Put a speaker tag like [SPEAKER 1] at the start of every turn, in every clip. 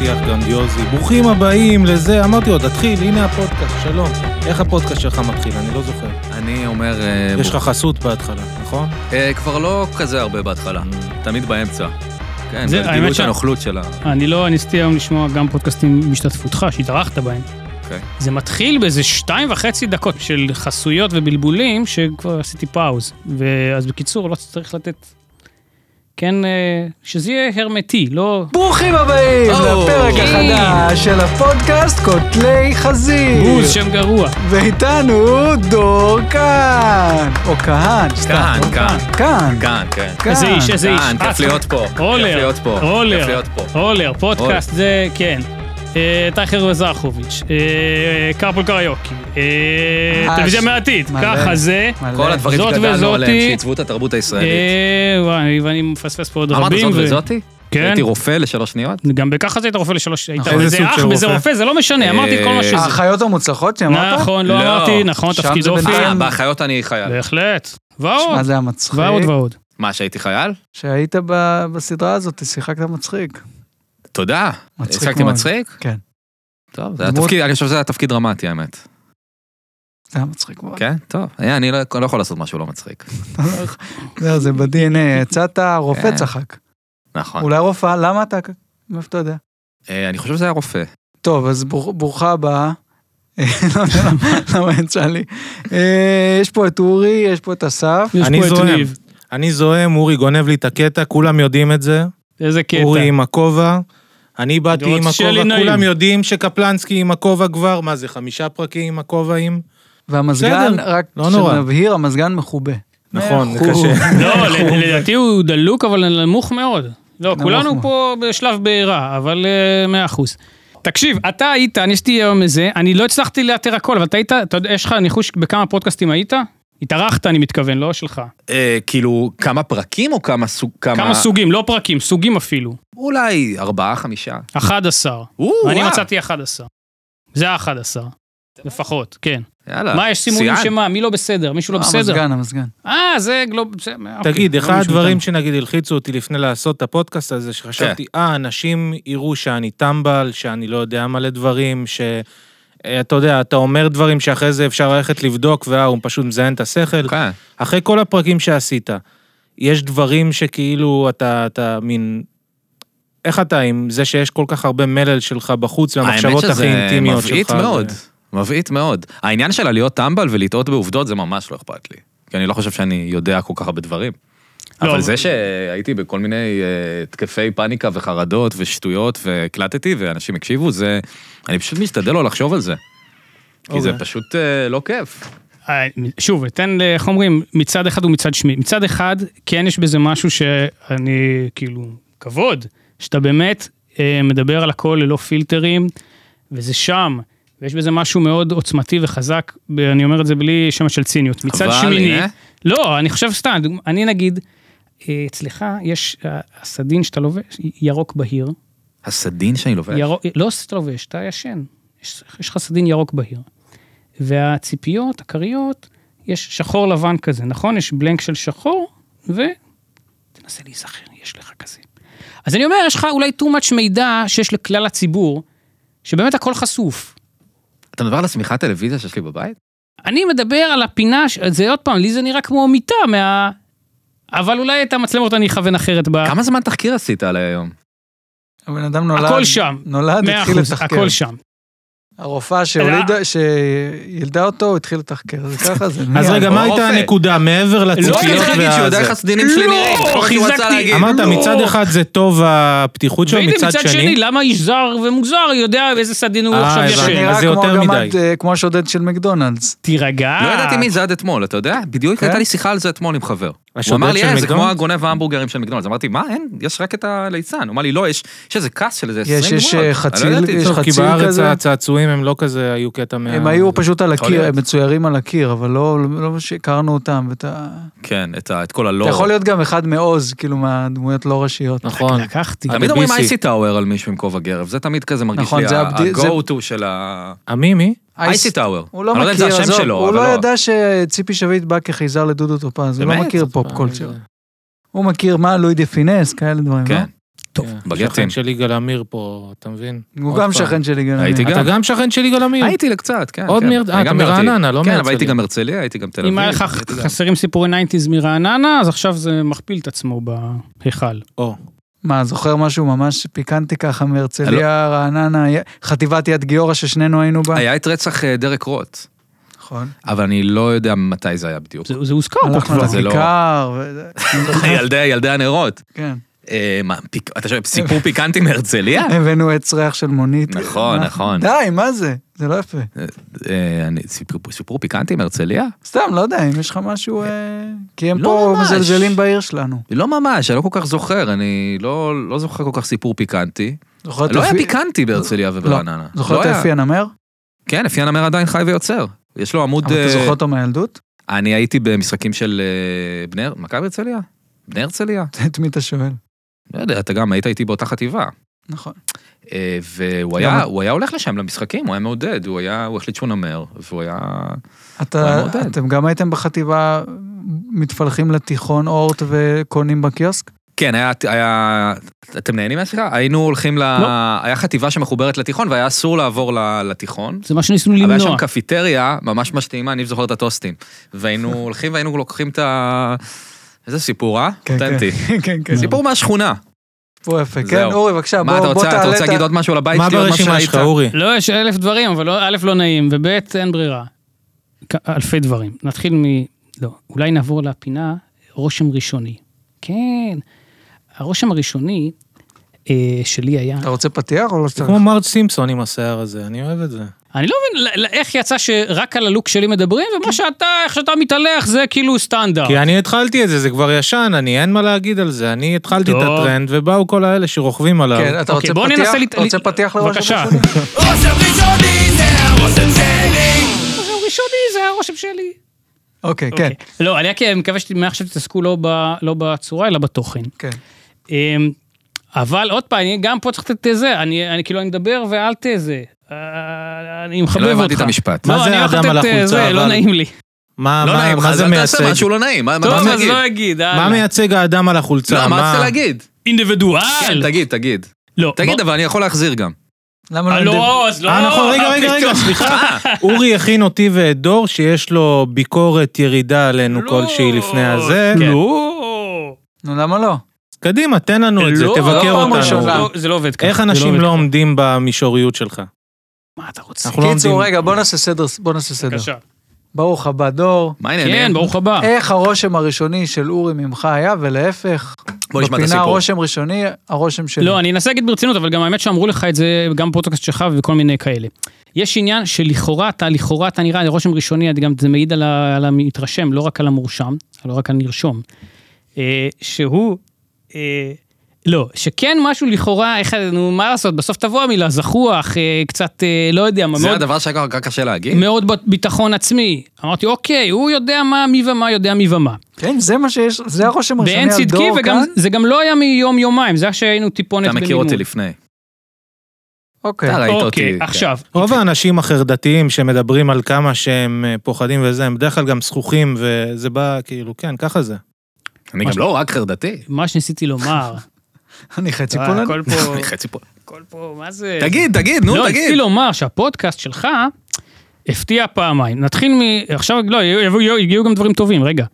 [SPEAKER 1] גרנדיוזי. ברוכים הבאים לזה, אמרתי לו, תתחיל, הנה הפודקאסט, שלום. איך הפודקאסט שלך מתחיל? אני לא זוכר.
[SPEAKER 2] אני אומר...
[SPEAKER 3] כן,
[SPEAKER 2] אה,
[SPEAKER 1] יש לך חסות בהתחלה, נכון?
[SPEAKER 2] אה, כבר לא כזה הרבה בהתחלה, תמיד באמצע. כן, זה
[SPEAKER 3] זה-
[SPEAKER 2] גילו
[SPEAKER 3] האמת
[SPEAKER 2] את
[SPEAKER 3] שה-
[SPEAKER 2] הנוכלות של ה...
[SPEAKER 3] אני לא, אני ניסיתי היום לשמוע גם פודקאסטים בהשתתפותך, שהתארחת בהם.
[SPEAKER 2] אוקיי.
[SPEAKER 3] זה מתחיל באיזה שתיים וחצי דקות של חסויות ובלבולים, שכבר עשיתי פאוז. ואז בקיצור, לא צריך לתת... כן, אה, שזה יהיה הרמטי, לא...
[SPEAKER 4] ברוכים הבאים
[SPEAKER 2] או. אוקיי.
[SPEAKER 4] לפרק החדש של הפודקאסט קוטלי חזיר.
[SPEAKER 3] בוז, שם גרוע.
[SPEAKER 4] ואיתנו דור כהן. או כהן, סתם.
[SPEAKER 2] כאן, כאן,
[SPEAKER 4] כהן.
[SPEAKER 2] כאן, כן.
[SPEAKER 4] כאן.
[SPEAKER 3] איזה איש, איזה איש.
[SPEAKER 2] כאן,
[SPEAKER 3] אה,
[SPEAKER 2] כיף להיות פה. כיף
[SPEAKER 3] הולר,
[SPEAKER 2] להיות פה. כיף
[SPEAKER 3] הולר,
[SPEAKER 2] להיות פה.
[SPEAKER 3] הולר, פודקאסט זה, כן. אה, טייכר וזרחוביץ', אה, קרפול קריוקי, אה,
[SPEAKER 4] אה,
[SPEAKER 3] טלוויזיה
[SPEAKER 4] ש-
[SPEAKER 3] מהעתיד,
[SPEAKER 4] מלא.
[SPEAKER 3] ככה זה.
[SPEAKER 4] מלא.
[SPEAKER 2] כל הדברים
[SPEAKER 3] זאת
[SPEAKER 2] שגדלנו עליהם,
[SPEAKER 3] וזאתי.
[SPEAKER 2] שעיצבו את התרבות הישראלית.
[SPEAKER 3] אה, וואי, ואני מפספס פה עוד
[SPEAKER 2] אמרת
[SPEAKER 3] רבים.
[SPEAKER 2] זאת
[SPEAKER 3] ו-
[SPEAKER 2] וזאתי?
[SPEAKER 3] כן.
[SPEAKER 2] הייתי רופא לשלוש שניות?
[SPEAKER 3] גם בככה זה היית רופא לשלוש, היית
[SPEAKER 1] איזה
[SPEAKER 3] איזה
[SPEAKER 1] סוג
[SPEAKER 3] אח
[SPEAKER 1] של
[SPEAKER 3] וזה
[SPEAKER 1] רופא?
[SPEAKER 3] רופא, זה לא משנה, אמרתי כל מה
[SPEAKER 2] אה,
[SPEAKER 3] שזה.
[SPEAKER 4] האחיות המוצלחות שאמרת?
[SPEAKER 3] נכון, לא
[SPEAKER 2] לא.
[SPEAKER 3] אמרתי, נכון,
[SPEAKER 4] שם
[SPEAKER 3] תפקיד
[SPEAKER 4] זה
[SPEAKER 3] רופא.
[SPEAKER 4] בינתיים.
[SPEAKER 2] אה, באחיות אני חייל.
[SPEAKER 3] בהחלט. ועוד,
[SPEAKER 4] שמע, זה היה מצחיק.
[SPEAKER 3] ועוד ועוד.
[SPEAKER 2] מה, שהייתי חייל?
[SPEAKER 4] שהיית ב- בסדרה הזאת, שיחקת מצחיק.
[SPEAKER 2] תודה.
[SPEAKER 4] מצחיק
[SPEAKER 2] שיחקתי
[SPEAKER 4] מאוד.
[SPEAKER 2] מצחיק?
[SPEAKER 4] כן.
[SPEAKER 2] טוב, זה היה
[SPEAKER 4] דמות-
[SPEAKER 2] תפקיד, אני חושב שזה היה תפקיד דרמטי, האמת.
[SPEAKER 4] זה היה מצחיק מאוד.
[SPEAKER 2] כן? טוב. אה, אני לא לא יכול לעשות משהו לא מצחיק.
[SPEAKER 4] זהו, זה ב-DNA. יצאת, רופא
[SPEAKER 2] כן.
[SPEAKER 4] צחק.
[SPEAKER 2] נכון.
[SPEAKER 4] אולי רופאה, למה אתה... מאיפה אתה יודע?
[SPEAKER 2] אה, אני חושב שזה היה רופא.
[SPEAKER 4] טוב, אז בור- ברוכה הבאה. לא יודע למה- למה יצא לי. אה, יש פה את אורי, יש פה את אסף.
[SPEAKER 3] יש
[SPEAKER 1] אני
[SPEAKER 3] פה את
[SPEAKER 1] זוהם.
[SPEAKER 3] ניב.
[SPEAKER 1] אני זוהם, אורי גונב לי את הקטע, כולם יודעים את זה.
[SPEAKER 3] איזה קטע.
[SPEAKER 1] אורי עם הכובע. אני באתי
[SPEAKER 3] לראות
[SPEAKER 1] עם
[SPEAKER 3] שלי
[SPEAKER 1] הכובע,
[SPEAKER 3] נעים.
[SPEAKER 1] כולם יודעים שקפלנסקי עם הכובע כבר, מה זה, חמישה פרקים עם הכובעים?
[SPEAKER 4] והמזגן,
[SPEAKER 1] בסדר,
[SPEAKER 4] רק
[SPEAKER 1] לא נורא.
[SPEAKER 4] שנבהיר, המזגן מכובה.
[SPEAKER 1] נכון, זה
[SPEAKER 4] מאה אחוז.
[SPEAKER 1] קשה.
[SPEAKER 3] לא, ל- לדעתי הוא דלוק, אבל נמוך מאוד. לא,
[SPEAKER 4] נמוך
[SPEAKER 3] כולנו
[SPEAKER 4] מאוד.
[SPEAKER 3] פה בשלב בעירה, אבל אה, מאה אחוז. תקשיב, אתה היית, אני עשיתי היום איזה, אני לא הצלחתי לאתר הכל, אבל אתה היית, אתה יודע, יש לך ניחוש בכמה פודקאסטים היית? התארחת, אני מתכוון, לא שלך.
[SPEAKER 2] אה, כאילו, כמה פרקים או כמה סוג...
[SPEAKER 3] כמה סוגים, לא פרקים, סוגים אפילו.
[SPEAKER 2] אולי ארבעה, חמישה.
[SPEAKER 3] 11.
[SPEAKER 2] או,
[SPEAKER 3] אני
[SPEAKER 2] וואו.
[SPEAKER 3] מצאתי 11. זה ה-11. לפחות, כן.
[SPEAKER 2] יאללה.
[SPEAKER 3] מה, יש סימונים
[SPEAKER 2] אה, שיאן.
[SPEAKER 3] שמה, מי לא בסדר, מישהו לא בסדר.
[SPEAKER 4] המזגן, המזגן.
[SPEAKER 3] אה, זה גלוב... זה- אוקיי,
[SPEAKER 1] תגיד,
[SPEAKER 3] לא
[SPEAKER 1] אחד
[SPEAKER 3] מישהו
[SPEAKER 1] הדברים
[SPEAKER 3] איתנו.
[SPEAKER 1] שנגיד הלחיצו אותי לפני לעשות את הפודקאסט הזה, שחשבתי,
[SPEAKER 2] כן.
[SPEAKER 1] אה, אנשים יראו שאני טמבל, שאני לא יודע מלא דברים, ש... אה, אתה יודע, אתה אומר דברים שאחרי זה אפשר ללכת לבדוק, ואה, הוא פשוט מזיין את השכל.
[SPEAKER 2] כן.
[SPEAKER 1] אחרי כל הפרקים שעשית, יש דברים שכאילו אתה, אתה מין... איך אתה עם זה שיש כל כך הרבה מלל שלך בחוץ, והמחשבות הכי אינטימיות שלך?
[SPEAKER 2] האמת שזה מבעית מאוד,
[SPEAKER 1] זה-
[SPEAKER 2] מבעית מאוד. העניין שלה להיות טמבל ולטעות בעובדות זה ממש לא אכפת לי. כי אני לא חושב שאני יודע כל כך הרבה דברים.
[SPEAKER 3] לא,
[SPEAKER 2] אבל
[SPEAKER 3] אבל-
[SPEAKER 2] זה שהייתי בכל מיני אה, התקפי פאניקה וחרדות ושטויות והקלטתי ואנשים הקשיבו, זה... אני פשוט משתדל לא לחשוב על זה. כי זה
[SPEAKER 1] אוקיי.
[SPEAKER 2] פשוט אה, לא כיף.
[SPEAKER 3] אה, שוב, אתן, ל- איך אומרים, מצד אחד ומצד שמי. מצד אחד, כן יש בזה משהו שאני, כאילו, כבוד, שאתה באמת אה, מדבר על הכל ללא פילטרים, וזה שם, ויש בזה משהו מאוד עוצמתי וחזק, ב- אני אומר את זה בלי שמץ של ציניות. מצד
[SPEAKER 2] אבל,
[SPEAKER 3] שמיני...
[SPEAKER 2] הנה.
[SPEAKER 3] לא, אני חושב סתם, דוגמא- אני נגיד, אה, אצלך יש אה, הסדין שאתה לובש, ירוק בהיר,
[SPEAKER 2] הסדין שאני לובש.
[SPEAKER 3] ירוק, לא שאתה לובש, אתה ישן. יש יש לך סדין ירוק בהיר. והציפיות, הכריות, יש שחור לבן כזה, נכון? יש בלנק של שחור, ו... תנסה להיזכר, יש לך כזה. אז אני אומר, יש לך אולי too much מידע שיש לכלל הציבור, שבאמת הכל חשוף.
[SPEAKER 2] אתה מדבר על השמיכת טלוויזיה שיש לי בבית?
[SPEAKER 3] אני מדבר על הפינה, ש- זה עוד פעם, לי זה נראה כמו מיטה מה... אבל אולי את המצלמות אני אכוון אחרת ב...
[SPEAKER 2] כמה זמן תחקיר עשית עליי היום?
[SPEAKER 4] הבן אדם נולד,
[SPEAKER 3] הכל שם.
[SPEAKER 4] נולד,
[SPEAKER 3] מאה
[SPEAKER 4] התחיל
[SPEAKER 3] אחוז,
[SPEAKER 4] לתחקר.
[SPEAKER 3] הכל שם.
[SPEAKER 4] הרופאה שהולידה, שילדה אותו, הוא התחיל לתחקר. זה ככה, זה נהיה.
[SPEAKER 1] אז רגע, מה הייתה
[SPEAKER 2] אופק.
[SPEAKER 1] הנקודה מעבר
[SPEAKER 3] לא, אני
[SPEAKER 1] לציפיות
[SPEAKER 3] צריך
[SPEAKER 1] והזה?
[SPEAKER 2] הסדינים
[SPEAKER 4] לא,
[SPEAKER 3] שלי נראים, זה מה שהוא רצה להגיד.
[SPEAKER 1] אמרת,
[SPEAKER 3] לא.
[SPEAKER 1] מצד אחד זה טוב הפתיחות שלו,
[SPEAKER 3] והנה,
[SPEAKER 1] מצד שני...
[SPEAKER 3] למה איש זר ומוזר יודע איזה סדין הוא
[SPEAKER 1] אה,
[SPEAKER 3] עכשיו
[SPEAKER 1] הבנתי.
[SPEAKER 4] זה
[SPEAKER 3] ישן?
[SPEAKER 1] אז
[SPEAKER 4] נראה
[SPEAKER 1] זה
[SPEAKER 4] כמו
[SPEAKER 1] יותר
[SPEAKER 4] הגמד,
[SPEAKER 1] מדי.
[SPEAKER 4] אה, כמו השודד של מקדונלדס.
[SPEAKER 3] תירגע.
[SPEAKER 2] לא ידעתי מי זה עד אתמול, אתה יודע? בדיוק
[SPEAKER 4] כן?
[SPEAKER 2] הייתה לי שיחה על זה אתמול עם חבר. הוא
[SPEAKER 1] השודד
[SPEAKER 2] אמר לי,
[SPEAKER 1] של
[SPEAKER 2] אה, זה כמו
[SPEAKER 1] מקדונלדס?"
[SPEAKER 2] הגונב ההמבורגרים של מקדונלדס. אמרתי, מה, אין, יש רק את הליצן. הוא אמר לי, לא, יש יש איזה כס של איזה
[SPEAKER 4] יש-
[SPEAKER 2] 20 דמויות.
[SPEAKER 4] יש, אה, חציל-
[SPEAKER 2] אני לא ידעתי את
[SPEAKER 4] יש
[SPEAKER 2] זה.
[SPEAKER 1] טוב, כי
[SPEAKER 4] חציל
[SPEAKER 1] בארץ
[SPEAKER 4] כזה.
[SPEAKER 1] הצעצועים הם לא כזה היו קטע מה...
[SPEAKER 4] הם היו פשוט על
[SPEAKER 2] יכול
[SPEAKER 4] הקיר,
[SPEAKER 2] להיות.
[SPEAKER 4] הם מצוירים על הקיר, אבל לא לא שהכרנו אותם. ואתה-
[SPEAKER 2] כן, את ה- את כל הלור.
[SPEAKER 4] אתה יכול להיות גם אחד מעוז, כאילו, מהדמויות לא ראשיות.
[SPEAKER 1] לא. נכון.
[SPEAKER 3] לקחתי.
[SPEAKER 2] תמיד אומרים
[SPEAKER 1] ה-BC.
[SPEAKER 2] אייסי טאוור על מישהו עם כובע גרב, זה תמיד כזה מרגיש
[SPEAKER 4] נכון,
[SPEAKER 2] לי
[SPEAKER 4] זה הבדי- זה-
[SPEAKER 2] ה-go-to של ה...
[SPEAKER 1] עמי, אה, מי?
[SPEAKER 2] אייסי טאוור.
[SPEAKER 4] הוא לא
[SPEAKER 2] אני לא יודע אם
[SPEAKER 4] מכיר,
[SPEAKER 2] זה השם
[SPEAKER 4] עזוב,
[SPEAKER 2] שלו,
[SPEAKER 4] הוא
[SPEAKER 2] אבל
[SPEAKER 4] לא
[SPEAKER 2] לא.
[SPEAKER 4] ידע שציפי שביט באה כחייזר לדודו טופז, הוא לא
[SPEAKER 1] אה,
[SPEAKER 2] באמת? אה,
[SPEAKER 4] מכיר פופ קולצ'ר. הוא מכיר מה, לואי דה פינס, כאלה דברים, לא?
[SPEAKER 2] כן.
[SPEAKER 3] טוב.
[SPEAKER 1] כן.
[SPEAKER 2] בגטים.
[SPEAKER 1] שכן של יגאל עמיר פה, אתה מבין?
[SPEAKER 4] הוא
[SPEAKER 1] עוד
[SPEAKER 4] גם
[SPEAKER 1] פעם.
[SPEAKER 4] שכן של יגאל עמיר.
[SPEAKER 2] הייתי
[SPEAKER 1] אתה
[SPEAKER 2] גם.
[SPEAKER 1] גם שכן של יגאל עמיר?
[SPEAKER 2] הייתי לקצת, כן.
[SPEAKER 1] עוד
[SPEAKER 2] כן.
[SPEAKER 1] מיר- אה,
[SPEAKER 2] אני
[SPEAKER 1] אתה
[SPEAKER 2] גם גרתי.
[SPEAKER 1] מרעננה, לא
[SPEAKER 2] כן, אבל
[SPEAKER 1] מהרצליה.
[SPEAKER 2] הייתי גם מהרצליה, הייתי גם תל אביב.
[SPEAKER 3] אם היה לך
[SPEAKER 2] הייתי גם-
[SPEAKER 3] חסרים סיפורי 90's מרעננה, אז עכשיו זה מכפיל את עצמו בהיכל.
[SPEAKER 1] או,
[SPEAKER 4] מה, זוכר משהו ממש פיקנטי ככה מהרצליה, רעננה, י- חטיבת יד גיורא ששנינו היינו בה?
[SPEAKER 2] היה את רצח אה, דרק רוט,
[SPEAKER 4] נכון.
[SPEAKER 2] אבל אני לא יודע מתי זה היה בדיוק.
[SPEAKER 3] זה זה הוזכר פה
[SPEAKER 4] הלכנו
[SPEAKER 3] כבר.
[SPEAKER 2] זה לא-
[SPEAKER 4] לכיכר, וזה-
[SPEAKER 2] ילדי, ילדי הנרות.
[SPEAKER 4] כן.
[SPEAKER 2] אה, מה, פיק- אתה שואל, סיפור פיקנטי מהרצליה?
[SPEAKER 4] הבאנו עץ ריח של מונית.
[SPEAKER 2] נכון,
[SPEAKER 4] מה-
[SPEAKER 2] נכון.
[SPEAKER 4] די, מה זה? זה לא יפה.
[SPEAKER 2] אה, אני- סיפור- סיפור פיקנטי מהרצליה?
[SPEAKER 4] סתם, לא יודע, אם יש לך משהו... אה, כי הם
[SPEAKER 2] לא
[SPEAKER 4] פה
[SPEAKER 2] ממש.
[SPEAKER 4] מזלזלים בעיר שלנו.
[SPEAKER 2] לא ממש, אני לא כל כך זוכר, אני לא לא זוכר כל כך סיפור פיקנטי.
[SPEAKER 4] זוכר את
[SPEAKER 2] לא היה
[SPEAKER 4] אפי-
[SPEAKER 2] פיקנטי בהרצליה וברעננה.
[SPEAKER 4] זוכר
[SPEAKER 2] לא
[SPEAKER 4] את
[SPEAKER 2] היה.
[SPEAKER 4] אפי הנמר?
[SPEAKER 2] כן, אפיין המר עדיין חי ויוצר. יש לו עמוד...
[SPEAKER 4] אבל אתה
[SPEAKER 2] אה,
[SPEAKER 4] זוכר אותו מהילדות?
[SPEAKER 2] אני הייתי במשחקים של אה, בני... מכבי הרצליה? בני הרצליה?
[SPEAKER 4] את מי אתה שואל?
[SPEAKER 2] לא יודע, אתה גם היית איתי באותה חטיבה.
[SPEAKER 4] נכון.
[SPEAKER 2] אה, והוא
[SPEAKER 4] למה?
[SPEAKER 2] היה, הוא היה הולך לשם למשחקים, הוא היה מעודד, הוא היה, הוא החליט שהוא נמר, והוא היה... הוא היה
[SPEAKER 4] אתה,
[SPEAKER 2] מעודד.
[SPEAKER 4] אתם גם הייתם בחטיבה מתפלחים לתיכון אורט וקונים בקיוסק?
[SPEAKER 2] כן, היה, היה... אתם נהנים מהשיחה? היינו הולכים ל...
[SPEAKER 3] לא.
[SPEAKER 2] היה חטיבה שמחוברת לתיכון, והיה אסור לעבור ל- לתיכון.
[SPEAKER 3] זה מה שניסו
[SPEAKER 2] אבל היה שם
[SPEAKER 3] למנוע.
[SPEAKER 2] קפיטריה ממש ממש טעימה, אני זוכר את הטוסטים. והיינו הולכים והיינו לוקחים את ה... איזה סיפור, אה?
[SPEAKER 4] כן,
[SPEAKER 2] אותנטי.
[SPEAKER 4] כן, כן.
[SPEAKER 2] סיפור מהשכונה.
[SPEAKER 4] פה יפה. כן,
[SPEAKER 2] זהו.
[SPEAKER 4] אורי, בבקשה,
[SPEAKER 2] מה אתה
[SPEAKER 4] בוא בוא
[SPEAKER 2] רוצה,
[SPEAKER 4] תעלה
[SPEAKER 2] אתה
[SPEAKER 4] את
[SPEAKER 2] רוצה
[SPEAKER 4] ה-
[SPEAKER 2] להגיד עוד משהו על הבית
[SPEAKER 1] מה
[SPEAKER 2] שלי? עוד משהו
[SPEAKER 1] ברשימה
[SPEAKER 2] שראית?
[SPEAKER 1] שלך, אורי?
[SPEAKER 3] לא, יש אלף דברים, אבל לא- א', לא נעים, וב', אין ברירה. כ- אלפי דברים. נתחיל מ... לא, אולי נעבור לפינה, רושם ראשוני. כן, הרושם הראשוני אה, שלי היה...
[SPEAKER 4] אתה רוצה פתיח או לא
[SPEAKER 1] זה
[SPEAKER 4] צריך?
[SPEAKER 1] כמו מרט סימפסון עם השיער הזה, אני אוהב את זה.
[SPEAKER 3] אני לא מבין ל- ל- איך יצא שרק על הלוק שלי מדברים, ומה שאתה, איך שאתה מתהלך זה כאילו סטנדרט.
[SPEAKER 2] אה.
[SPEAKER 1] כי אני התחלתי את זה, זה כבר ישן, אני אין מה להגיד על זה. אני התחלתי את
[SPEAKER 3] טוב.
[SPEAKER 1] הטרנד, ובאו כל האלה שרוכבים עליו.
[SPEAKER 4] כן, אתה
[SPEAKER 3] אוקיי,
[SPEAKER 4] רוצה
[SPEAKER 3] בוא
[SPEAKER 4] פתיח?
[SPEAKER 3] ננסה לת-
[SPEAKER 4] אתה רוצה
[SPEAKER 3] לת-
[SPEAKER 4] פתיח לראש
[SPEAKER 3] בבקשה.
[SPEAKER 4] הראשוני?
[SPEAKER 3] רושם ראשוני זה הרושם שלי.
[SPEAKER 4] אוקיי, כן,
[SPEAKER 3] אוקיי. לא, אני רק מקווה שמעכשיו תתעסקו לא ב- לא בצורה, אלא בתוכן.
[SPEAKER 4] כן.
[SPEAKER 3] אמ, אבל עוד פעם, אני גם פה צריך לתת את זה, אני אני כאילו, אני מדבר ואל תזה. אה, אני מחבב אותך.
[SPEAKER 2] לא הבנתי את המשפט.
[SPEAKER 1] מה זה
[SPEAKER 3] אני הולך
[SPEAKER 1] האדם
[SPEAKER 3] לתת,
[SPEAKER 1] על החולצה,
[SPEAKER 3] אה, זה, לא
[SPEAKER 1] אבל?
[SPEAKER 3] נעים לי.
[SPEAKER 1] מה,
[SPEAKER 2] לא
[SPEAKER 1] מה-
[SPEAKER 2] נעים,
[SPEAKER 1] מה
[SPEAKER 2] אז
[SPEAKER 1] זה
[SPEAKER 2] אל תעשה
[SPEAKER 1] מייצג?
[SPEAKER 2] משהו לא נעים, מה מה
[SPEAKER 3] טוב,
[SPEAKER 2] אתה
[SPEAKER 3] אז
[SPEAKER 2] מגיד?
[SPEAKER 3] לא אגיד,
[SPEAKER 1] מה מייצג האדם על החולצה?
[SPEAKER 2] לא, מה רצית להגיד?
[SPEAKER 3] אינדיבידואל.
[SPEAKER 2] כן, תגיד, תגיד.
[SPEAKER 3] לא,
[SPEAKER 2] תגיד,
[SPEAKER 3] בוא-
[SPEAKER 2] אבל אני יכול להחזיר גם.
[SPEAKER 4] למה
[SPEAKER 3] אה,
[SPEAKER 4] לא... נדבר?
[SPEAKER 3] לא, אז לא.
[SPEAKER 1] אה, נכון, רגע,
[SPEAKER 3] מה
[SPEAKER 1] רגע, רגע,
[SPEAKER 3] פתאום?
[SPEAKER 1] סליחה. אורי הכין אותי ואת דור, שיש לו ביקורת ירידה עלינו
[SPEAKER 3] לא.
[SPEAKER 1] כלשהי לפני הזה.
[SPEAKER 3] כן.
[SPEAKER 4] נו, למה לא?
[SPEAKER 1] קדינו, תן לנו את זה,
[SPEAKER 3] לא,
[SPEAKER 1] תבקר
[SPEAKER 4] פעם
[SPEAKER 1] אותנו.
[SPEAKER 4] ראשונה.
[SPEAKER 3] לא, זה לא עובד ככה.
[SPEAKER 1] איך
[SPEAKER 3] זה
[SPEAKER 1] אנשים
[SPEAKER 3] עובד
[SPEAKER 1] לא
[SPEAKER 3] ככה.
[SPEAKER 1] עומדים במישוריות שלך?
[SPEAKER 3] מה אתה רוצה?
[SPEAKER 1] אנחנו לא
[SPEAKER 4] קיצור,
[SPEAKER 1] עומדים-
[SPEAKER 4] רגע, בוא נעשה סדר, בוא נעשה סדר.
[SPEAKER 3] בבקשה.
[SPEAKER 4] ברוך הבא, דור.
[SPEAKER 2] מה העניינים?
[SPEAKER 3] כן, ברוך הבא.
[SPEAKER 4] איך הרושם הראשוני של אורי ממך היה, ולהפך,
[SPEAKER 2] בוא נשמע את
[SPEAKER 4] בפינה
[SPEAKER 2] הסיפור.
[SPEAKER 4] הרושם ראשוני, הרושם שלי.
[SPEAKER 3] לא, אני אנסה להגיד ברצינות, אבל גם האמת שאמרו לך את זה גם בפודקאסט שלך וכל מיני כאלה. יש עניין שלכאורה אתה, לכאורה אתה נראה, רושם ראשוני, את גם זה מעיד על, ה, על המתרשם, לא רק על המורשם, לא רק על נרשום. אה, שהוא, אה, לא, שכן משהו לכאורה, איך, נו, מה לעשות, בסוף תבוא המילה זחוח, אה, קצת, אה, לא יודע, מה,
[SPEAKER 2] זה
[SPEAKER 3] מאוד,
[SPEAKER 2] הדבר שהיה כל כך קשה להגיד?
[SPEAKER 3] מאוד ב- ביטחון עצמי. אמרתי, אוקיי, הוא יודע מה, מי ומה, יודע מי ומה.
[SPEAKER 4] כן, זה מה שיש, זה הרושם הראשוני על
[SPEAKER 3] ואין
[SPEAKER 4] דור כאן.
[SPEAKER 3] צדקי, וגם, זה גם לא היה מיום-יומיים, זה היה שהיינו טיפונת
[SPEAKER 2] אתה
[SPEAKER 3] בלימוד.
[SPEAKER 2] מכיר אותי לפני.
[SPEAKER 4] אוקיי.
[SPEAKER 2] אתה ראית אותי.
[SPEAKER 3] אוקיי,
[SPEAKER 2] כן.
[SPEAKER 3] עכשיו,
[SPEAKER 1] רוב האנשים החרדתיים שמדברים על כמה שהם אה, פוחדים וזה, הם בדרך כלל גם זכוכים, וזה בא כאילו, כן, ככה זה.
[SPEAKER 2] אני גם
[SPEAKER 3] מה-
[SPEAKER 2] לא רק חרדתי.
[SPEAKER 3] מה שניסיתי לומר,
[SPEAKER 4] אני חצי
[SPEAKER 3] אה,
[SPEAKER 4] פולני.
[SPEAKER 3] הכל פה,
[SPEAKER 2] אני חצי פה.
[SPEAKER 3] הכל פה, מה זה?
[SPEAKER 2] תגיד, תגיד, נו,
[SPEAKER 3] אה, לא, ניסיתי
[SPEAKER 2] תגיד.
[SPEAKER 3] לומר שהפודקאסט שלך הפתיע פעמיים. נתחיל מ... עכשיו, לא, יבואו- יבואו- הגיעו גם דברים טובים, רגע.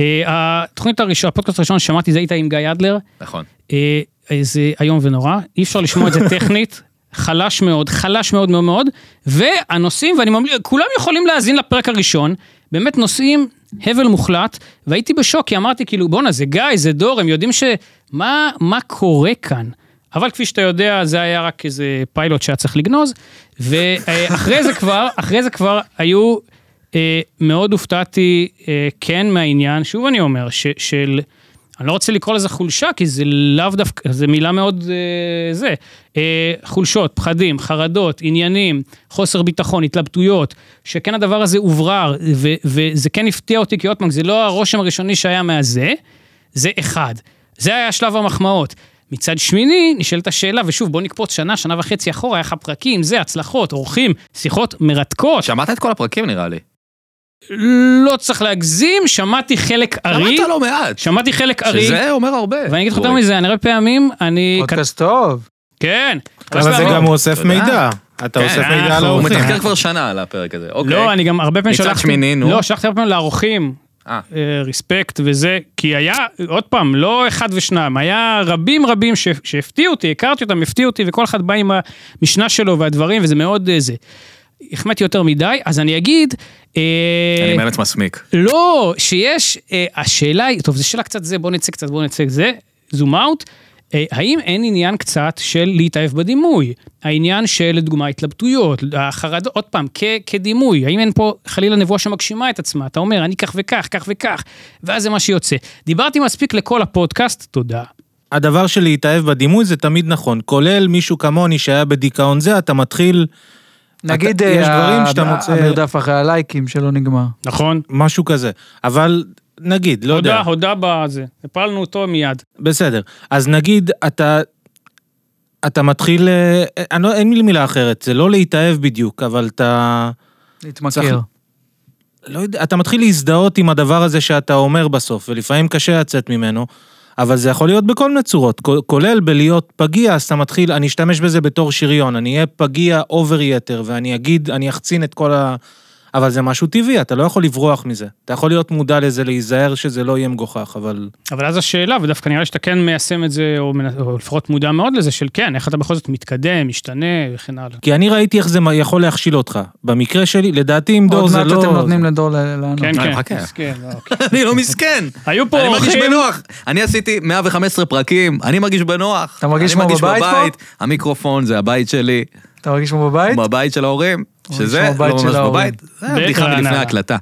[SPEAKER 3] אה, התוכנית הראשונה, הפודקאסט הראשון ששמעתי זה היית עם גיא אדלר,
[SPEAKER 2] נכון.
[SPEAKER 3] אה, אה, זה איום ונורא, אי אפשר לשמוע את זה טכנית. חלש מאוד, חלש מאוד מאוד מאוד, והנושאים, ואני ממליץ, כולם יכולים להאזין לפרק הראשון, באמת נושאים הבל מוחלט, והייתי בשוק, כי אמרתי כאילו, בואנה, זה גיא, זה דור, הם יודעים ש... מה, מה קורה כאן? אבל כפי שאתה יודע, זה היה רק איזה פיילוט שהיה צריך לגנוז, ואחרי זה כבר, אחרי זה כבר היו, אה, מאוד הופתעתי, אה, כן, מהעניין, שוב אני אומר, ש, של... אני לא רוצה לקרוא לזה חולשה, כי זה לאו דווקא, זו מילה מאוד אה, זה. אה, חולשות, פחדים, חרדות, עניינים, חוסר ביטחון, התלבטויות, שכן הדבר הזה הוברר, ו- וזה כן הפתיע אותי, כי עוד פעם, זה לא הרושם הראשוני שהיה מהזה, זה אחד. זה היה שלב המחמאות. מצד שמיני, נשאלת השאלה, ושוב, בוא נקפוץ שנה, שנה וחצי אחורה, היה לך פרקים, זה, הצלחות, אורחים, שיחות מרתקות.
[SPEAKER 2] שמעת את כל הפרקים נראה לי.
[SPEAKER 3] לא צריך להגזים, שמעתי חלק ארי,
[SPEAKER 2] למדת לא מעט,
[SPEAKER 3] שמעתי חלק ארי,
[SPEAKER 2] שזה אומר הרבה.
[SPEAKER 3] ואני אגיד לך יותר
[SPEAKER 2] אורי.
[SPEAKER 3] מזה, אני הרבה פעמים, אני...
[SPEAKER 4] פודקאסט טוב.
[SPEAKER 3] כן.
[SPEAKER 1] אבל זה
[SPEAKER 3] הרבה
[SPEAKER 1] גם הוא אוסף מידע. אתה
[SPEAKER 2] כן,
[SPEAKER 1] אוסף מידע
[SPEAKER 3] אנחנו-
[SPEAKER 1] על
[SPEAKER 2] הוא
[SPEAKER 1] האורחים.
[SPEAKER 2] מתחקר כבר שנה על הפרק הזה, אוקיי.
[SPEAKER 3] לא, אני גם הרבה פעמים
[SPEAKER 2] ניצן
[SPEAKER 3] שלחתי...
[SPEAKER 2] שמיני, נו.
[SPEAKER 3] לא, שלחתי הרבה פעמים לערוכים.
[SPEAKER 2] אה.
[SPEAKER 3] אה, ריספקט וזה, כי היה, עוד פעם, לא אחד ושניים, היה רבים רבים ש- שהפתיעו אותי, הכרתי אותם, הפתיעו אותי, וכל אחד בא עם המשנה שלו והדברים, וזה מאוד אה, זה. החמאתי יותר מדי, אז אני אגיד... אה,
[SPEAKER 2] אני באמת מסמיק.
[SPEAKER 3] לא, שיש, אה, השאלה היא, טוב, זו שאלה קצת זה, בוא נצא קצת, בוא נצא זה, זום אאוט. אה, האם אין עניין קצת של להתאהב בדימוי? העניין של, לדוגמה, התלבטויות, החרד, עוד פעם, כ, כדימוי, האם אין פה חלילה נבואה שמגשימה את עצמה? אתה אומר, אני כך וכך, כך וכך, ואז זה מה שיוצא. דיברתי מספיק לכל הפודקאסט, תודה.
[SPEAKER 1] הדבר של להתאהב בדימוי זה תמיד נכון, כולל מישהו כמוני שהיה בדיכאון זה, אתה מתחיל
[SPEAKER 4] נגיד,
[SPEAKER 1] אתה- יש
[SPEAKER 4] אה,
[SPEAKER 1] דברים שאתה
[SPEAKER 4] ה-
[SPEAKER 1] מוצא-
[SPEAKER 4] המרדף אחרי הלייקים שלא נגמר.
[SPEAKER 3] נכון?
[SPEAKER 1] משהו כזה. אבל נגיד, לא
[SPEAKER 3] הודה,
[SPEAKER 1] יודע,
[SPEAKER 3] הודה בזה. הפלנו אותו מיד.
[SPEAKER 1] בסדר. אז נגיד אתה... אתה מתחיל, אה, אני לא, אין לי מילה אחרת, זה לא להתאהב בדיוק, אבל אתה,
[SPEAKER 4] להתמכר.
[SPEAKER 1] צריך- לא יודע, אתה מתחיל להזדהות עם הדבר הזה שאתה אומר בסוף, ולפעמים קשה לצאת ממנו, אבל זה יכול להיות בכל מיני צורות, כ- כולל בלהיות פגיע, אז אתה מתחיל, אני אשתמש בזה בתור שריון, אני אהיה פגיע אובר יתר, ואני אגיד, אני אחצין את כל ה... אבל זה משהו טבעי, אתה לא יכול לברוח מזה. אתה יכול להיות מודע לזה, להיזהר שזה לא יהיה מגוחך, אבל...
[SPEAKER 3] אבל אז השאלה, ודווקא נראה לי שאתה כן מיישם את זה, או, מנ- או לפחות מודע מאוד לזה, של כן, איך אתה בכל זאת מתקדם, משתנה וכן הלאה.
[SPEAKER 1] כי אני ראיתי איך זה מה- יכול להכשיל אותך. במקרה שלי, לדעתי עם דור
[SPEAKER 4] עוד
[SPEAKER 1] זה
[SPEAKER 4] מעט
[SPEAKER 1] לא...
[SPEAKER 4] אתם נותנים לדור ל- לענות.
[SPEAKER 3] כן,
[SPEAKER 2] אה,
[SPEAKER 3] כן.
[SPEAKER 2] חכה.
[SPEAKER 3] מסכן, לא, אוקיי.
[SPEAKER 2] אני לא מסכן.
[SPEAKER 3] היו פה
[SPEAKER 2] אני מרגיש
[SPEAKER 3] אורחים,
[SPEAKER 2] בנוח. אני עשיתי 115 פרקים, אני מרגיש בנוח.
[SPEAKER 4] אתה מרגיש
[SPEAKER 2] אני
[SPEAKER 4] כמו בבית פה?
[SPEAKER 2] המיקרופון זה הבית שלי,
[SPEAKER 4] אתה מרגיש כמו בבית?
[SPEAKER 2] בבית של ההורים,
[SPEAKER 4] מרגיש
[SPEAKER 2] שזה
[SPEAKER 4] כמו
[SPEAKER 2] לא
[SPEAKER 4] בבית של
[SPEAKER 2] ממש
[SPEAKER 4] ההורים.
[SPEAKER 2] בבית. זה
[SPEAKER 3] בית
[SPEAKER 2] בדיחה מלפני
[SPEAKER 3] רעננה.
[SPEAKER 2] ההקלטה.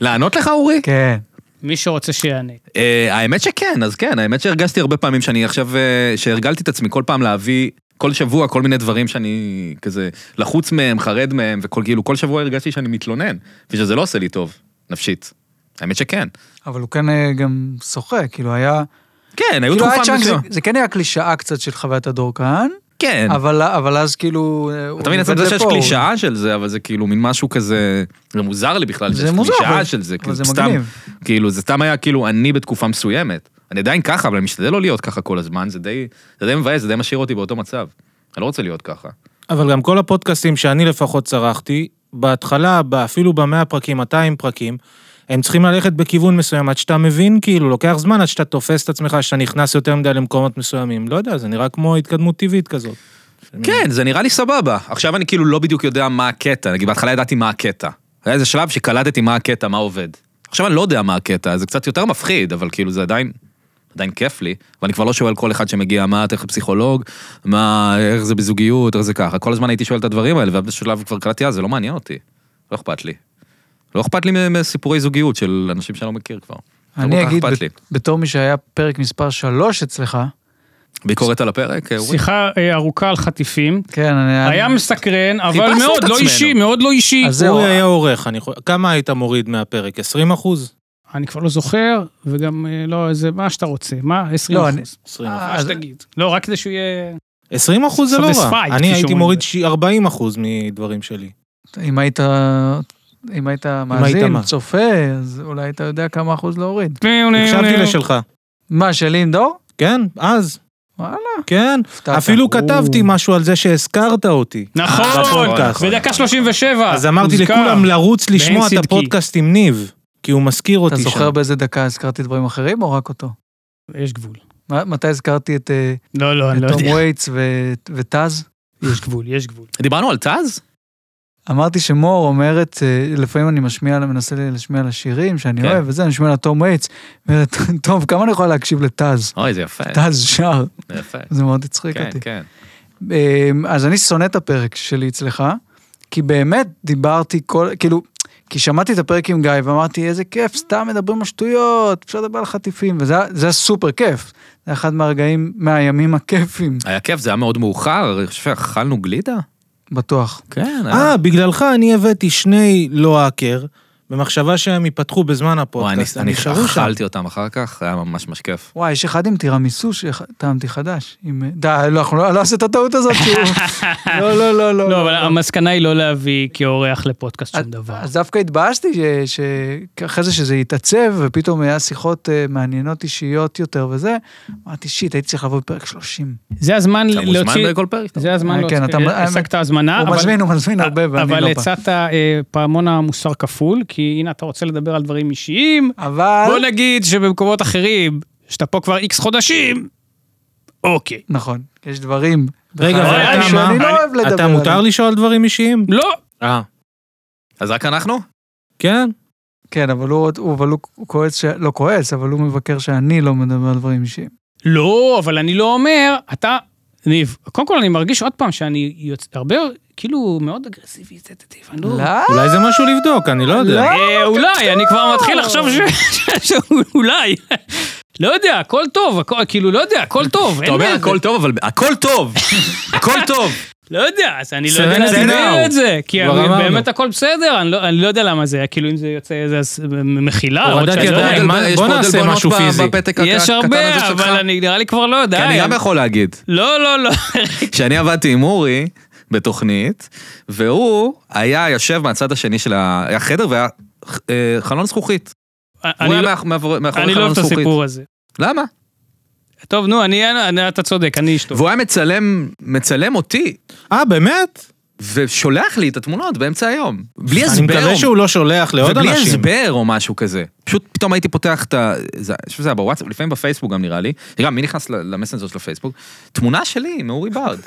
[SPEAKER 2] לענות לך אורי?
[SPEAKER 4] כן.
[SPEAKER 3] מי שרוצה שיענה.
[SPEAKER 2] אה, האמת שכן, אז כן, האמת שהרגשתי הרבה פעמים שאני עכשיו, אה, שהרגלתי את עצמי כל פעם להביא כל שבוע כל מיני דברים שאני כזה לחוץ מהם, חרד מהם, וכל כאילו כל שבוע הרגשתי שאני מתלונן, ושזה לא עושה לי טוב, נפשית. האמת שכן.
[SPEAKER 4] אבל הוא כן אה, גם שוחה, כאילו היה...
[SPEAKER 2] כן, היו
[SPEAKER 4] כאילו היה
[SPEAKER 2] תקופה
[SPEAKER 4] צ'אנק, זה-
[SPEAKER 2] מסוימת.
[SPEAKER 4] זה כן היה קלישאה קצת של חוויית הדור כאן,
[SPEAKER 2] כן.
[SPEAKER 4] אבל אבל אז כאילו... אה, הוא
[SPEAKER 2] אתה מבין,
[SPEAKER 4] עובד
[SPEAKER 2] עצם זה שיש
[SPEAKER 4] לפה, הוא-
[SPEAKER 2] קלישאה של זה, אבל זה כאילו מין משהו כזה, זה מוזר לי בכלל,
[SPEAKER 4] זה
[SPEAKER 2] שיש
[SPEAKER 4] מוזר, אבל-
[SPEAKER 2] קלישאה של זה,
[SPEAKER 4] אבל
[SPEAKER 2] כאילו
[SPEAKER 4] זה
[SPEAKER 2] סתם,
[SPEAKER 4] מגניב.
[SPEAKER 2] כאילו זה סתם היה כאילו אני בתקופה מסוימת. אני עדיין ככה, אבל אני משתדל לא להיות ככה כל הזמן, זה די, זה די מבאס, זה די משאיר אותי באותו מצב. אני לא רוצה להיות ככה.
[SPEAKER 1] אבל גם כל הפודקאסטים שאני לפחות צרכתי, בהתחלה, ב- אפילו במאה פרקים, 200 פרקים, הם צריכים ללכת בכיוון מסוים עד שאתה מבין, כאילו, לוקח זמן עד שאתה תופס את עצמך, שאתה נכנס יותר מדי למקומות מסוימים. לא יודע, זה נראה כמו התקדמות טבעית כזאת.
[SPEAKER 2] כן, זה נראה לי סבבה. עכשיו אני כאילו לא בדיוק יודע מה הקטע, נגיד בהתחלה ידעתי מה הקטע. היה איזה שלב שקלטתי מה הקטע, מה עובד. עכשיו אני לא יודע מה הקטע, זה קצת יותר מפחיד, אבל כאילו זה עדיין, עדיין כיף לי, ואני כבר לא שואל כל אחד שמגיע, מה, תלך לפסיכולוג, מה, איך זה בזוגיות, איך זה ככה. כל הזמן הייתי שואל את הדברים האלה, ובשלב כבר קלטתי, אה, זה לא מעניין אותי, לא אכפת לי. לא אכפת לי מ- מסיפורי זוגיות של אנשים שאני לא מכיר כבר. לא כל
[SPEAKER 4] אני
[SPEAKER 2] כך
[SPEAKER 4] אגיד,
[SPEAKER 2] אכפת לי.
[SPEAKER 4] ב- בתור מי שהיה פרק מספר 3 אצלך,
[SPEAKER 2] ביקורת על הפרק? אה, אורי?
[SPEAKER 3] שיחה אה, ארוכה על חטיפים.
[SPEAKER 4] כן, אני...
[SPEAKER 3] היה מסקרן, אבל
[SPEAKER 2] חיפשנו
[SPEAKER 3] מאוד
[SPEAKER 2] את
[SPEAKER 3] לא
[SPEAKER 2] עצמנו.
[SPEAKER 3] אישי, מאוד לא אישי.
[SPEAKER 4] אז זהו. אה-
[SPEAKER 1] אורי היה עורך, אני חו- כמה היית מוריד מהפרק? 20 אחוז?
[SPEAKER 3] אני כבר לא זוכר, וגם אה, לא, זה מה שאתה רוצה, מה? 20
[SPEAKER 4] לא, אני-
[SPEAKER 3] אחוז.
[SPEAKER 1] 20 אחוז.
[SPEAKER 3] מה
[SPEAKER 4] אז-
[SPEAKER 3] שתגיד. לא, רק כדי שהוא יהיה...
[SPEAKER 1] 20 אחוז זה לא רע.
[SPEAKER 3] Satisfied, כפי
[SPEAKER 1] אני הייתי
[SPEAKER 3] שאומרים.
[SPEAKER 1] מוריד ש- 40 אחוז מדברים שלי.
[SPEAKER 4] אם היית... אם היית
[SPEAKER 1] היית מה?
[SPEAKER 4] מאזין, צופה, אז אולי אתה יודע כמה אחוז להוריד. אה,
[SPEAKER 1] הקשבתי לשלך.
[SPEAKER 4] מה, שלי עם דור?
[SPEAKER 1] כן, אז.
[SPEAKER 4] וואלה.
[SPEAKER 1] כן,
[SPEAKER 4] הפתעת.
[SPEAKER 1] אפילו
[SPEAKER 4] או.
[SPEAKER 1] כתבתי משהו על זה שהזכרת אותי.
[SPEAKER 3] נכון,
[SPEAKER 1] אה, בפודקאסט.
[SPEAKER 3] בדקה 37.
[SPEAKER 1] אז אמרתי
[SPEAKER 3] הוזכר.
[SPEAKER 1] לכולם לרוץ לשמוע את
[SPEAKER 3] צדקי.
[SPEAKER 1] הפודקאסט עם ניב, כי הוא מזכיר
[SPEAKER 4] אתה
[SPEAKER 1] אותי שם.
[SPEAKER 4] זוכר באיזה דקה הזכרתי דברים אחרים או רק אותו?
[SPEAKER 3] יש גבול.
[SPEAKER 4] מה- מתי הזכרתי את אה,
[SPEAKER 3] לא, לא, אני
[SPEAKER 4] את
[SPEAKER 3] לא
[SPEAKER 4] תום
[SPEAKER 3] יודע.
[SPEAKER 4] וייטס ו- וטז?
[SPEAKER 3] יש גבול, יש גבול.
[SPEAKER 2] דיברנו על טאז?
[SPEAKER 4] אמרתי שמור אומרת, אה, לפעמים אני משמיע, לה- מנסה להשמיע לה שירים שאני
[SPEAKER 2] כן.
[SPEAKER 4] אוהב וזה, אני משמיע לה תום וייטס. אומרת, טוב, כמה אני יכולה להקשיב לטז?
[SPEAKER 2] אוי, זה יפה,
[SPEAKER 4] טז שר.
[SPEAKER 2] זה יפה.
[SPEAKER 4] זה מאוד הצחיק
[SPEAKER 2] כן,
[SPEAKER 4] אותי.
[SPEAKER 2] כן.
[SPEAKER 4] אמ, אז אני שונא את הפרק שלי אצלך, כי באמת דיברתי כל, כאילו, כי שמעתי את הפרק עם גיא ואמרתי, איזה כיף, סתם מדברים על שטויות, אפשר לדבר על חטיפים, וזה היה- זה היה סופר כיף. זה היה אחד מהרגעים, מהימים הכיפים,
[SPEAKER 2] היה כיף, זה היה מאוד מאוחר, אני חושב שאכלנו גלידה.
[SPEAKER 4] בטוח.
[SPEAKER 2] כן,
[SPEAKER 1] אה, בגללך אני הבאתי שני לא האקר, במחשבה שהם ייפתחו בזמן
[SPEAKER 2] וואי,
[SPEAKER 1] הפודקאסט,
[SPEAKER 2] אני-
[SPEAKER 1] הם
[SPEAKER 2] אני
[SPEAKER 1] נשארו שם.
[SPEAKER 2] אכלתי אותם אחר כך, היה ממש ממש כיף.
[SPEAKER 4] וואי, יש אחד עם טירמיסו שטעמתי חדש. עם... די, לא, אנחנו לא, לא עושה את הטעות הזאת, שהוא... לא, לא, לא, לא.
[SPEAKER 3] לא, אבל המסקנה היא לא להביא כאורח לפודקאסט
[SPEAKER 4] אז-
[SPEAKER 3] שום דבר.
[SPEAKER 4] אז דווקא התבאסתי ש- ש- אחרי זה שזה התעצב, ופתאום היה שיחות אה, מעניינות אישיות יותר וזה, אמרתי, שיט, הייתי צריך לבוא בפרק 30.
[SPEAKER 3] זה הזמן
[SPEAKER 2] אתה מוזמן
[SPEAKER 3] להוציא...
[SPEAKER 2] בכל פרק?
[SPEAKER 3] זה הזמן
[SPEAKER 4] אה, כן,
[SPEAKER 3] להוציא...
[SPEAKER 4] אתה-
[SPEAKER 3] הפסקת הזמנה,
[SPEAKER 4] הוא
[SPEAKER 3] אבל...
[SPEAKER 4] מזמין, הוא מזמין הרבה, ואני
[SPEAKER 3] אבל
[SPEAKER 4] לא פה.
[SPEAKER 3] הצעת אה, פעמון המוסר כפול, כי הנה אתה רוצה לדבר על דברים אישיים,
[SPEAKER 4] אבל...
[SPEAKER 3] בוא נגיד שבמקומות אחרים, שאתה פה כבר איקס חודשים, אוקיי.
[SPEAKER 4] נכון, יש דברים.
[SPEAKER 1] רגע,
[SPEAKER 4] בחיי
[SPEAKER 3] אבל אתה
[SPEAKER 4] שאני
[SPEAKER 1] מה?
[SPEAKER 4] לא אוהב לדבר
[SPEAKER 1] אתה מותר
[SPEAKER 4] עליהם.
[SPEAKER 1] לשאול דברים אישיים?
[SPEAKER 3] לא,
[SPEAKER 1] אה,
[SPEAKER 2] אז רק אנחנו?
[SPEAKER 1] כן?
[SPEAKER 4] כן, אבל הוא הוא- אבל הוא- הוא כועס, ש- לא כועס, אבל הוא מבקר שאני לא מדבר על דברים אישיים.
[SPEAKER 3] לא, אבל אני לא אומר, אתה, ניב, קודם כל אני מרגיש עוד פעם שאני יוצא, הרבה, כאילו, מאוד אגרסיבי, זה, זה, זה, אני לא...
[SPEAKER 4] לא,
[SPEAKER 1] אולי זה משהו לבדוק, אני לא יודע.
[SPEAKER 4] לא.
[SPEAKER 3] אה, אולי, אני כבר מתחיל לחשוב ש- שאולי. לא יודע, הכל טוב, הכל, כאילו, לא יודע, הכל טוב.
[SPEAKER 2] אתה
[SPEAKER 3] אין
[SPEAKER 2] אומר
[SPEAKER 3] לי-
[SPEAKER 2] הכל טוב, אבל הכל טוב, הכל טוב.
[SPEAKER 3] לא יודע, אז אני לא
[SPEAKER 1] סרנה
[SPEAKER 3] יודע להסביר
[SPEAKER 1] נתניהו.
[SPEAKER 3] את זה, כי
[SPEAKER 1] כבר
[SPEAKER 3] אני-
[SPEAKER 1] אמרנו.
[SPEAKER 3] באמת הכל בסדר, אני לא- אני לא יודע למה זה, כאילו, אם זה יוצא איזה אז, מחילה,
[SPEAKER 1] הורדת
[SPEAKER 3] עוד שאני לא
[SPEAKER 1] ידיים.
[SPEAKER 3] יודע.
[SPEAKER 1] די, מה-
[SPEAKER 2] כן, יש
[SPEAKER 1] בוא
[SPEAKER 2] פה עוד
[SPEAKER 1] נעשה
[SPEAKER 2] עלבונות
[SPEAKER 1] משהו
[SPEAKER 2] ב-
[SPEAKER 1] פיזי.
[SPEAKER 2] בפתק הק-
[SPEAKER 3] יש
[SPEAKER 2] הקטן הזה
[SPEAKER 3] הרבה,
[SPEAKER 2] שלך.
[SPEAKER 3] אבל אני נראה לי כבר לא
[SPEAKER 2] כי
[SPEAKER 3] יודע.
[SPEAKER 2] אני גם יכול להגיד.
[SPEAKER 3] לא, לא, לא.
[SPEAKER 2] כשאני עבדתי עם אורי בתוכנית, והוא היה יושב מהצד השני של ה- החדר והיה אה, חלון זכוכית. הוא
[SPEAKER 3] אני
[SPEAKER 2] היה
[SPEAKER 3] לא-
[SPEAKER 2] מאח- מאחורי מאחורי חלון זכוכית.
[SPEAKER 3] אני לא אוהב את הסיפור הזה.
[SPEAKER 2] למה?
[SPEAKER 3] טוב, נו, אני, אני, אתה צודק, אני אשתוק.
[SPEAKER 2] והוא היה מצלם, מצלם אותי,
[SPEAKER 1] אה, באמת?
[SPEAKER 2] ושולח לי את התמונות באמצע היום. בלי
[SPEAKER 1] אני
[SPEAKER 2] הסבר.
[SPEAKER 1] מקווה שהוא לא שולח לעוד
[SPEAKER 2] ובלי
[SPEAKER 1] אנשים.
[SPEAKER 2] הסבר או משהו כזה. פשוט פתאום הייתי פותח את ה... זה- אני חושב שזה היה בוואטסאפ, לפעמים בפייסבוק גם נראה לי. גם מי נכנס ל- למסנג'ר של הפייסבוק? תמונה שלי עם אורי ברד.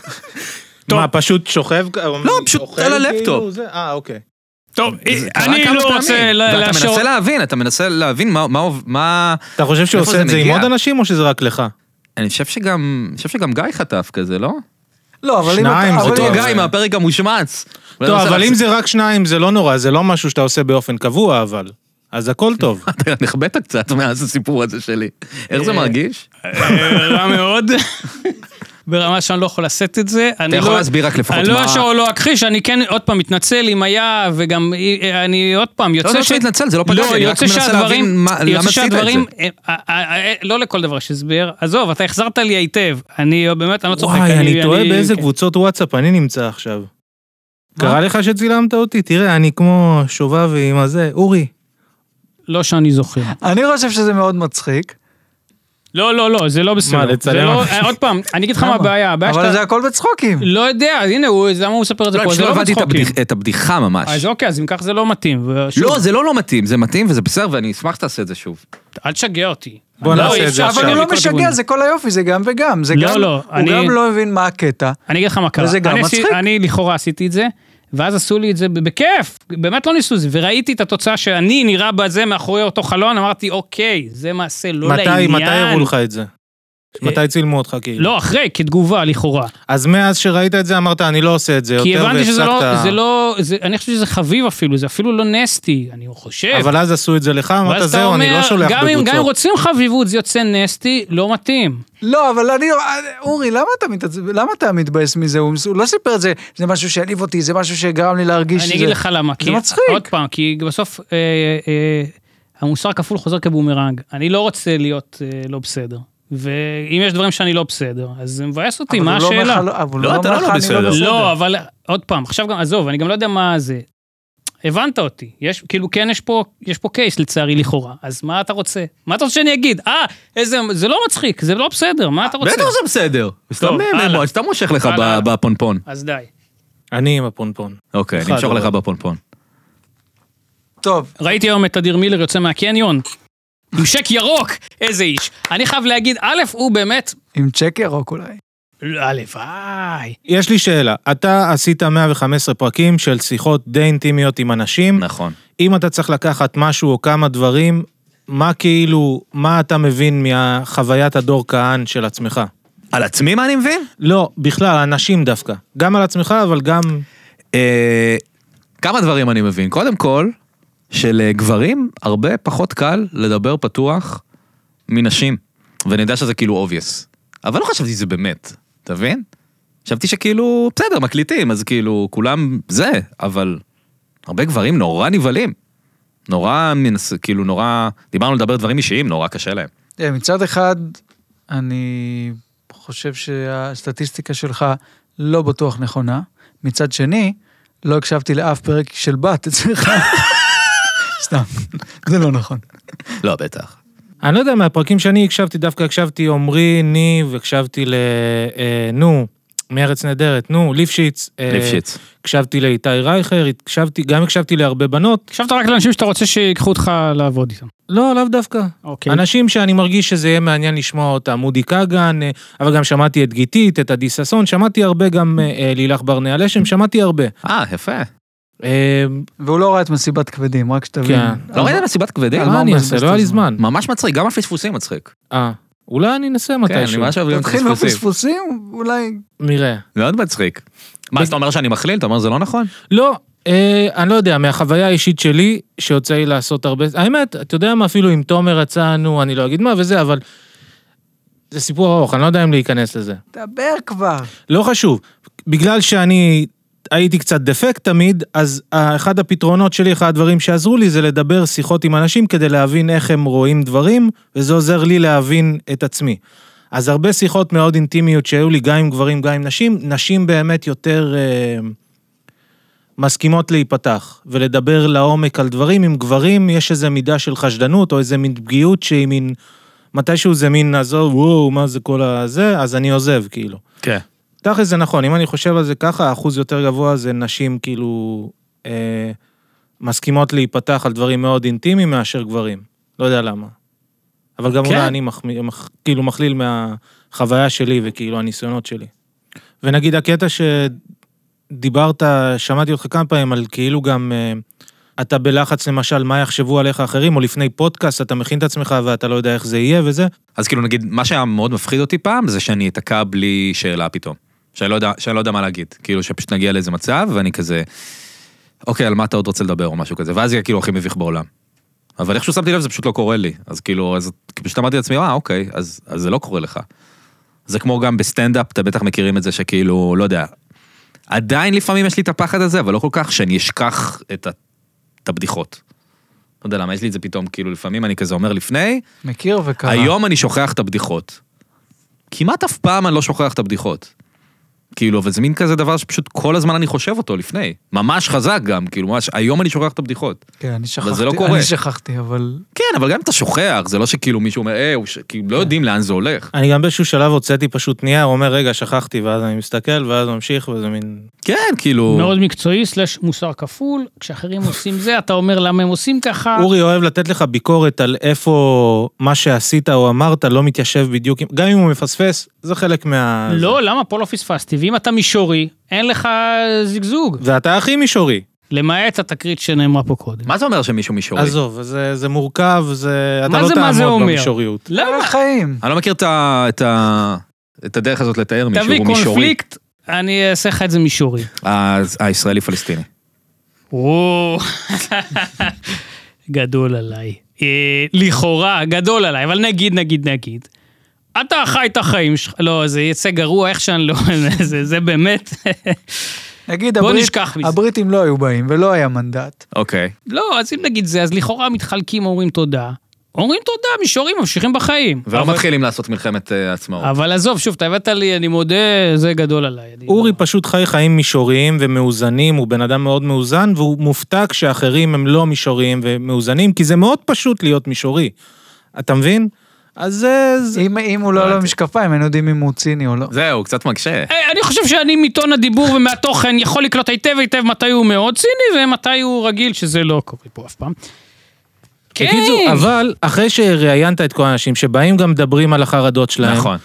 [SPEAKER 1] מה, פשוט שוכב?
[SPEAKER 2] לא, פשוט
[SPEAKER 1] אוכל
[SPEAKER 2] על
[SPEAKER 1] כאילו,
[SPEAKER 2] הלפטופ.
[SPEAKER 1] זה? אה, אוקיי.
[SPEAKER 3] טוב,
[SPEAKER 2] זה קרה
[SPEAKER 3] אני
[SPEAKER 2] כמה
[SPEAKER 3] לא
[SPEAKER 2] פעמים.
[SPEAKER 3] רוצה לה-
[SPEAKER 2] ואתה
[SPEAKER 3] להשור...
[SPEAKER 2] מנסה להבין, אתה מנסה להבין מה- מה... מה...
[SPEAKER 1] אתה חושב שהוא
[SPEAKER 2] איפה
[SPEAKER 1] עושה
[SPEAKER 2] זה
[SPEAKER 1] את זה עם
[SPEAKER 2] מגיע? לא,
[SPEAKER 1] עוד אנשים, או שזה רק לך?
[SPEAKER 2] אני חושב שגם... אני חושב שגם גיא חטף כזה, לא?
[SPEAKER 4] לא, אבל אם
[SPEAKER 1] שניים,
[SPEAKER 4] אתה... אבל
[SPEAKER 1] זה
[SPEAKER 2] אותו
[SPEAKER 4] אם-
[SPEAKER 1] טוב.
[SPEAKER 2] גיא מהפרק המושמץ. לא,
[SPEAKER 1] טוב, אבל אם זה רק שניים, זה לא נורא, זה לא משהו שאתה עושה באופן קבוע, אבל. אז הכל טוב.
[SPEAKER 2] אתה נחבאת קצת מאז הסיפור הזה שלי. איך זה מרגיש?
[SPEAKER 3] אה, רע מאוד. ברמה שאני לא יכול לשאת את זה.
[SPEAKER 2] אתה יכול להסביר רק לפחות
[SPEAKER 3] אני לא
[SPEAKER 2] מה-
[SPEAKER 3] אשור או לא אכחיש, אני כן עוד פעם מתנצל אם היה, וגם אה, אני עוד פעם
[SPEAKER 2] לא, לא
[SPEAKER 3] יוצא
[SPEAKER 2] צריך להתנצל, זה לא פגע בי, אני רק
[SPEAKER 3] יוצא
[SPEAKER 2] מנסה להבין
[SPEAKER 3] שהדברים,
[SPEAKER 2] מה- למה
[SPEAKER 3] יוצא
[SPEAKER 2] עשית את
[SPEAKER 3] שהדברים,
[SPEAKER 2] זה. לא,
[SPEAKER 3] אה, אה, אה, אה, לא לכל דבר יש הסבר, עזוב, אתה החזרת לי היטב, אני באמת, אני לא צוחק,
[SPEAKER 1] וואי, אני טועה באיזה
[SPEAKER 3] כן.
[SPEAKER 1] קבוצות וואטסאפ אני נמצא עכשיו. קרה לך שצילמת אותי? תראה, אני כמו שובב עם הזה, אורי.
[SPEAKER 3] לא שאני זוכר.
[SPEAKER 4] אני חושב שזה מאוד מצחיק,
[SPEAKER 3] לא, לא, לא, זה לא בסדר.
[SPEAKER 1] מה,
[SPEAKER 3] זה
[SPEAKER 1] לצלם?
[SPEAKER 3] לא- אה, עוד פעם, אני אגיד לך מה הבעיה, הבעיה
[SPEAKER 4] אבל
[SPEAKER 3] שאתה...
[SPEAKER 4] זה הכל בצחוקים.
[SPEAKER 3] לא יודע, אז הנה, הוא- אז למה הוא מספר את זה
[SPEAKER 2] לא,
[SPEAKER 3] פה?
[SPEAKER 2] פשוט
[SPEAKER 3] זה
[SPEAKER 2] לא
[SPEAKER 3] לא
[SPEAKER 2] הבנתי את
[SPEAKER 3] בצחוקים.
[SPEAKER 2] הבדיח- את הבדיחה ממש.
[SPEAKER 3] אז אוקיי, אז אם כך זה לא מתאים. ושוב,
[SPEAKER 2] לא, זה לא לא מתאים, זה מתאים וזה בסדר ואני אשמח שתעשה את זה שוב.
[SPEAKER 3] אל תשגע אותי.
[SPEAKER 1] בוא
[SPEAKER 3] לא,
[SPEAKER 1] נעשה
[SPEAKER 3] אי
[SPEAKER 1] את זה
[SPEAKER 3] אפשר,
[SPEAKER 4] אבל
[SPEAKER 1] עכשיו.
[SPEAKER 4] הוא לא
[SPEAKER 3] מכל
[SPEAKER 4] משגע,
[SPEAKER 3] הכיוונים.
[SPEAKER 4] זה כל היופי, זה גם וגם. זה
[SPEAKER 3] לא,
[SPEAKER 4] גם-
[SPEAKER 3] לא,
[SPEAKER 4] הוא
[SPEAKER 3] אני-
[SPEAKER 4] גם לא הבין מה הקטע.
[SPEAKER 3] אני אגיד לך מה קרה.
[SPEAKER 4] וזה גם
[SPEAKER 3] אני עשי-
[SPEAKER 4] מצחיק.
[SPEAKER 3] אני לכאורה עשיתי את זה, ואז עשו לי את זה ב- בכיף, באמת לא ניסו את זה, וראיתי את התוצאה שאני נראה בזה מאחורי אותו חלון, אמרתי, אוקיי, זה מעשה לא
[SPEAKER 1] מתי,
[SPEAKER 3] לעניין.
[SPEAKER 1] מתי הראו לך את זה?
[SPEAKER 3] אה,
[SPEAKER 1] מתי צילמו אותך כאילו?
[SPEAKER 3] לא, אחרי, כתגובה, לכאורה.
[SPEAKER 1] אז מאז שראית את זה אמרת, אני לא עושה את זה יותר,
[SPEAKER 3] כי
[SPEAKER 1] והפסקת...
[SPEAKER 3] הבנתי שזה לא, זה לא, זה- אני חושב שזה חביב אפילו, זה אפילו לא נסטי, אני חושב.
[SPEAKER 1] אבל אז עשו את זה לך, אמרת,
[SPEAKER 3] ואז אתה
[SPEAKER 1] זהו, אני
[SPEAKER 3] אומר,
[SPEAKER 1] לא שולח
[SPEAKER 3] גם אם- גם אם
[SPEAKER 1] בקבוצות.
[SPEAKER 3] רוצים חביבות, זה יוצא נסטי, לא מתאים.
[SPEAKER 4] לא, אבל אני... אורי, למה אתה מתעצבן? למה אתה מתבאס מזה? הוא הוא לא סיפר את זה, זה משהו שהעליב אותי, זה משהו שגרם לי להרגיש...
[SPEAKER 3] אני
[SPEAKER 4] שזה-
[SPEAKER 3] אגיד לך למה, כי
[SPEAKER 4] זה מצחיק.
[SPEAKER 3] עוד פעם, כי בסוף אה, אה, המוסר כפול חוזר כבומרנג. אני לא רוצה להיות אה, לא בסדר. ואם יש דברים שאני לא בסדר, אז זה מבאס אותי,
[SPEAKER 4] אבל
[SPEAKER 3] מה
[SPEAKER 4] הוא לא אומר
[SPEAKER 3] השאלה?
[SPEAKER 4] לך- אבל הוא
[SPEAKER 2] לא,
[SPEAKER 4] לא
[SPEAKER 2] אתה
[SPEAKER 4] אומר
[SPEAKER 2] לא
[SPEAKER 4] לך, אני
[SPEAKER 2] בסדר.
[SPEAKER 4] לא בסדר.
[SPEAKER 3] לא, אבל עוד פעם, עכשיו גם, עזוב, אני גם לא יודע מה זה. הבנת אותי, יש, כאילו כן יש פה, יש פה קייס לצערי לכאורה, אז מה אתה רוצה? מה אתה רוצה שאני אגיד? אה, איזה, זה לא מצחיק, זה לא בסדר, מה אתה רוצה?
[SPEAKER 2] בטח זה בסדר. סתם נהנה,
[SPEAKER 3] הלאה.
[SPEAKER 2] בוא, סתם מושך לך
[SPEAKER 3] הלאה.
[SPEAKER 2] ב- בפונפון.
[SPEAKER 3] אז די.
[SPEAKER 1] אני עם הפונפון.
[SPEAKER 2] אוקיי, אני
[SPEAKER 1] אחד,
[SPEAKER 2] אמשוך לך
[SPEAKER 1] אבל.
[SPEAKER 2] בפונפון.
[SPEAKER 4] טוב,
[SPEAKER 3] ראיתי היום את אדיר מילר יוצא מהקניון. עם צ'ק ירוק, איזה איש. אני חייב להגיד, א', הוא באמת,
[SPEAKER 4] עם צ'ק ירוק אולי.
[SPEAKER 3] הלוואי.
[SPEAKER 1] יש לי שאלה, אתה עשית 115 פרקים של שיחות די אינטימיות עם אנשים,
[SPEAKER 2] נכון.
[SPEAKER 1] אם אתה צריך לקחת משהו או כמה דברים, מה כאילו, מה אתה מבין מחוויית הדור כהן של עצמך?
[SPEAKER 2] על עצמי מה אני מבין?
[SPEAKER 1] לא, בכלל, אנשים דווקא. גם על עצמך, אבל גם...
[SPEAKER 2] אה, כמה דברים אני מבין. קודם כל, שלגברים הרבה פחות קל לדבר פתוח מנשים. ואני יודע שזה כאילו obvious. אבל לא חשבתי שזה באמת, אתה מבין? חשבתי שכאילו, בסדר, מקליטים, אז כאילו, כולם זה, אבל הרבה גברים נורא נבהלים. נורא מנס... כאילו נורא... דיברנו לדבר דברים אישיים, נורא קשה להם.
[SPEAKER 4] תראה, מצד אחד, אני חושב שהסטטיסטיקה שלך לא בטוח נכונה. מצד שני, לא הקשבתי לאף פרק של בת אצלך. סתם, זה לא נכון.
[SPEAKER 2] לא, בטח.
[SPEAKER 1] אני לא יודע, מהפרקים שאני הקשבתי, דווקא הקשבתי עמרי, ניב, הקשבתי ל... אה, נו, מארץ נהדרת, נו, ליפשיץ. אה,
[SPEAKER 2] ליפשיץ.
[SPEAKER 1] הקשבתי לאיתי רייכר, הקשבתי, גם הקשבתי להרבה בנות.
[SPEAKER 3] הקשבת רק לאנשים שאתה רוצה שיקחו אותך לעבוד איתם.
[SPEAKER 1] לא, לאו דווקא.
[SPEAKER 3] אוקיי.
[SPEAKER 1] אנשים שאני מרגיש שזה יהיה מעניין לשמוע אותם, מודי כגן, אה, אבל גם שמעתי את גיתית, את עדי ששון, שמעתי הרבה גם אה, אה, לילך ברנע לשם, שמעתי הרבה.
[SPEAKER 2] אה, יפה.
[SPEAKER 1] אה,
[SPEAKER 4] והוא לא ראה את מסיבת כבדים, רק שתבין.
[SPEAKER 1] כן.
[SPEAKER 2] לא ראית מסיבת כבדים?
[SPEAKER 4] על
[SPEAKER 1] מה
[SPEAKER 4] הוא
[SPEAKER 1] אני
[SPEAKER 4] מבזבז
[SPEAKER 1] אעשה?
[SPEAKER 4] את
[SPEAKER 1] לא היה לי
[SPEAKER 4] הזמן?
[SPEAKER 1] זמן.
[SPEAKER 2] ממש מצחיק, גם הפספוסים מצחיק.
[SPEAKER 1] אה, אולי אני אנסה
[SPEAKER 2] כן, אני
[SPEAKER 1] מתישהו.
[SPEAKER 2] ממש אוהב לראות
[SPEAKER 4] תתחיל
[SPEAKER 2] פספוסים.
[SPEAKER 4] בפספוסים, אולי...
[SPEAKER 1] נראה.
[SPEAKER 2] מאוד מצחיק. מה, אז אתה אומר שאני מכליל? אתה אומר זה לא נכון?
[SPEAKER 1] לא, אה, אני לא יודע, מהחוויה האישית שלי, שיוצא לי לעשות הרבה... האמת, אתה יודע מה, אפילו עם תומר יצאנו, אני לא אגיד מה וזה, אבל... זה סיפור ארוך, אני לא יודע אם להיכנס לזה.
[SPEAKER 4] דבר כבר.
[SPEAKER 1] לא חשוב. בגלל שאני הייתי קצת דפקט תמיד, אז אה, אחד הפתרונות שלי, אחד הדברים שעזרו לי, זה לדבר שיחות עם אנשים כדי להבין איך הם רואים דברים, וזה עוזר לי להבין את עצמי. אז הרבה שיחות מאוד אינטימיות שהיו לי, גם עם גברים, גם עם נשים, נשים באמת יותר אה, מסכימות להיפתח ולדבר לעומק על דברים. עם גברים יש איזו מידה של חשדנות או איזו מין פגיעות שהיא מין, מתישהו זה מין, עזוב, וואו, מה זה כל הזה, אז אני עוזב, כאילו.
[SPEAKER 2] כן.
[SPEAKER 1] תכל'ס זה נכון, אם אני חושב על זה ככה, האחוז יותר גבוה זה נשים כאילו אה, מסכימות להיפתח על דברים מאוד אינטימיים מאשר גברים. לא יודע למה. אבל גם
[SPEAKER 2] כן.
[SPEAKER 1] אולי אני מחמיא, מח, כאילו מכליל מהחוויה שלי וכאילו הניסיונות שלי. ונגיד הקטע שדיברת, שמעתי אותך כמה פעמים על כאילו גם... אה, אתה בלחץ למשל מה יחשבו עליך אחרים, או לפני פודקאסט אתה מכין את עצמך ואתה לא יודע איך זה יהיה וזה.
[SPEAKER 2] אז כאילו נגיד, מה שהיה מאוד מפחיד אותי פעם, זה שאני אתקע בלי שאלה פתאום. שאני לא יודע, שאני לא יודע מה להגיד. כאילו, שפשוט נגיע לאיזה מצב, ואני כזה, אוקיי, על מה אתה עוד רוצה לדבר או משהו כזה, ואז יהיה כאילו הכי מביך בעולם. אבל איכשהו שמתי לב, זה פשוט לא קורה לי. אז כאילו, אז פשוט אמרתי לעצמי, אה, אוקיי, אז, אז זה לא קורה לך. זה כמו גם בסטנדאפ, אתם בטח מכירים את זה שכאילו, לא יודע. עדיין לפעמים יש לי את הפחד הזה, אבל לא כל כך שאני אשכח את, ה, את הבדיחות. לא יודע למה, יש לי את זה פתאום, כאילו, לפעמים אני כזה אומר לפני,
[SPEAKER 4] מכיר וקרא.
[SPEAKER 2] היום אני שוכח את הבדיחות. כמעט אף פעם אני לא שוכח את הבדיחות. כאילו, אבל זה מין כזה דבר שפשוט כל הזמן אני חושב אותו לפני. ממש חזק גם, כאילו, ממש, היום אני שוכח את הבדיחות.
[SPEAKER 4] כן, אני שכחתי.
[SPEAKER 2] אבל זה לא קורה.
[SPEAKER 4] אני שכחתי, אבל...
[SPEAKER 2] כן, אבל גם אם אתה שוכח, זה לא שכאילו מישהו אומר, אה, הוא ש... כאילו,
[SPEAKER 3] כן.
[SPEAKER 2] לא יודעים לאן זה הולך.
[SPEAKER 1] אני גם באיזשהו שלב הוצאתי פשוט נייר, אומר, רגע, שכחתי, ואז אני מסתכל, ואז ממשיך, וזה מין...
[SPEAKER 2] כן, כאילו...
[SPEAKER 3] מאוד מקצועי, סלש מוסר כפול, כשאחרים עושים זה, אתה אומר למה הם עושים ככה.
[SPEAKER 1] אורי אוהב לתת לך ביקורת על איפה מה שעשית או אמרת לא מתיישב בדיוק, עם- גם אם הוא מפספס, זה חלק מה...
[SPEAKER 3] לא, למה פה לא פספסתי? ואם אתה מישורי, אין לך זיגזוג.
[SPEAKER 1] ואתה הכי מישורי.
[SPEAKER 3] למעט התקרית שנאמרה פה קודם.
[SPEAKER 2] מה זה אומר שמישהו מישורי?
[SPEAKER 1] עזוב, זה, זה מורכב, זה... אתה
[SPEAKER 3] מה
[SPEAKER 1] לא
[SPEAKER 3] זה- מה זה
[SPEAKER 1] תעמוד
[SPEAKER 3] אומר?
[SPEAKER 1] במישוריות.
[SPEAKER 3] למה?
[SPEAKER 4] החיים.
[SPEAKER 2] אני לא מכיר את ה... את ה... את הדרך הזאת לתאר מישהו
[SPEAKER 3] תביא
[SPEAKER 2] הוא מישורי.
[SPEAKER 3] קונפליקט, אני אעשה לך את זה מישורי.
[SPEAKER 2] אז הישראלי-פלסטיני.
[SPEAKER 3] או, גדול עליי. אה, לכאורה, גדול עליי, אבל נגיד, נגיד, נגיד. אתה חי את החיים שלך, לא, זה יצא גרוע איך שאני לא, זה, זה באמת,
[SPEAKER 4] נגיד,
[SPEAKER 3] בוא
[SPEAKER 4] הברית-
[SPEAKER 3] נשכח מזה.
[SPEAKER 4] הבריטים לא היו באים, ולא היה מנדט.
[SPEAKER 2] אוקיי.
[SPEAKER 3] לא, אז אם נגיד זה, אז לכאורה מתחלקים, אומרים תודה. אומרים תודה, מישורים, ממשיכים בחיים.
[SPEAKER 2] ולא
[SPEAKER 3] אבל-
[SPEAKER 2] מתחילים לעשות מלחמת אה, עצמאות.
[SPEAKER 3] אבל עזוב, שוב, אתה הבאת לי, אני מודה, זה גדול עליי. אני
[SPEAKER 1] אורי פשוט חי חיים מישוריים ומאוזנים, הוא בן אדם מאוד מאוזן, והוא מופתע כשאחרים הם לא מישוריים ומאוזנים, כי זה מאוד פשוט להיות מישורי. אתה מבין? אז זה... זה...
[SPEAKER 4] אם אם הוא לא על המשקפיים, היינו יודעים אם הוא ציני או לא.
[SPEAKER 2] זהו, קצת מקשה.
[SPEAKER 3] אה, אני חושב שאני מטון הדיבור ומהתוכן יכול לקלוט היטב היטב מתי הוא מאוד ציני ומתי הוא רגיל, שזה לא קורה פה אף פעם. כן,
[SPEAKER 1] בקיצור, אבל אחרי שראיינת את כל האנשים שבאים גם מדברים על החרדות שלהם,
[SPEAKER 2] נכון.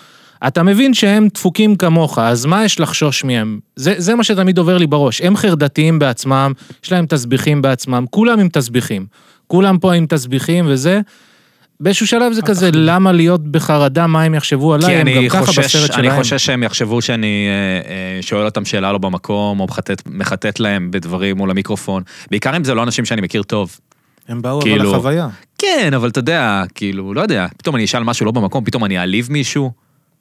[SPEAKER 1] אתה מבין שהם דפוקים כמוך, אז מה יש לחשוש מהם? זה, זה מה שתמיד עובר לי בראש. הם חרדתיים בעצמם, יש להם תסביכים בעצמם, כולם עם תסביכים. כולם פה עם תסביכים וזה. באיזשהו שלב זה כזה, למה להיות בחרדה, מה הם יחשבו עליי,
[SPEAKER 2] כי
[SPEAKER 1] לא, הם גם
[SPEAKER 2] אני
[SPEAKER 1] ככה
[SPEAKER 2] חושש,
[SPEAKER 1] בסרט
[SPEAKER 2] אני
[SPEAKER 1] שלהם.
[SPEAKER 2] חושש שהם יחשבו שאני אה, אה, שואל אותם שאלה לא במקום, או מחטט- מחטט להם בדברים מול המיקרופון. בעיקר אם זה לא אנשים שאני מכיר טוב.
[SPEAKER 1] הם באו
[SPEAKER 2] כאילו-
[SPEAKER 1] אבל לחוויה.
[SPEAKER 2] כן, אבל אתה יודע, כאילו, לא יודע, פתאום אני אשאל משהו לא במקום, פתאום אני אעליב מישהו.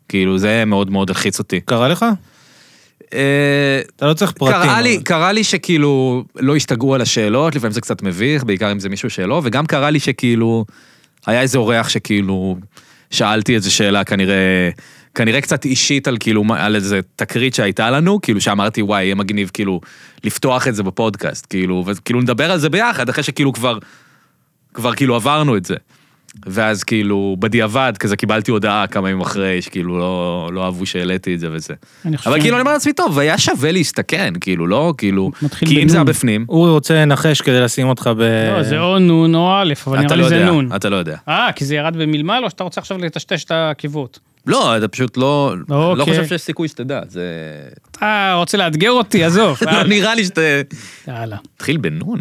[SPEAKER 2] כאילו, זה מאוד מאוד הלחיץ אותי.
[SPEAKER 1] קרה לך?
[SPEAKER 2] אה,
[SPEAKER 1] אתה לא צריך פרטים.
[SPEAKER 2] קרה לי,
[SPEAKER 1] אבל.
[SPEAKER 2] קרה לי שכאילו לא השתגעו על השאלות, לפעמים זה קצת מביך, בעיקר אם זה מישהו שלא, וגם קרה לי שכאילו, היה איזה אורח שכאילו, שאלתי איזו שאלה כנראה, כנראה קצת אישית על כאילו, מה- על איזה תקרית שהייתה לנו, כאילו שאמרתי וואי, יהיה מגניב כאילו לפתוח את זה בפודקאסט, כאילו, וכאילו נדבר על זה ביחד, אחרי שכאילו כבר, כבר כאילו עברנו את זה. ואז כאילו, בדיעבד כזה קיבלתי הודעה כמה ימים אחרי, שכאילו לא, לא אהבו שהעליתי את זה וזה.
[SPEAKER 3] אני חושב
[SPEAKER 2] אבל
[SPEAKER 3] שאני-
[SPEAKER 2] כאילו אני אומר לעצמי, טוב, היה שווה להסתכן, כאילו, לא, כאילו,
[SPEAKER 3] מתחיל
[SPEAKER 2] כי אם זה היה
[SPEAKER 3] בנון.
[SPEAKER 2] בפנים,
[SPEAKER 1] אורי רוצה לנחש כדי לשים אותך ב...
[SPEAKER 3] לא, זה או נון או א', אבל
[SPEAKER 2] אתה
[SPEAKER 3] נראה
[SPEAKER 2] לא
[SPEAKER 3] לי זה
[SPEAKER 2] יודע,
[SPEAKER 3] נון.
[SPEAKER 2] אתה לא יודע.
[SPEAKER 3] אה, כי זה ירד במלמל, או שאתה רוצה עכשיו לטשטש את העקיבות?
[SPEAKER 2] לא, אתה פשוט לא, לא
[SPEAKER 3] אוקיי.
[SPEAKER 2] חושב שיש סיכוי שתדע, זה...
[SPEAKER 3] אתה רוצה לאתגר אותי, עזוב.
[SPEAKER 2] לא נראה לי שאתה...
[SPEAKER 3] יאללה.
[SPEAKER 2] התחיל בנון.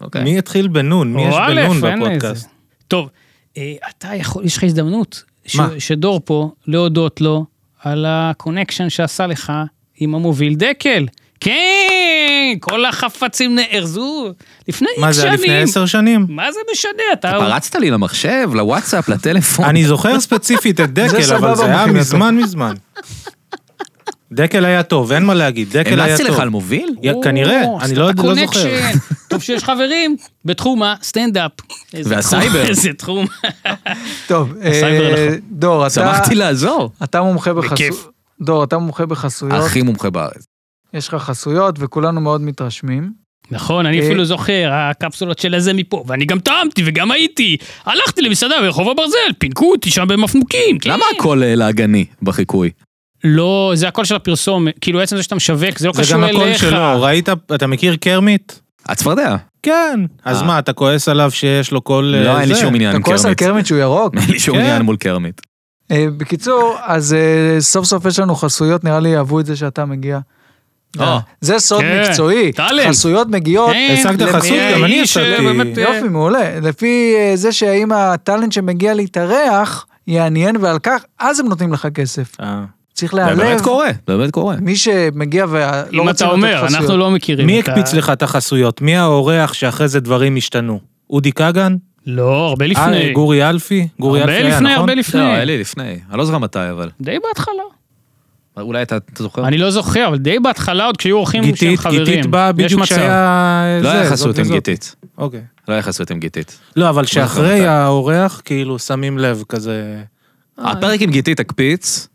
[SPEAKER 2] אוקיי.
[SPEAKER 1] מי יתחיל בנון? מי יש
[SPEAKER 3] או א',
[SPEAKER 1] בנון
[SPEAKER 3] אין
[SPEAKER 1] בפודקאסט?
[SPEAKER 3] איזה. טוב, אה, אתה יכול, יש לך הזדמנות. ש-
[SPEAKER 1] מה?
[SPEAKER 3] שדור פה, להודות לו על הקונקשן שעשה לך עם המוביל דקל. כן, כל החפצים נארזו לפני איקס שנים.
[SPEAKER 1] מה זה, היה לפני עשר שנים?
[SPEAKER 3] מה זה משנה? אתה...
[SPEAKER 2] פרצת לי למחשב, לוואטסאפ, לטלפון.
[SPEAKER 1] אני זוכר ספציפית את דקל,
[SPEAKER 4] סבבה
[SPEAKER 1] אבל זה היה
[SPEAKER 4] מבחינתו.
[SPEAKER 1] מזמן מזמן. דקל היה טוב, אין מה להגיד, דקל היה
[SPEAKER 2] המלצתי לך
[SPEAKER 1] טוב.
[SPEAKER 2] על מוביל?
[SPEAKER 1] יא,
[SPEAKER 3] או,
[SPEAKER 1] כנראה,
[SPEAKER 3] אז
[SPEAKER 1] אני
[SPEAKER 3] אתה
[SPEAKER 1] לא יודע, לא
[SPEAKER 3] בקונקשן.
[SPEAKER 1] זוכר.
[SPEAKER 3] טוב שיש חברים בתחום הסטנדאפ. איזה
[SPEAKER 2] והסייבר.
[SPEAKER 3] תחום, איזה תחום.
[SPEAKER 4] טוב,
[SPEAKER 3] הסייבר
[SPEAKER 4] אה,
[SPEAKER 3] נכון.
[SPEAKER 4] דור, אתה-
[SPEAKER 2] שמחתי לעזור.
[SPEAKER 4] אתה מומחה בחסויות.
[SPEAKER 3] בכיף.
[SPEAKER 4] דור, אתה מומחה בחסויות,
[SPEAKER 2] הכי מומחה בארץ.
[SPEAKER 4] יש לך חסויות וכולנו מאוד מתרשמים.
[SPEAKER 3] נכון, אני
[SPEAKER 4] אה,
[SPEAKER 3] אפילו זוכר, הקפסולות של הזה מפה, ואני גם טעמתי וגם הייתי. הלכתי למסעדה ברחוב הברזל, פינקו אותי שם במפנוקים. כן.
[SPEAKER 2] למה הכל אה, לעגני בחיקוי?
[SPEAKER 3] לא, זה הקול של הפרסום, כאילו עצם זה שאתה משווק, זה לא
[SPEAKER 1] זה
[SPEAKER 3] קשור
[SPEAKER 1] גם
[SPEAKER 3] אליך.
[SPEAKER 1] הקול שלו, ראית, אתה מכיר קרמיט?
[SPEAKER 2] הצפרדע.
[SPEAKER 1] כן. אז
[SPEAKER 2] אה.
[SPEAKER 1] מה, אתה כועס עליו שיש לו כל...
[SPEAKER 2] לא,
[SPEAKER 1] אה,
[SPEAKER 2] אין לי
[SPEAKER 1] זה?
[SPEAKER 2] שום עניין
[SPEAKER 4] אתה
[SPEAKER 2] עם
[SPEAKER 4] כועס על
[SPEAKER 2] קרמיט.
[SPEAKER 4] קרמיט שהוא ירוק?
[SPEAKER 2] אין לי שום
[SPEAKER 1] כן.
[SPEAKER 2] עניין מול קרמיט.
[SPEAKER 4] אה, בקיצור, אז אה, סוף סוף יש לנו חסויות, נראה לי יאהבו את זה שאתה מגיע.
[SPEAKER 2] או.
[SPEAKER 4] זה סוד
[SPEAKER 3] כן,
[SPEAKER 4] מקצועי,
[SPEAKER 3] טאלנט.
[SPEAKER 4] חסויות מגיעות.
[SPEAKER 3] כן,
[SPEAKER 1] השגת
[SPEAKER 3] למי
[SPEAKER 1] חסות, גם אני
[SPEAKER 3] האיש
[SPEAKER 1] יצאתי.
[SPEAKER 3] שבאמת, אה,
[SPEAKER 4] יופי, מעולה. לפי אה, זה שאם הטאלנט שמגיע להתארח יעניין ועל כך, אז הם נותנים לך כסף.
[SPEAKER 1] אה.
[SPEAKER 4] צריך
[SPEAKER 2] זה באמת
[SPEAKER 4] להיעלב.
[SPEAKER 2] קורה, זה באמת קורה.
[SPEAKER 4] מי שמגיע ולא
[SPEAKER 3] אם אתה
[SPEAKER 4] רוצה לא לתת
[SPEAKER 3] אומר, אנחנו
[SPEAKER 4] חסויות.
[SPEAKER 3] לא מכירים.
[SPEAKER 1] מי
[SPEAKER 3] אתה-
[SPEAKER 1] הקפיץ לך את החסויות? מי האורח שאחרי זה דברים השתנו? אודי כגן?
[SPEAKER 3] לא, הרבה
[SPEAKER 1] אה,
[SPEAKER 3] לפני.
[SPEAKER 1] גורי אלפי? גורי אלפי
[SPEAKER 3] הרבה
[SPEAKER 1] היה,
[SPEAKER 3] לפני,
[SPEAKER 1] נכון?
[SPEAKER 3] הרבה לפני.
[SPEAKER 2] לא, היה לי לפני, אני לא זוכר מתי אבל.
[SPEAKER 3] די בהתחלה.
[SPEAKER 2] אולי אתה אתה זוכר?
[SPEAKER 3] אני לא זוכר, אבל די בהתחלה עוד כשהיו אורחים שהם
[SPEAKER 1] גיתית,
[SPEAKER 3] חברים.
[SPEAKER 1] גיתית באה
[SPEAKER 3] יש
[SPEAKER 1] בדיוק
[SPEAKER 3] מצב.
[SPEAKER 1] שהיה...
[SPEAKER 2] לא
[SPEAKER 1] זה,
[SPEAKER 2] היה
[SPEAKER 1] זאת
[SPEAKER 2] חסות עם
[SPEAKER 1] וזאת.
[SPEAKER 2] גיתית.
[SPEAKER 1] אוקיי.
[SPEAKER 2] לא היה חסות עם גיתית.
[SPEAKER 1] לא, אבל שאחרי
[SPEAKER 2] אתה?
[SPEAKER 1] האורח, כאילו, שמים לב כזה...
[SPEAKER 2] הפרק עם גיתית הקפיץ,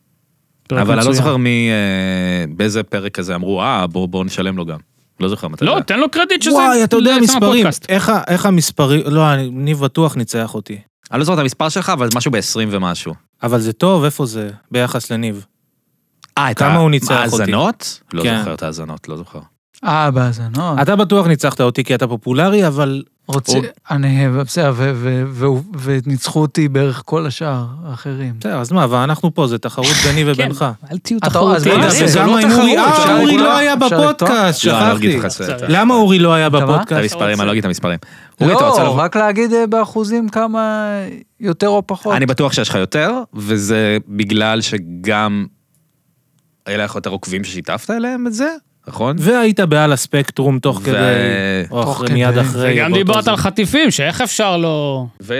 [SPEAKER 3] פרק
[SPEAKER 2] אבל אני לא
[SPEAKER 3] מצוין.
[SPEAKER 2] זוכר מי... אה, באיזה פרק כזה אמרו, אה, בואו בוא נשלם לו גם. לא זוכר מתי. זה
[SPEAKER 3] לא,
[SPEAKER 2] היה.
[SPEAKER 3] תן לו קרדיט שזה...
[SPEAKER 1] וואי, אתה יודע
[SPEAKER 3] לשם
[SPEAKER 1] מספרים,
[SPEAKER 3] הפודקאסט.
[SPEAKER 1] איך ה- איך המספרים, לא, אני- ניב בטוח ניצח אותי.
[SPEAKER 2] אני לא זוכר את המספר שלך, אבל משהו ב-20 ומשהו.
[SPEAKER 1] אבל זה טוב, איפה זה, ביחס לניב?
[SPEAKER 2] אה, את
[SPEAKER 1] כמה
[SPEAKER 2] ה-
[SPEAKER 1] הוא ניצח אותי?
[SPEAKER 2] האזנות? לא
[SPEAKER 1] כן.
[SPEAKER 2] זוכר את האזנות, לא זוכר.
[SPEAKER 4] אה, בהאזנות.
[SPEAKER 1] אתה בטוח ניצחת אותי כי אתה פופולרי, אבל
[SPEAKER 4] רוצה, אני, בסדר, ו- ו- ו- וניצחו אותי בערך כל השאר האחרים.
[SPEAKER 1] בסדר, אז מה, ואנחנו פה, זה תחרות ביני ובינך.
[SPEAKER 3] אל תהיו
[SPEAKER 4] אתה- אז
[SPEAKER 3] תחרותיים.
[SPEAKER 4] בוא
[SPEAKER 1] אה, רגע,
[SPEAKER 4] נעשה,
[SPEAKER 1] זה
[SPEAKER 4] זה
[SPEAKER 1] גם
[SPEAKER 2] כן. לא
[SPEAKER 1] עם
[SPEAKER 2] תחרות,
[SPEAKER 1] אורי,
[SPEAKER 2] אפשר
[SPEAKER 1] אה, אורי
[SPEAKER 4] לכולם,
[SPEAKER 1] לא היה
[SPEAKER 4] אפשר
[SPEAKER 1] בפודקאסט,
[SPEAKER 2] לא, אני לא
[SPEAKER 1] שכחתי.
[SPEAKER 2] אגיד לך את
[SPEAKER 3] שכחתי.
[SPEAKER 2] ה-
[SPEAKER 1] למה אורי לא היה
[SPEAKER 4] מה?
[SPEAKER 2] את
[SPEAKER 1] בפודקאסט?
[SPEAKER 2] המספרים, אני לא אגיד את המספרים. אורי, אתה רוצה
[SPEAKER 4] לא,
[SPEAKER 2] לבוא?
[SPEAKER 4] רק להגיד אה, באחוזים כמה יותר או פחות.
[SPEAKER 2] אני בטוח שיש לך יותר, וזה בגלל שגם היה לך יותר עוקבים ששיתפת אליהם את זה, נכון?
[SPEAKER 1] והיית בעל הספקטרום תוך
[SPEAKER 2] ו-
[SPEAKER 1] כדי, או
[SPEAKER 4] תוך
[SPEAKER 1] אחרי-
[SPEAKER 4] כדי.
[SPEAKER 1] מיד אחרי.
[SPEAKER 3] גם
[SPEAKER 1] באותו
[SPEAKER 3] דיברת
[SPEAKER 1] זה.
[SPEAKER 3] על חטיפים, שאיך אפשר לא...
[SPEAKER 2] ו...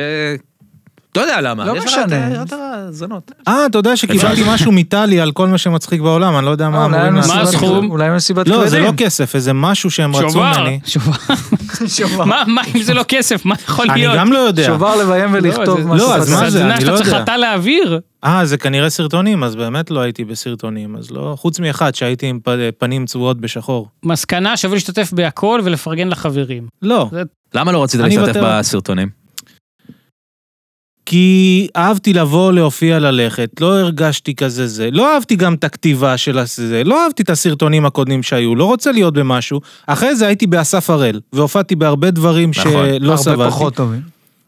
[SPEAKER 2] לא יודע למה.
[SPEAKER 4] לא
[SPEAKER 2] יש לך
[SPEAKER 4] משנה.
[SPEAKER 2] יותר- יותר האזנות.
[SPEAKER 1] אה, אתה יודע שקיבלתי משהו מטלי על כל מה שמצחיק בעולם, אני לא יודע מה
[SPEAKER 4] אולי
[SPEAKER 1] אמורים
[SPEAKER 4] מסיבת-
[SPEAKER 1] לעשות.
[SPEAKER 3] אה,
[SPEAKER 1] עם זה.
[SPEAKER 3] מה הסכום?
[SPEAKER 4] אולי מסיבת כבדים.
[SPEAKER 1] לא, זה לא כסף, איזה משהו שהם רצו
[SPEAKER 3] שובר,
[SPEAKER 1] ממני.
[SPEAKER 3] שובר.
[SPEAKER 4] שובר.
[SPEAKER 3] מה, מה אם זה לא כסף? מה יכול
[SPEAKER 1] אני
[SPEAKER 3] להיות?
[SPEAKER 1] גם לא יודע.
[SPEAKER 4] שובר לביים ולכתוב
[SPEAKER 3] זה-
[SPEAKER 4] מה
[SPEAKER 1] לא, אז
[SPEAKER 4] שבא.
[SPEAKER 1] מה זה?
[SPEAKER 3] סדנה
[SPEAKER 1] אני
[SPEAKER 3] שאתה
[SPEAKER 1] לא
[SPEAKER 3] צריך
[SPEAKER 1] יודע.
[SPEAKER 3] אתה להעביר.
[SPEAKER 1] אה, זה כנראה סרטונים, אז באמת לא הייתי בסרטונים, אז לא... חוץ מאחד שהייתי עם פ- פנים צבועות בשחור.
[SPEAKER 3] מסקנה שווה להשתתף בהכל ולפרגן לחברים.
[SPEAKER 1] לא.
[SPEAKER 2] למה לא רצית
[SPEAKER 1] אני
[SPEAKER 2] להשתתף
[SPEAKER 1] מוותר.
[SPEAKER 2] בסרטונים?
[SPEAKER 1] כי אהבתי לבוא, להופיע, ללכת, לא הרגשתי כזה זה. לא אהבתי גם את הכתיבה של הזה, לא אהבתי את הסרטונים הקודמים שהיו, לא רוצה להיות במשהו. אחרי זה הייתי באסף הראל, והופעתי בהרבה דברים
[SPEAKER 2] נכון,
[SPEAKER 1] שלא
[SPEAKER 4] הרבה
[SPEAKER 1] סבלתי.
[SPEAKER 4] פחות טובים.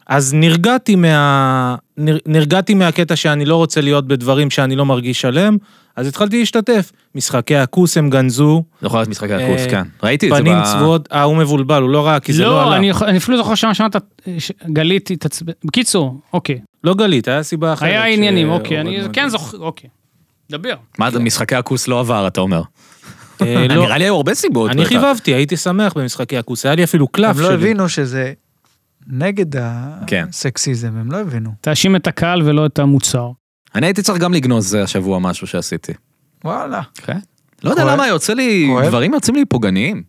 [SPEAKER 1] אז נרגעתי, מה... נר... נרגעתי מהקטע שאני לא רוצה להיות בדברים שאני לא מרגיש שלם, אז התחלתי להשתתף. משחקי הכוס הם גנזו,
[SPEAKER 2] זוכר את משחקי הכוס,
[SPEAKER 1] אה,
[SPEAKER 2] כן. ראיתי את זה
[SPEAKER 1] פנים צבועות, אה, הוא מבולבל, הוא לא ראה, כי זה לא עלה.
[SPEAKER 3] לא, אני יכול- אני אפילו זוכר שמה שמעת, אה, ש- גלית התעצבן. בקיצור, אוקיי.
[SPEAKER 1] לא גלית, היה סיבה אחרת.
[SPEAKER 3] היה
[SPEAKER 1] ש- אה,
[SPEAKER 3] עניינים, אוקיי. אני
[SPEAKER 1] הורדנו את
[SPEAKER 3] כן
[SPEAKER 1] זה.
[SPEAKER 3] זוכר, אוקיי. דבר.
[SPEAKER 2] מה זה, משחקי הכוס לא עבר, אתה אומר.
[SPEAKER 1] אה, לא,
[SPEAKER 2] נראה לי היו הרבה סיבות.
[SPEAKER 1] אני
[SPEAKER 2] בטח.
[SPEAKER 1] חיבבתי, הייתי שמח במשחקי הכוס, היה לי אפילו קלף
[SPEAKER 4] הם
[SPEAKER 1] שלי.
[SPEAKER 4] לא הבינו שזה נגד
[SPEAKER 2] כן.
[SPEAKER 4] הסקסיזם, הם לא הבינו.
[SPEAKER 3] תאשים את הקהל ולא את המוצר.
[SPEAKER 2] אני הייתי צריך גם לגנוז אה, השבוע משהו שעשיתי.
[SPEAKER 1] אוקיי.
[SPEAKER 4] וואלה.
[SPEAKER 2] לא יודע
[SPEAKER 4] כואב.
[SPEAKER 2] למה יוצא לי,
[SPEAKER 4] כואב.
[SPEAKER 2] דברים יוצאים לי פוגעניים.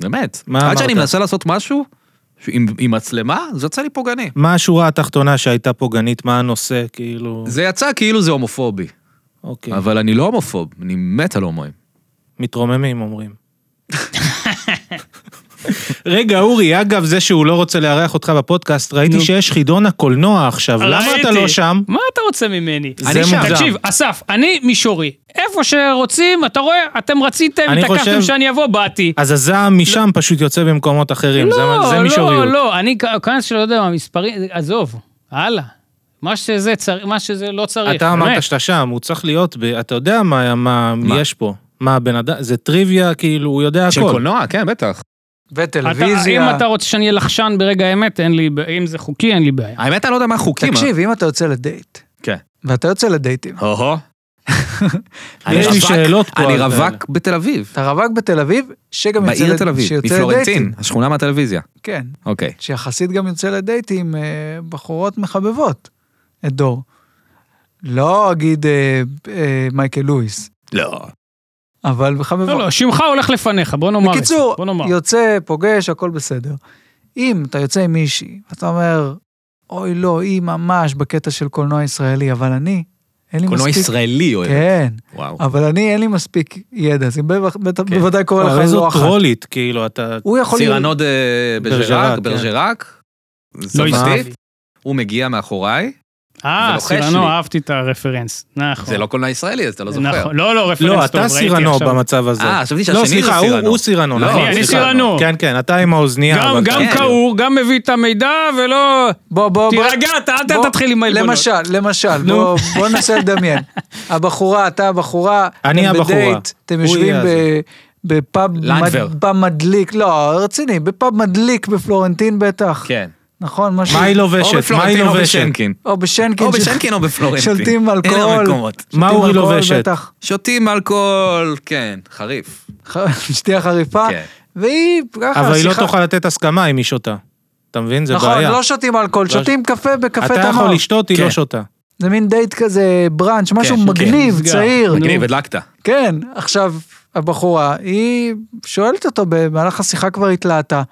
[SPEAKER 2] באמת.
[SPEAKER 1] מה
[SPEAKER 2] עד
[SPEAKER 1] אמרת?
[SPEAKER 2] שאני מנסה לעשות משהו עם עם מצלמה, זה יוצא לי פוגעני.
[SPEAKER 1] מה השורה התחתונה שהייתה פוגענית? מה הנושא? כאילו...
[SPEAKER 2] זה יצא כאילו זה הומופובי,
[SPEAKER 1] אוקיי.
[SPEAKER 2] אבל אני לא הומופוב, אני מת על הומואים.
[SPEAKER 1] מתרוממים אומרים. רגע, אורי, אגב, זה שהוא לא רוצה לארח אותך בפודקאסט, ראיתי
[SPEAKER 3] נו.
[SPEAKER 1] שיש חידון הקולנוע עכשיו, למה אתה
[SPEAKER 3] ראיתי.
[SPEAKER 1] לא שם?
[SPEAKER 3] מה אתה רוצה ממני?
[SPEAKER 1] אני שם.
[SPEAKER 3] תקשיב, אסף, אני מישורי. איפה שרוצים, אתה רואה, אתם רציתם,
[SPEAKER 1] אני חושב-
[SPEAKER 3] התעקשתם שאני אבוא, באתי.
[SPEAKER 1] אז הזעם משם פשוט יוצא במקומות אחרים, כן, זה מה- זה מישוריות.
[SPEAKER 3] לא, לא, אני כ- כנס שלא יודע מה, מספרים, עזוב, הלאה. מה שזה, צר, מה שזה לא צריך,
[SPEAKER 1] אתה
[SPEAKER 3] באמת.
[SPEAKER 1] אמרת שאתה שם, הוא צריך להיות, ב- אתה יודע מה- מה
[SPEAKER 2] מה?
[SPEAKER 1] יש פה. מה הבן אדם, זה טריוויה, כאילו, הוא יודע
[SPEAKER 2] של
[SPEAKER 1] הכל.
[SPEAKER 2] קולנוע, כן, בטח.
[SPEAKER 4] וטלוויזיה.
[SPEAKER 3] אתה, אם אתה רוצה שאני אהיה לחשן ברגע האמת, אין לי, ב- אם זה חוקי, אין לי בעיה.
[SPEAKER 2] האמת, אני לא יודע מה החוקים.
[SPEAKER 4] תקשיב, אם אתה יוצא לדייט,
[SPEAKER 2] כן.
[SPEAKER 4] ואתה יוצא לדייטים,
[SPEAKER 2] הו-הו. אני
[SPEAKER 1] יש לי
[SPEAKER 2] רווק-
[SPEAKER 1] שאלות פה
[SPEAKER 2] אני
[SPEAKER 1] על זה.
[SPEAKER 2] רווק בתל אביב.
[SPEAKER 4] אתה רווק בתל אביב, שגם יוצא
[SPEAKER 2] בעיר
[SPEAKER 4] לד-
[SPEAKER 2] תל אביב,
[SPEAKER 4] שיוצא
[SPEAKER 2] מפלורנטין,
[SPEAKER 4] לדייטים.
[SPEAKER 2] השכונה מהטלוויזיה.
[SPEAKER 4] כן,
[SPEAKER 2] אוקיי.
[SPEAKER 4] שיחסית גם יוצא לדייט עם אה, בחורות מחבבות את דור. לא אגיד אה, אה, מייקל לואיס,
[SPEAKER 2] לא.
[SPEAKER 4] אבל מחבבות.
[SPEAKER 3] לא, לא, שמך הולך לפניך, בוא נאמר. את זה,
[SPEAKER 4] בקיצור,
[SPEAKER 3] בוא נאמר.
[SPEAKER 4] יוצא, פוגש, הכל בסדר. אם אתה יוצא עם מישהי, אתה אומר, אוי לא, היא ממש בקטע של קולנוע ישראלי, אבל אני, אין לי
[SPEAKER 2] קולנוע
[SPEAKER 4] מספיק...
[SPEAKER 2] ישראלי אוהב.
[SPEAKER 4] כן,
[SPEAKER 2] וואו.
[SPEAKER 4] אבל אני, אין לי מספיק ידע, זה בטח- בטח- בוודאי קורה
[SPEAKER 1] וואו,
[SPEAKER 4] לך
[SPEAKER 1] איזו
[SPEAKER 4] לא אחת.
[SPEAKER 1] טרולית, כאילו, אתה...
[SPEAKER 4] הוא יכול להיות...
[SPEAKER 2] סירנוד אה,
[SPEAKER 1] ברג'רק,
[SPEAKER 2] ברג'רק,
[SPEAKER 1] כן.
[SPEAKER 2] ברג'רק.
[SPEAKER 3] לא
[SPEAKER 2] צרפתי.
[SPEAKER 3] הסתכלתי.
[SPEAKER 2] הוא מגיע מאחוריי,
[SPEAKER 3] אה,
[SPEAKER 4] לא
[SPEAKER 2] ולוחש
[SPEAKER 3] סירנו,
[SPEAKER 2] לי.
[SPEAKER 3] אהבתי את הרפרנס. נכון.
[SPEAKER 2] זה לא קולנוע ישראלי, אז אתה לא זוכר.
[SPEAKER 3] נכון. לא, לא, רפרנס טוב,
[SPEAKER 1] לא,
[SPEAKER 3] ראיתי
[SPEAKER 1] אתה
[SPEAKER 3] עכשיו.
[SPEAKER 1] סירנו במצב הזה.
[SPEAKER 2] אה, חשבתי
[SPEAKER 1] לא,
[SPEAKER 2] שהשני זה
[SPEAKER 1] סליחה, הוא-
[SPEAKER 2] סירנו.
[SPEAKER 1] הוא סירנו.
[SPEAKER 2] לא,
[SPEAKER 1] נכון,
[SPEAKER 2] אני- אני
[SPEAKER 1] סליחה.
[SPEAKER 3] סירנו.
[SPEAKER 1] כן, כן, אתה עם האוזנייה.
[SPEAKER 3] גם,
[SPEAKER 1] אבל-
[SPEAKER 3] גם
[SPEAKER 2] כן.
[SPEAKER 3] כעור, גם מביא את המידע, ולא...
[SPEAKER 4] בוא, בוא, בוא.
[SPEAKER 3] תירגע, אתה אל
[SPEAKER 4] בוא,
[SPEAKER 3] תתחיל עם העלבונות.
[SPEAKER 4] למשל, למשל, בוא- בוא ננסה לדמיין. הבחורה, אתה הבחורה,
[SPEAKER 1] אני
[SPEAKER 4] אתם
[SPEAKER 1] הבחורה.
[SPEAKER 4] בדייט, אתם
[SPEAKER 1] הוא
[SPEAKER 4] יושבים
[SPEAKER 1] יהיה
[SPEAKER 4] ב-
[SPEAKER 1] הזה.
[SPEAKER 4] בפאב
[SPEAKER 2] לנדבר.
[SPEAKER 4] מד- פאב מדליק, לא, רציני, בפאב מדליק בפלורנטין בטח.
[SPEAKER 2] כן.
[SPEAKER 4] נכון, משהו.
[SPEAKER 1] מה היא
[SPEAKER 2] או
[SPEAKER 1] לובשת? מה
[SPEAKER 2] בפלורנטין
[SPEAKER 1] היא
[SPEAKER 2] או
[SPEAKER 1] לובשת?
[SPEAKER 2] בשנקין.
[SPEAKER 4] או בשנקין.
[SPEAKER 2] או
[SPEAKER 4] ש-
[SPEAKER 2] בשנקין או בפלורנטין.
[SPEAKER 4] שותים
[SPEAKER 2] אלה
[SPEAKER 4] אלכוהול.
[SPEAKER 2] המקומות.
[SPEAKER 4] שותים
[SPEAKER 1] מה אורי
[SPEAKER 4] אלכוהול
[SPEAKER 1] לובשת?
[SPEAKER 4] בטח.
[SPEAKER 2] שותים אלכוהול, כן, חריף.
[SPEAKER 4] ח- שתייה חריפה.
[SPEAKER 2] כן.
[SPEAKER 4] והיא ככה,
[SPEAKER 1] אבל היא לא
[SPEAKER 4] שיחה-
[SPEAKER 1] תוכל לתת הסכמה אם היא שותה. אתה מבין? זה
[SPEAKER 4] נכון,
[SPEAKER 1] בעיה.
[SPEAKER 4] לא שותים אלכוהול,
[SPEAKER 1] לא-
[SPEAKER 4] שותים קפה בקפה
[SPEAKER 1] אתה
[SPEAKER 4] תמר.
[SPEAKER 1] יכול לשתות, היא
[SPEAKER 2] כן.
[SPEAKER 1] לא שותה.
[SPEAKER 4] זה מין דייט כזה, בראנץ', משהו
[SPEAKER 2] כן,
[SPEAKER 4] מגניב,
[SPEAKER 3] נסגר.
[SPEAKER 4] צעיר.
[SPEAKER 2] מגניב, הדלקת.
[SPEAKER 4] כן, עכשיו, הבחורה, היא שואלת אותו במהלך השיחה כבר התלהטה,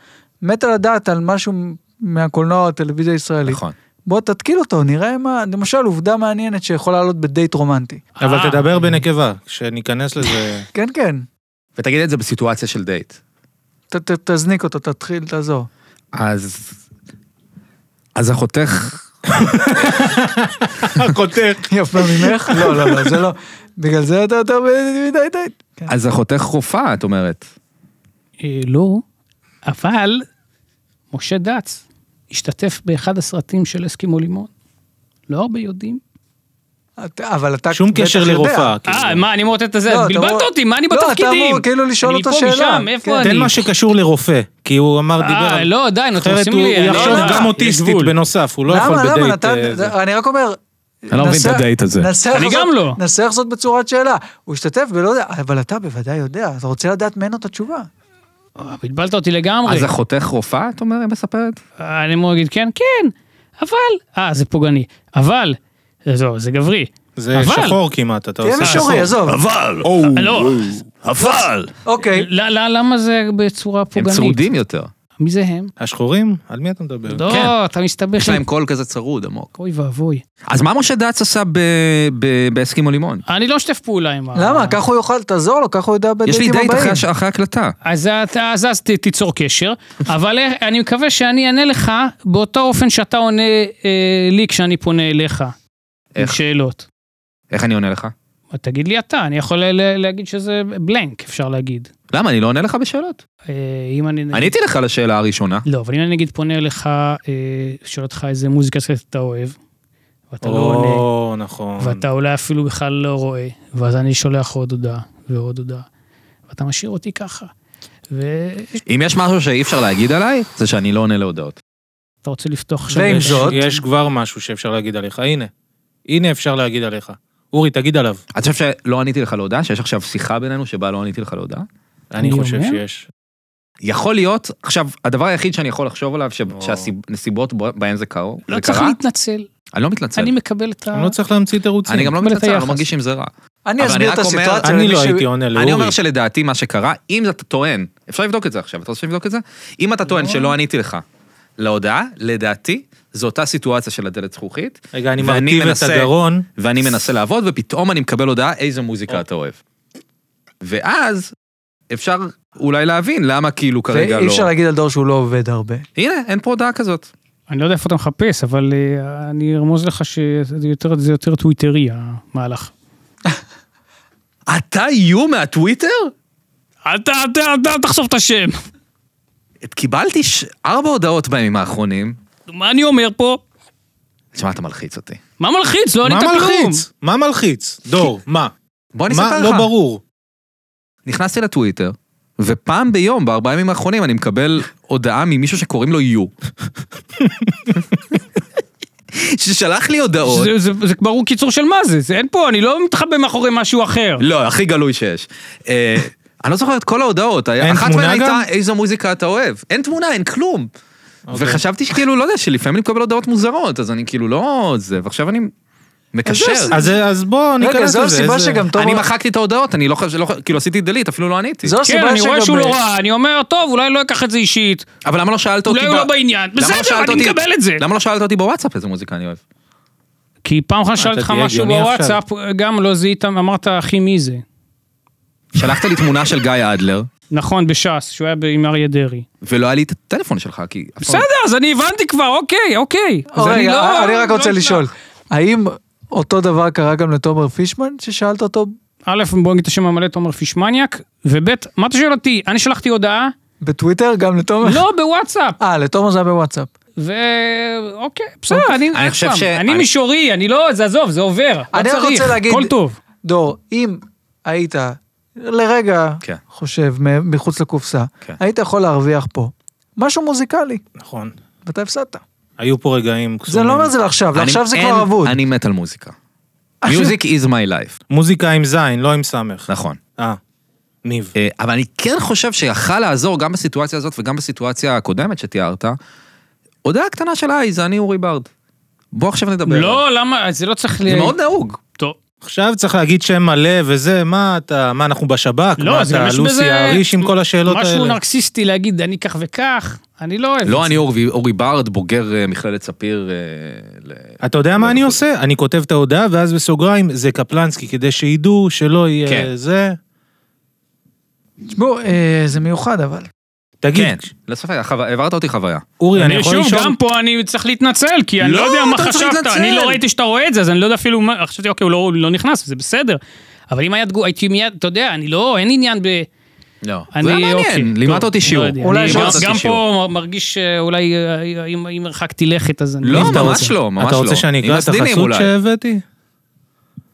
[SPEAKER 4] מתה לדעת על משהו מהקולנוע או הטלוויזיה הישראלית.
[SPEAKER 2] נכון.
[SPEAKER 4] בוא תתקיל אותו, נראה מה, למשל עובדה מעניינת שיכולה לעלות בדייט רומנטי.
[SPEAKER 1] אבל
[SPEAKER 3] אה.
[SPEAKER 1] תדבר בנקבה, כשניכנס לזה.
[SPEAKER 4] כן, כן,
[SPEAKER 2] ותגיד את זה בסיטואציה של דייט.
[SPEAKER 4] ת, ת, תזניק אותו, תתחיל, תעזור.
[SPEAKER 2] אז... אז החותך...
[SPEAKER 1] חותך.
[SPEAKER 4] יפה ממך? לא, לא, לא, זה לא. בגלל זה אתה יותר מדי דייט. כן.
[SPEAKER 2] אז החותך חופה, את אומרת.
[SPEAKER 3] אה, לא, אבל משה דץ השתתף באחד הסרטים של אסקימו לימון. לא הרבה יודעים.
[SPEAKER 4] אתה- אבל אתה
[SPEAKER 1] שום
[SPEAKER 4] בטח
[SPEAKER 1] קשר
[SPEAKER 4] יודע.
[SPEAKER 1] לרופאה.
[SPEAKER 3] אה,
[SPEAKER 1] כאילו.
[SPEAKER 3] מה, אני מוטט את זה?
[SPEAKER 4] לא, אתה
[SPEAKER 3] בלבלת
[SPEAKER 4] אמור-
[SPEAKER 3] אותי, מה אני
[SPEAKER 4] לא, אתה
[SPEAKER 3] בתפקידים?
[SPEAKER 4] אמור כאילו לשאול
[SPEAKER 3] אני
[SPEAKER 4] אותו
[SPEAKER 3] מפה,
[SPEAKER 4] שאלה.
[SPEAKER 3] משם,
[SPEAKER 4] כן.
[SPEAKER 3] איפה לא, אני?
[SPEAKER 1] תן מה שקשור לרופא, כי הוא אמר, דיבר
[SPEAKER 3] אה,
[SPEAKER 1] על...
[SPEAKER 3] לא, די, נו, אתם
[SPEAKER 1] אחרת
[SPEAKER 3] עושים
[SPEAKER 1] הוא
[SPEAKER 3] לי...
[SPEAKER 1] הוא
[SPEAKER 3] אני-
[SPEAKER 1] יחשוב
[SPEAKER 3] אה,
[SPEAKER 1] גם
[SPEAKER 3] יש
[SPEAKER 1] אוטיסטית
[SPEAKER 3] גבול.
[SPEAKER 1] בנוסף, הוא לא יכול
[SPEAKER 4] למה, למה,
[SPEAKER 1] בדייט...
[SPEAKER 4] נתן,
[SPEAKER 1] אה, זה.
[SPEAKER 4] אני רק אומר...
[SPEAKER 2] אני לא מבין את
[SPEAKER 4] נסה-
[SPEAKER 2] הדייט הזה.
[SPEAKER 4] נסה
[SPEAKER 3] אני
[SPEAKER 4] לחזות-
[SPEAKER 3] גם לא.
[SPEAKER 4] נסה לחזות בצורת שאלה. הוא השתתף ולא יודע, אבל אתה בוודאי יודע, אתה רוצה לדעת ממנו את התשובה.
[SPEAKER 3] אה, בלבלת אותי לגמרי.
[SPEAKER 2] אז החותך חופה, את אומרת, מספרת?
[SPEAKER 3] אה, אני אמור להגיד כן, כן, אבל... אה, זה פוגעני. אבל... אה, זהו, זה גברי.
[SPEAKER 1] זה
[SPEAKER 3] אבל-
[SPEAKER 1] שחור כמעט, אתה
[SPEAKER 4] תהיה
[SPEAKER 1] עושה...
[SPEAKER 4] מישורי, עזוב.
[SPEAKER 2] אבל! אה,
[SPEAKER 3] לא,
[SPEAKER 2] אבל!
[SPEAKER 4] אוקיי.
[SPEAKER 3] ל- ל- למה זה בצורה
[SPEAKER 2] הם
[SPEAKER 3] פוגענית?
[SPEAKER 2] צרודים יותר.
[SPEAKER 3] מי זה הם?
[SPEAKER 1] השחורים? על מי אתה מדבר?
[SPEAKER 3] לא, אתה מסתבך
[SPEAKER 2] יש
[SPEAKER 3] עם...
[SPEAKER 2] להם קול כזה צרוד עמוק.
[SPEAKER 3] אוי ואבוי.
[SPEAKER 2] אז מה משה דץ עשה ב- ב- באסקימו לימון?
[SPEAKER 3] אני לא משתף פעולה עם ה...
[SPEAKER 4] למה? ככה הוא יוכל, תעזור לו, ככה הוא יודע
[SPEAKER 2] יש לי
[SPEAKER 4] בדייטים
[SPEAKER 2] דייט אחרי
[SPEAKER 4] הבאים.
[SPEAKER 2] הש- אחרי הקלטה.
[SPEAKER 3] אז, את- אז, אז ת, תיצור קשר, אבל איך- אני מקווה שאני אענה לך באותו אופן שאתה עונה אה, לי כשאני פונה אליך. עם
[SPEAKER 2] איך?
[SPEAKER 3] שאלות.
[SPEAKER 2] איך אני עונה לך?
[SPEAKER 3] תגיד לי אתה, אני יכול ל- ל- להגיד שזה בלנק, אפשר להגיד.
[SPEAKER 2] למה, אני לא עונה לך בשאלות?
[SPEAKER 3] אה, אם אני... נגיד-
[SPEAKER 2] עניתי לך לשאלה הראשונה.
[SPEAKER 3] לא, אבל אם אני נגיד פונה אליך, אה, שואל אותך איזה מוזיקה שאתה אוהב, ואתה לא עונה.
[SPEAKER 1] או, נכון.
[SPEAKER 3] ואתה אולי אפילו בכלל לא רואה, ואז אני שולח עוד הודעה ועוד הודעה, ואתה משאיר אותי ככה. ואתה
[SPEAKER 2] אם יש משהו שאי אפשר להגיד עליי, זה שאני לא עונה להודעות.
[SPEAKER 3] רוצה לפתוח עכשיו...
[SPEAKER 4] ועם
[SPEAKER 1] יש-
[SPEAKER 4] זאת,
[SPEAKER 1] יש כבר משהו שאפשר להגיד עליך, הנה. הנה אפשר להגיד עליך. אורי, תגיד עליו.
[SPEAKER 2] אתה חושב שלא עניתי לך להודעה? שיש עכשיו שיחה בינינו שבה לא עניתי לך להודעה?
[SPEAKER 1] אני
[SPEAKER 3] אני
[SPEAKER 1] חושב
[SPEAKER 3] אומר?
[SPEAKER 1] שיש.
[SPEAKER 2] יכול להיות, עכשיו, הדבר היחיד שאני יכול לחשוב עליו, ש-
[SPEAKER 1] או.
[SPEAKER 2] שהנסיבות בו- בהן זה קרו,
[SPEAKER 3] לא
[SPEAKER 2] זה
[SPEAKER 3] צריך
[SPEAKER 2] קרה,
[SPEAKER 3] להתנצל,
[SPEAKER 2] אני לא מתנצל.
[SPEAKER 3] אני מקבל את ה...
[SPEAKER 1] אני לא צריך להמציא תירוצים.
[SPEAKER 2] אני גם לא
[SPEAKER 3] מקבל את
[SPEAKER 2] מתנצל, אני לא
[SPEAKER 3] היחס.
[SPEAKER 2] מרגיש עם זה רע.
[SPEAKER 4] אני
[SPEAKER 2] אבל אני
[SPEAKER 4] אסביר את
[SPEAKER 2] רק אומר-
[SPEAKER 4] הסיטואציה.
[SPEAKER 1] אני
[SPEAKER 4] למי
[SPEAKER 1] לא
[SPEAKER 4] ש-
[SPEAKER 1] הייתי עונה לאורי.
[SPEAKER 2] אני אומר שלדעתי מה שקרה, אם אתה טוען, אפשר לבדוק את זה עכשיו, אתה רוצה לבדוק את זה? אם אתה טוען שלא עניתי לך להודעה, לדעתי, זו אותה סיטואציה של הדלת זכוכית.
[SPEAKER 1] רגע, אני
[SPEAKER 2] ואני
[SPEAKER 1] מרטיב את
[SPEAKER 2] מנסה-
[SPEAKER 1] הגרון.
[SPEAKER 2] ואני מנסה לעבוד, ופתאום אני מקבל הודעה איזה מוזיקה אתה אוהב. ואז אפשר אולי להבין למה כאילו כרגע
[SPEAKER 4] ואי
[SPEAKER 2] לא...
[SPEAKER 4] אפשר להגיד על דור שהוא לא עובד הרבה.
[SPEAKER 2] הנה, אין פה הודעה כזאת.
[SPEAKER 3] אני לא יודע איפה אתה מחפש, אבל אה, אני ארמוז לך שזה יותר, זה יותר טוויטרי המהלך.
[SPEAKER 2] אתה איום מהטוויטר?
[SPEAKER 3] אל ת- אל ת- אל ת- אל תחשוף את השם.
[SPEAKER 2] קיבלתי ש- ארבע הודעות בימים האחרונים.
[SPEAKER 3] מה אני אומר פה?
[SPEAKER 2] תשמע, אתה מלחיץ אותי.
[SPEAKER 3] מה מלחיץ? לא
[SPEAKER 1] מה
[SPEAKER 3] ענית כלום.
[SPEAKER 1] מלחיץ? מה מלחיץ? דור, מה?
[SPEAKER 2] בוא אני
[SPEAKER 1] מה
[SPEAKER 2] אספר לך.
[SPEAKER 1] לא ברור?
[SPEAKER 2] נכנסתי לטוויטר, ופעם ביום, בארבעה ימים האחרונים, אני מקבל הודעה ממישהו שקוראים לו יו. ששלח לי הודעות.
[SPEAKER 3] זה- זה- זה ברור קיצור של מה זה, זה אין פה, אני לא מתחבא מאחורי משהו אחר.
[SPEAKER 2] לא, הכי גלוי שיש. אה, אני לא זוכר את כל ההודעות.
[SPEAKER 1] אין
[SPEAKER 2] אחת
[SPEAKER 1] תמונה
[SPEAKER 2] מהן הייתה
[SPEAKER 1] גם?
[SPEAKER 2] איזו מוזיקה אתה אוהב. אין תמונה, אין כלום.
[SPEAKER 1] אוקיי.
[SPEAKER 2] וחשבתי שכאילו, לא יודע, שלפעמים אני מקבל הודעות מוזרות, אז אני כאילו לא זה, ועכשיו אני מקשר.
[SPEAKER 4] אז זה-
[SPEAKER 1] אז אז בוא
[SPEAKER 4] רגע,
[SPEAKER 1] ניכנס
[SPEAKER 4] זו
[SPEAKER 1] לזה.
[SPEAKER 4] הסיבה
[SPEAKER 1] איזה-
[SPEAKER 4] שגם תומר...
[SPEAKER 2] אני מחקתי את ההודעות, אני לא חושב, לא חושב- כאילו עשיתי delete, אפילו לא עניתי.
[SPEAKER 4] זו
[SPEAKER 3] כן,
[SPEAKER 4] הסיבה
[SPEAKER 3] אני רואה
[SPEAKER 4] שגם-
[SPEAKER 3] שהוא לא ראה, אני אומר, טוב, אולי לא אקח את זה אישית,
[SPEAKER 2] אבל למה לא שאלת אותי?
[SPEAKER 3] אולי הוא
[SPEAKER 2] ב-
[SPEAKER 3] לא בעניין.
[SPEAKER 2] למה לא
[SPEAKER 3] בסדר,
[SPEAKER 2] שאלת
[SPEAKER 3] אני
[SPEAKER 2] אותי-
[SPEAKER 3] מקבל את זה.
[SPEAKER 2] למה לא שאלת אותי בוואטסאפ איזה מוזיקה אני אוהב?
[SPEAKER 3] כי פעם אחת
[SPEAKER 1] אתה
[SPEAKER 3] שאלתי אותך
[SPEAKER 1] תהיה
[SPEAKER 3] משהו
[SPEAKER 1] הגיוני
[SPEAKER 3] בוואטסאפ, גם לא זיהית, אמרת, אחי, מי זה?
[SPEAKER 2] שלחת לי תמונה של גיא אדלר,
[SPEAKER 3] נכון, בש"ס, שהוא היה עם אריה דרעי.
[SPEAKER 2] ולא היה לי את הטלפון שלך, כי... אף פעם-
[SPEAKER 3] בסדר, אז אני הבנתי כבר, אוקיי, אוקיי.
[SPEAKER 4] או,
[SPEAKER 3] אז
[SPEAKER 4] רגע,
[SPEAKER 3] לא-
[SPEAKER 4] אה, אני רק
[SPEAKER 3] לא-
[SPEAKER 4] רוצה לשאול, האם אותו דבר קרה גם לתומר פישמן, ששאלת אותו
[SPEAKER 3] א', בוא נגיד את השם המלא, תומר פישמניאק, וב', מה אתה שואל אותי? אני שלחתי הודעה,
[SPEAKER 4] בטוויטר, גם לתומר?
[SPEAKER 3] לא בוואטסאפ,
[SPEAKER 4] אה, לתומר זה היה בוואטסאפ.
[SPEAKER 3] ואוקיי, אוקיי, בסדר, אני
[SPEAKER 2] אני חושב
[SPEAKER 3] עוד פעם,
[SPEAKER 2] ש-
[SPEAKER 3] אני
[SPEAKER 2] אני-
[SPEAKER 3] מישורי, אני לא, זה עזוב, זה עובר, לא
[SPEAKER 4] אני רק
[SPEAKER 3] צריך,
[SPEAKER 4] רוצה להגיד-
[SPEAKER 3] הכל טוב.
[SPEAKER 4] דור, אם היית לרגע
[SPEAKER 2] כן.
[SPEAKER 4] חושב מ- מחוץ לקופסה,
[SPEAKER 2] כן.
[SPEAKER 4] היית יכול להרוויח פה משהו מוזיקלי,
[SPEAKER 1] נכון.
[SPEAKER 4] ואתה הפסדת.
[SPEAKER 1] היו פה רגעים
[SPEAKER 4] זה
[SPEAKER 1] קסומים.
[SPEAKER 4] אני לא אומר את זה לעכשיו,
[SPEAKER 2] אני-
[SPEAKER 4] לעכשיו זה
[SPEAKER 2] אין-
[SPEAKER 4] כבר אבוד.
[SPEAKER 2] אני מת על מוזיקה. Music is my life.
[SPEAKER 1] מוזיקה עם זין, לא עם סמך.
[SPEAKER 2] נכון.
[SPEAKER 1] אה, ניב.
[SPEAKER 2] אה, אבל אני כן חושב שיכל לעזור גם בסיטואציה הזאת וגם בסיטואציה הקודמת שתיארת, הודעה קטנה של היי, זה אני אורי ברד. בוא עכשיו נדבר.
[SPEAKER 3] לא, למה, זה לא צריך...
[SPEAKER 2] אוקיי. זה
[SPEAKER 3] ל-
[SPEAKER 2] מאוד נהוג.
[SPEAKER 3] טוב.
[SPEAKER 1] עכשיו צריך להגיד שם מלא וזה, מה אתה, מה אנחנו בשב"כ?
[SPEAKER 3] לא,
[SPEAKER 1] מה
[SPEAKER 3] זה
[SPEAKER 1] אתה,
[SPEAKER 3] גם יש
[SPEAKER 1] לוסי
[SPEAKER 3] בזה
[SPEAKER 1] אהריש עם כל השאלות
[SPEAKER 3] משהו
[SPEAKER 1] האלה?
[SPEAKER 3] נרקסיסטי להגיד, אני כך וכך, אני לא אוהב
[SPEAKER 2] לא,
[SPEAKER 3] את
[SPEAKER 2] אני אורי- אורי ברד, בוגר אה, מכללת ספיר. אה, ל-
[SPEAKER 1] אתה יודע מה אני עושה? אני כותב את ההודעה, ואז בסוגריים, זה קפלנסקי, כדי שידעו שלא
[SPEAKER 2] כן.
[SPEAKER 1] יהיה זה.
[SPEAKER 4] תשמעו, אה, זה מיוחד אבל.
[SPEAKER 1] תגיד,
[SPEAKER 2] כן, לא ספק, החו- העברת אותי חוויה.
[SPEAKER 1] אורי,
[SPEAKER 3] זה.
[SPEAKER 1] אני
[SPEAKER 3] אני
[SPEAKER 1] יכול
[SPEAKER 3] שוב,
[SPEAKER 1] לשאול?
[SPEAKER 3] גם פה אני צריך להתנצל, כי אני
[SPEAKER 2] לא,
[SPEAKER 3] לא יודע מה
[SPEAKER 2] אתה צריך
[SPEAKER 3] חשבת,
[SPEAKER 2] להתנצל.
[SPEAKER 3] אני לא ראיתי שאתה רואה את זה, אז אני לא יודע אפילו מה, חשבתי, אוקיי, הוא לא- הוא לא נכנס, זה בסדר. אבל אם היה תגובה, הייתי מיד, אתה יודע, אני לא, אין עניין ב...
[SPEAKER 2] לא. זה
[SPEAKER 3] אני,
[SPEAKER 2] היה
[SPEAKER 3] אוקיי,
[SPEAKER 2] מעניין, לימדת
[SPEAKER 3] טוב,
[SPEAKER 2] אותי
[SPEAKER 3] לא
[SPEAKER 2] שיעור.
[SPEAKER 3] יודע,
[SPEAKER 4] אולי
[SPEAKER 3] אני
[SPEAKER 4] אפשר
[SPEAKER 3] גם-
[SPEAKER 4] לעשות
[SPEAKER 3] גם
[SPEAKER 2] אותי שיעור.
[SPEAKER 3] פה מרגיש אה, אולי אה, אם אם הרחקתי לכת, אז אני...
[SPEAKER 2] לא,
[SPEAKER 1] ניב, אתה
[SPEAKER 2] ממש
[SPEAKER 1] רוצה-
[SPEAKER 2] לא, ממש
[SPEAKER 1] אתה
[SPEAKER 2] לא.
[SPEAKER 1] רוצה שאני
[SPEAKER 2] עם
[SPEAKER 1] אקרא את
[SPEAKER 2] הסדינים
[SPEAKER 1] החסות
[SPEAKER 2] אולי.
[SPEAKER 1] שהבאתי?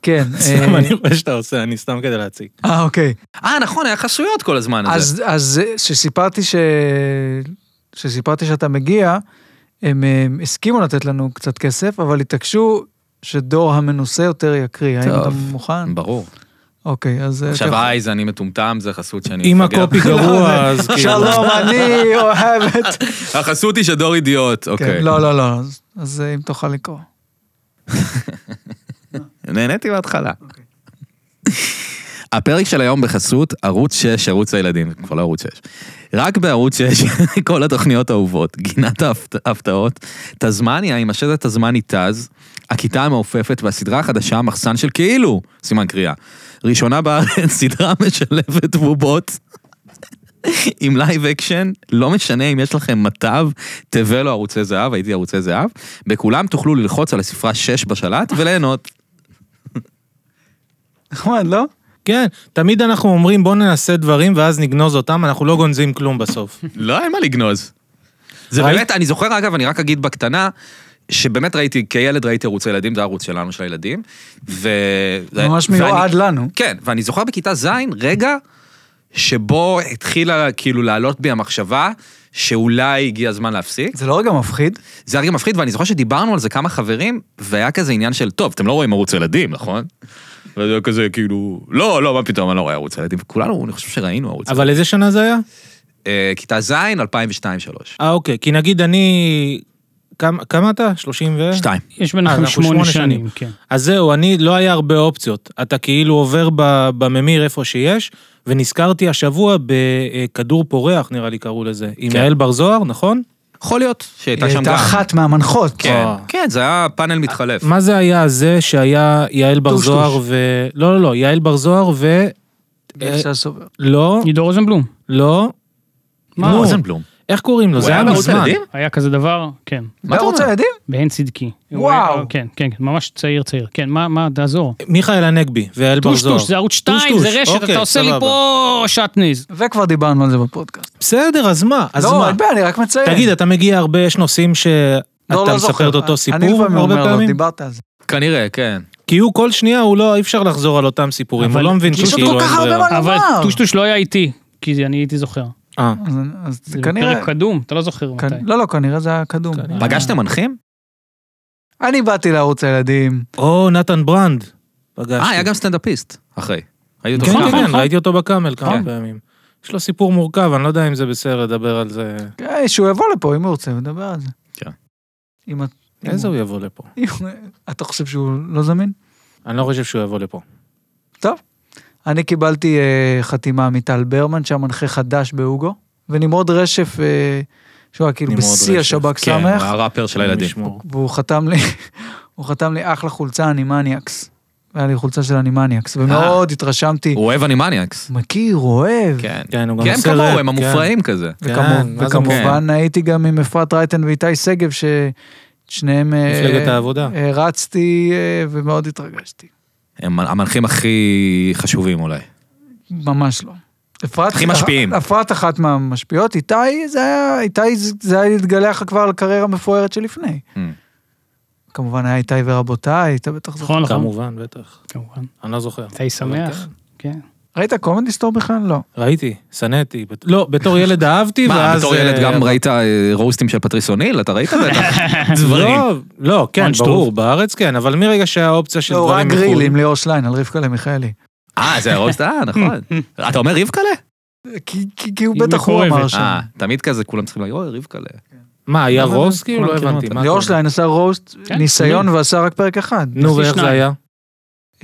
[SPEAKER 4] כן. אה,
[SPEAKER 1] סתם, אני רואה שאתה עושה, אני סתם כדי להציג.
[SPEAKER 4] אה, אוקיי.
[SPEAKER 2] אה, נכון, היה חסויות כל הזמן הזה.
[SPEAKER 4] אז, אז שסיפרתי ש... שסיפרתי שאתה מגיע, הם, הם הסכימו לתת לנו קצת כסף, אבל התעקשו שדור המנוסה יותר יקריא. האם אתה
[SPEAKER 2] טוב.
[SPEAKER 4] מוכן?
[SPEAKER 2] ברור.
[SPEAKER 3] כן,
[SPEAKER 4] אוקיי, אז... אה,
[SPEAKER 2] עכשיו,
[SPEAKER 4] ככה.
[SPEAKER 2] היי, זה אני מטומטם, זה חסות שאני...
[SPEAKER 1] אם
[SPEAKER 2] מפגר.
[SPEAKER 1] הקופי גרוע, אז כאילו...
[SPEAKER 4] שלום, אני אוהבת.
[SPEAKER 2] החסות היא שדור אידיוט,
[SPEAKER 4] כן,
[SPEAKER 2] אוקיי.
[SPEAKER 4] לא, לא, לא, אז- אז אה, אם תוכל לקרוא.
[SPEAKER 2] נהניתי בהתחלה. אוקיי. הפרק של היום בחסות ערוץ 6, ערוץ הילדים, כבר לא ערוץ 6. רק בערוץ 6 כל התוכניות האהובות, גינת ההפת- ההפתעות, תזמניה עם השטת תזמני תז, הכיתה המעופפת והסדרה החדשה מחסן של כאילו, סימן קריאה. ראשונה בארץ, סדרה משלבת בובות. עם לייב אקשן, לא משנה אם יש לכם מטב, תבל או ערוצי זהב, הייתי ערוצי זהב, בכולם תוכלו ללחוץ על הספרה 6 בשלט וליהנות.
[SPEAKER 4] נחמד, לא?
[SPEAKER 1] כן, תמיד אנחנו אומרים בוא ננסה דברים ואז נגנוז אותם, אנחנו לא גונזים כלום בסוף.
[SPEAKER 2] לא, אין מה לגנוז. זה
[SPEAKER 1] ראית?
[SPEAKER 2] באמת, אני זוכר, אגב, אני רק אגיד בקטנה, שבאמת ראיתי, כילד ראיתי ערוץ ילדים, זה הערוץ שלנו, של הילדים. ו...
[SPEAKER 4] ממש
[SPEAKER 2] ואני-
[SPEAKER 4] מיועד לנו.
[SPEAKER 2] כן, ואני זוכר בכיתה ז', רגע שבו התחילה כאילו לעלות בי המחשבה שאולי הגיע הזמן להפסיק.
[SPEAKER 4] זה לא רגע מפחיד?
[SPEAKER 2] זה היה רגע מפחיד, ואני זוכר שדיברנו על זה כמה חברים, והיה כזה עניין של, טוב, אתם לא רואים ערוץ ילדים, נכון? וזה היה כזה כאילו, לא, לא, מה פתאום, אני לא רואה ערוץ ילדים. וכולנו, אני חושב שראינו ערוץ ילדים.
[SPEAKER 1] אבל איזה שנה זה היה?
[SPEAKER 2] אה, כיתה ז', 2002-2003.
[SPEAKER 1] אה, אוקיי, כי נגיד אני כמה- כמה אתה? 30
[SPEAKER 4] כן.
[SPEAKER 1] ו...
[SPEAKER 2] שתיים.
[SPEAKER 3] יש
[SPEAKER 1] אה,
[SPEAKER 3] ביניכם
[SPEAKER 1] אנחנו
[SPEAKER 3] שמונה
[SPEAKER 1] שמונה
[SPEAKER 3] שנים,
[SPEAKER 1] שנים.
[SPEAKER 3] כן.
[SPEAKER 1] אז זהו, אני, לא היה הרבה אופציות. אתה כאילו עובר ב- בממיר איפה שיש, ונזכרתי השבוע בכדור פורח, נראה לי קראו לזה, עם
[SPEAKER 2] כן.
[SPEAKER 1] יעל בר זוהר, נכון?
[SPEAKER 2] יכול להיות שהייתה
[SPEAKER 4] היא
[SPEAKER 2] שם גם.
[SPEAKER 4] הייתה אחת מהמנחות.
[SPEAKER 2] כן,
[SPEAKER 1] אה.
[SPEAKER 2] כן, זה היה פאנל מתחלף.
[SPEAKER 1] מה זה היה זה שהיה יעל בר
[SPEAKER 4] טושטוש.
[SPEAKER 1] זוהר ו... לא, לא, לא, יעל בר זוהר ו...
[SPEAKER 4] איך זה הסובב?
[SPEAKER 1] לא,
[SPEAKER 3] עידו רוזנבלום.
[SPEAKER 1] לא,
[SPEAKER 3] מה?
[SPEAKER 1] נו.
[SPEAKER 2] רוזנבלום.
[SPEAKER 1] איך קוראים לו?
[SPEAKER 2] הוא
[SPEAKER 1] זה
[SPEAKER 2] היה
[SPEAKER 1] היה
[SPEAKER 2] בערוץ
[SPEAKER 1] מזמן.
[SPEAKER 2] הילדים?
[SPEAKER 3] היה כזה דבר, כן.
[SPEAKER 2] מה אתה
[SPEAKER 4] בערוץ
[SPEAKER 2] אומר?
[SPEAKER 4] הילדים?
[SPEAKER 3] בהן צדקי. הוא
[SPEAKER 4] וואו.
[SPEAKER 3] היה- כן, כן, כן, ממש צעיר צעיר. כן, מה, מה, תעזור.
[SPEAKER 1] מיכאל הנגבי ויעל בר זוהר.
[SPEAKER 3] טושטוש, זה ערוץ 2,
[SPEAKER 1] טושטוש,
[SPEAKER 3] זה רשת,
[SPEAKER 1] אוקיי,
[SPEAKER 3] אתה עושה לי
[SPEAKER 1] סבבה.
[SPEAKER 3] פה שעטניז.
[SPEAKER 4] וכבר דיברנו על זה בפודקאסט.
[SPEAKER 1] בסדר, אז מה? אז
[SPEAKER 4] לא,
[SPEAKER 1] מה?
[SPEAKER 4] אין בעיה, אני רק מציין.
[SPEAKER 1] תגיד, אתה מגיע הרבה, יש נושאים
[SPEAKER 4] לא,
[SPEAKER 1] שאתה
[SPEAKER 4] לא
[SPEAKER 1] מספר
[SPEAKER 4] זוכר.
[SPEAKER 1] את אותו
[SPEAKER 4] אני
[SPEAKER 1] סיפור
[SPEAKER 4] לפעמים
[SPEAKER 1] הרבה
[SPEAKER 4] אומר לו,
[SPEAKER 2] לא,
[SPEAKER 1] פעמים?
[SPEAKER 4] דיברת על זה.
[SPEAKER 2] כנראה, כן.
[SPEAKER 1] כי הוא כל שנייה, הוא לא, אי אפשר לחזור על אותם סיפורים,
[SPEAKER 3] אבל
[SPEAKER 1] הוא לא מבין
[SPEAKER 3] יש עוד
[SPEAKER 1] שכאילו
[SPEAKER 4] כל
[SPEAKER 1] אין
[SPEAKER 4] כך הרבה
[SPEAKER 1] ברירה.
[SPEAKER 4] מה
[SPEAKER 3] אבל
[SPEAKER 4] לומר.
[SPEAKER 3] טושטוש לא היה איתי, כי אני הייתי זוכר.
[SPEAKER 1] אה,
[SPEAKER 4] אז- אז
[SPEAKER 3] זה
[SPEAKER 4] כנראה...
[SPEAKER 3] פרק קדום, אתה לא זוכר
[SPEAKER 4] כנ-
[SPEAKER 3] מתי.
[SPEAKER 4] לא, לא, כנראה זה היה קדום.
[SPEAKER 1] כנראה.
[SPEAKER 2] פגשתם מנחים?
[SPEAKER 4] אני באתי לערוץ הילדים.
[SPEAKER 1] או נתן ברנד. פגשתי.
[SPEAKER 2] אה, היה גם סטנדאפיסט, אחרי. ראיתי
[SPEAKER 1] כן,
[SPEAKER 2] אותו
[SPEAKER 1] כן,
[SPEAKER 2] שם.
[SPEAKER 1] כן, ראיתי אותו בקאמל
[SPEAKER 2] כן.
[SPEAKER 1] כמה פעמים. יש לו סיפור מורכב, אני לא יודע אם זה בסדר לדבר על זה.
[SPEAKER 4] אה, שהוא יבוא לפה אם הוא רוצה, נדבר על זה.
[SPEAKER 2] כן.
[SPEAKER 4] אם את- אם
[SPEAKER 1] איזה
[SPEAKER 4] הוא-
[SPEAKER 1] הוא יבוא לפה?
[SPEAKER 4] אם- אתה חושב שהוא לא זמין?
[SPEAKER 1] אני לא חושב שהוא יבוא לפה.
[SPEAKER 4] אני קיבלתי אה, חתימה מטל ברמן, שהיה מנחה חדש בהוגו, ונמרוד רשף, אה, שהוא היה כאילו
[SPEAKER 1] נמרוד
[SPEAKER 4] בשיא
[SPEAKER 1] רשף,
[SPEAKER 4] השב"כ
[SPEAKER 2] כן, הוא
[SPEAKER 4] סמך,
[SPEAKER 2] הראפר
[SPEAKER 1] אה,
[SPEAKER 2] של הילדים.
[SPEAKER 1] משמור.
[SPEAKER 4] והוא חתם לי, הוא חתם לי אחלה חולצה אנימניאקס. היה לי חולצה של אנימניאקס, ומאוד התרשמתי,
[SPEAKER 2] אה. הוא אוהב אנימניאקס.
[SPEAKER 4] מכיר, אוהב.
[SPEAKER 2] כן.
[SPEAKER 1] כן, הוא גם
[SPEAKER 2] כן,
[SPEAKER 1] עושה
[SPEAKER 2] כמוהו,
[SPEAKER 1] ראפ,
[SPEAKER 2] הם
[SPEAKER 1] כן.
[SPEAKER 2] המופרעים כזה.
[SPEAKER 1] כן,
[SPEAKER 4] וכמו-
[SPEAKER 1] מה זה
[SPEAKER 4] וכמובן הייתי גם עם אפרת רייטן ואיתי שגב, ששניהם... אה,
[SPEAKER 1] מפלגת העבודה.
[SPEAKER 4] אה, רצתי אה, ומאוד התרגשתי.
[SPEAKER 2] הם המנחים הכי חשובים אולי.
[SPEAKER 4] ממש לא. אפרת, אה,
[SPEAKER 2] הכי משפיעים.
[SPEAKER 4] אפרת אחת מהמשפיעות, איתי זה היה, איתי זה- זה היה להתגלח כבר על הקריירה המפוארת שלפני.
[SPEAKER 2] Mm.
[SPEAKER 4] כמובן היה איתי ורבותיי, אתה בטח זוכר.
[SPEAKER 3] נכון, נכון.
[SPEAKER 1] כן, כמובן, בטח.
[SPEAKER 3] כמובן.
[SPEAKER 1] אני לא זוכר.
[SPEAKER 3] אתה שמח?
[SPEAKER 1] אבל
[SPEAKER 3] כן.
[SPEAKER 4] ראית קומדיסטור בכלל? לא.
[SPEAKER 1] כן. ראיתי, שנאתי. בת- לא, בתור ילד אהבתי, ואז...
[SPEAKER 2] מה, בתור ילד
[SPEAKER 1] אה,
[SPEAKER 2] גם ראית אה, רוסטים של פטריס אוניל? אתה ראית בטח? דברים.
[SPEAKER 1] לא, לא, כן,
[SPEAKER 3] אונשטרוף.
[SPEAKER 1] ברור, בארץ כן, אבל מרגע שהאופציה של
[SPEAKER 4] לא, הוא ראה
[SPEAKER 1] דברים
[SPEAKER 4] גריל עם ליאור שליין על רבקה למיכאלי.
[SPEAKER 2] אה, זה הרוסט, אה, נכון. אתה אומר רבקלה?
[SPEAKER 4] כי- כי כי הוא
[SPEAKER 3] היא
[SPEAKER 4] בטח הוא אמר
[SPEAKER 3] מקורבת.
[SPEAKER 4] שם.
[SPEAKER 2] אה, תמיד כזה כולם צריכים להגיד, אוי, רבקלה.
[SPEAKER 1] מה, היה
[SPEAKER 4] אבל-
[SPEAKER 1] רוס? כאילו, לא
[SPEAKER 3] כולם מכירים
[SPEAKER 1] הבנתי.
[SPEAKER 3] אותה.
[SPEAKER 1] מה
[SPEAKER 4] ליאור
[SPEAKER 1] אתה-
[SPEAKER 4] שליין עשה רוסט
[SPEAKER 3] כן,
[SPEAKER 4] ניסיון ועשה רק פרק אחד.
[SPEAKER 1] נו, ואיך זה
[SPEAKER 3] שניים.
[SPEAKER 1] היה?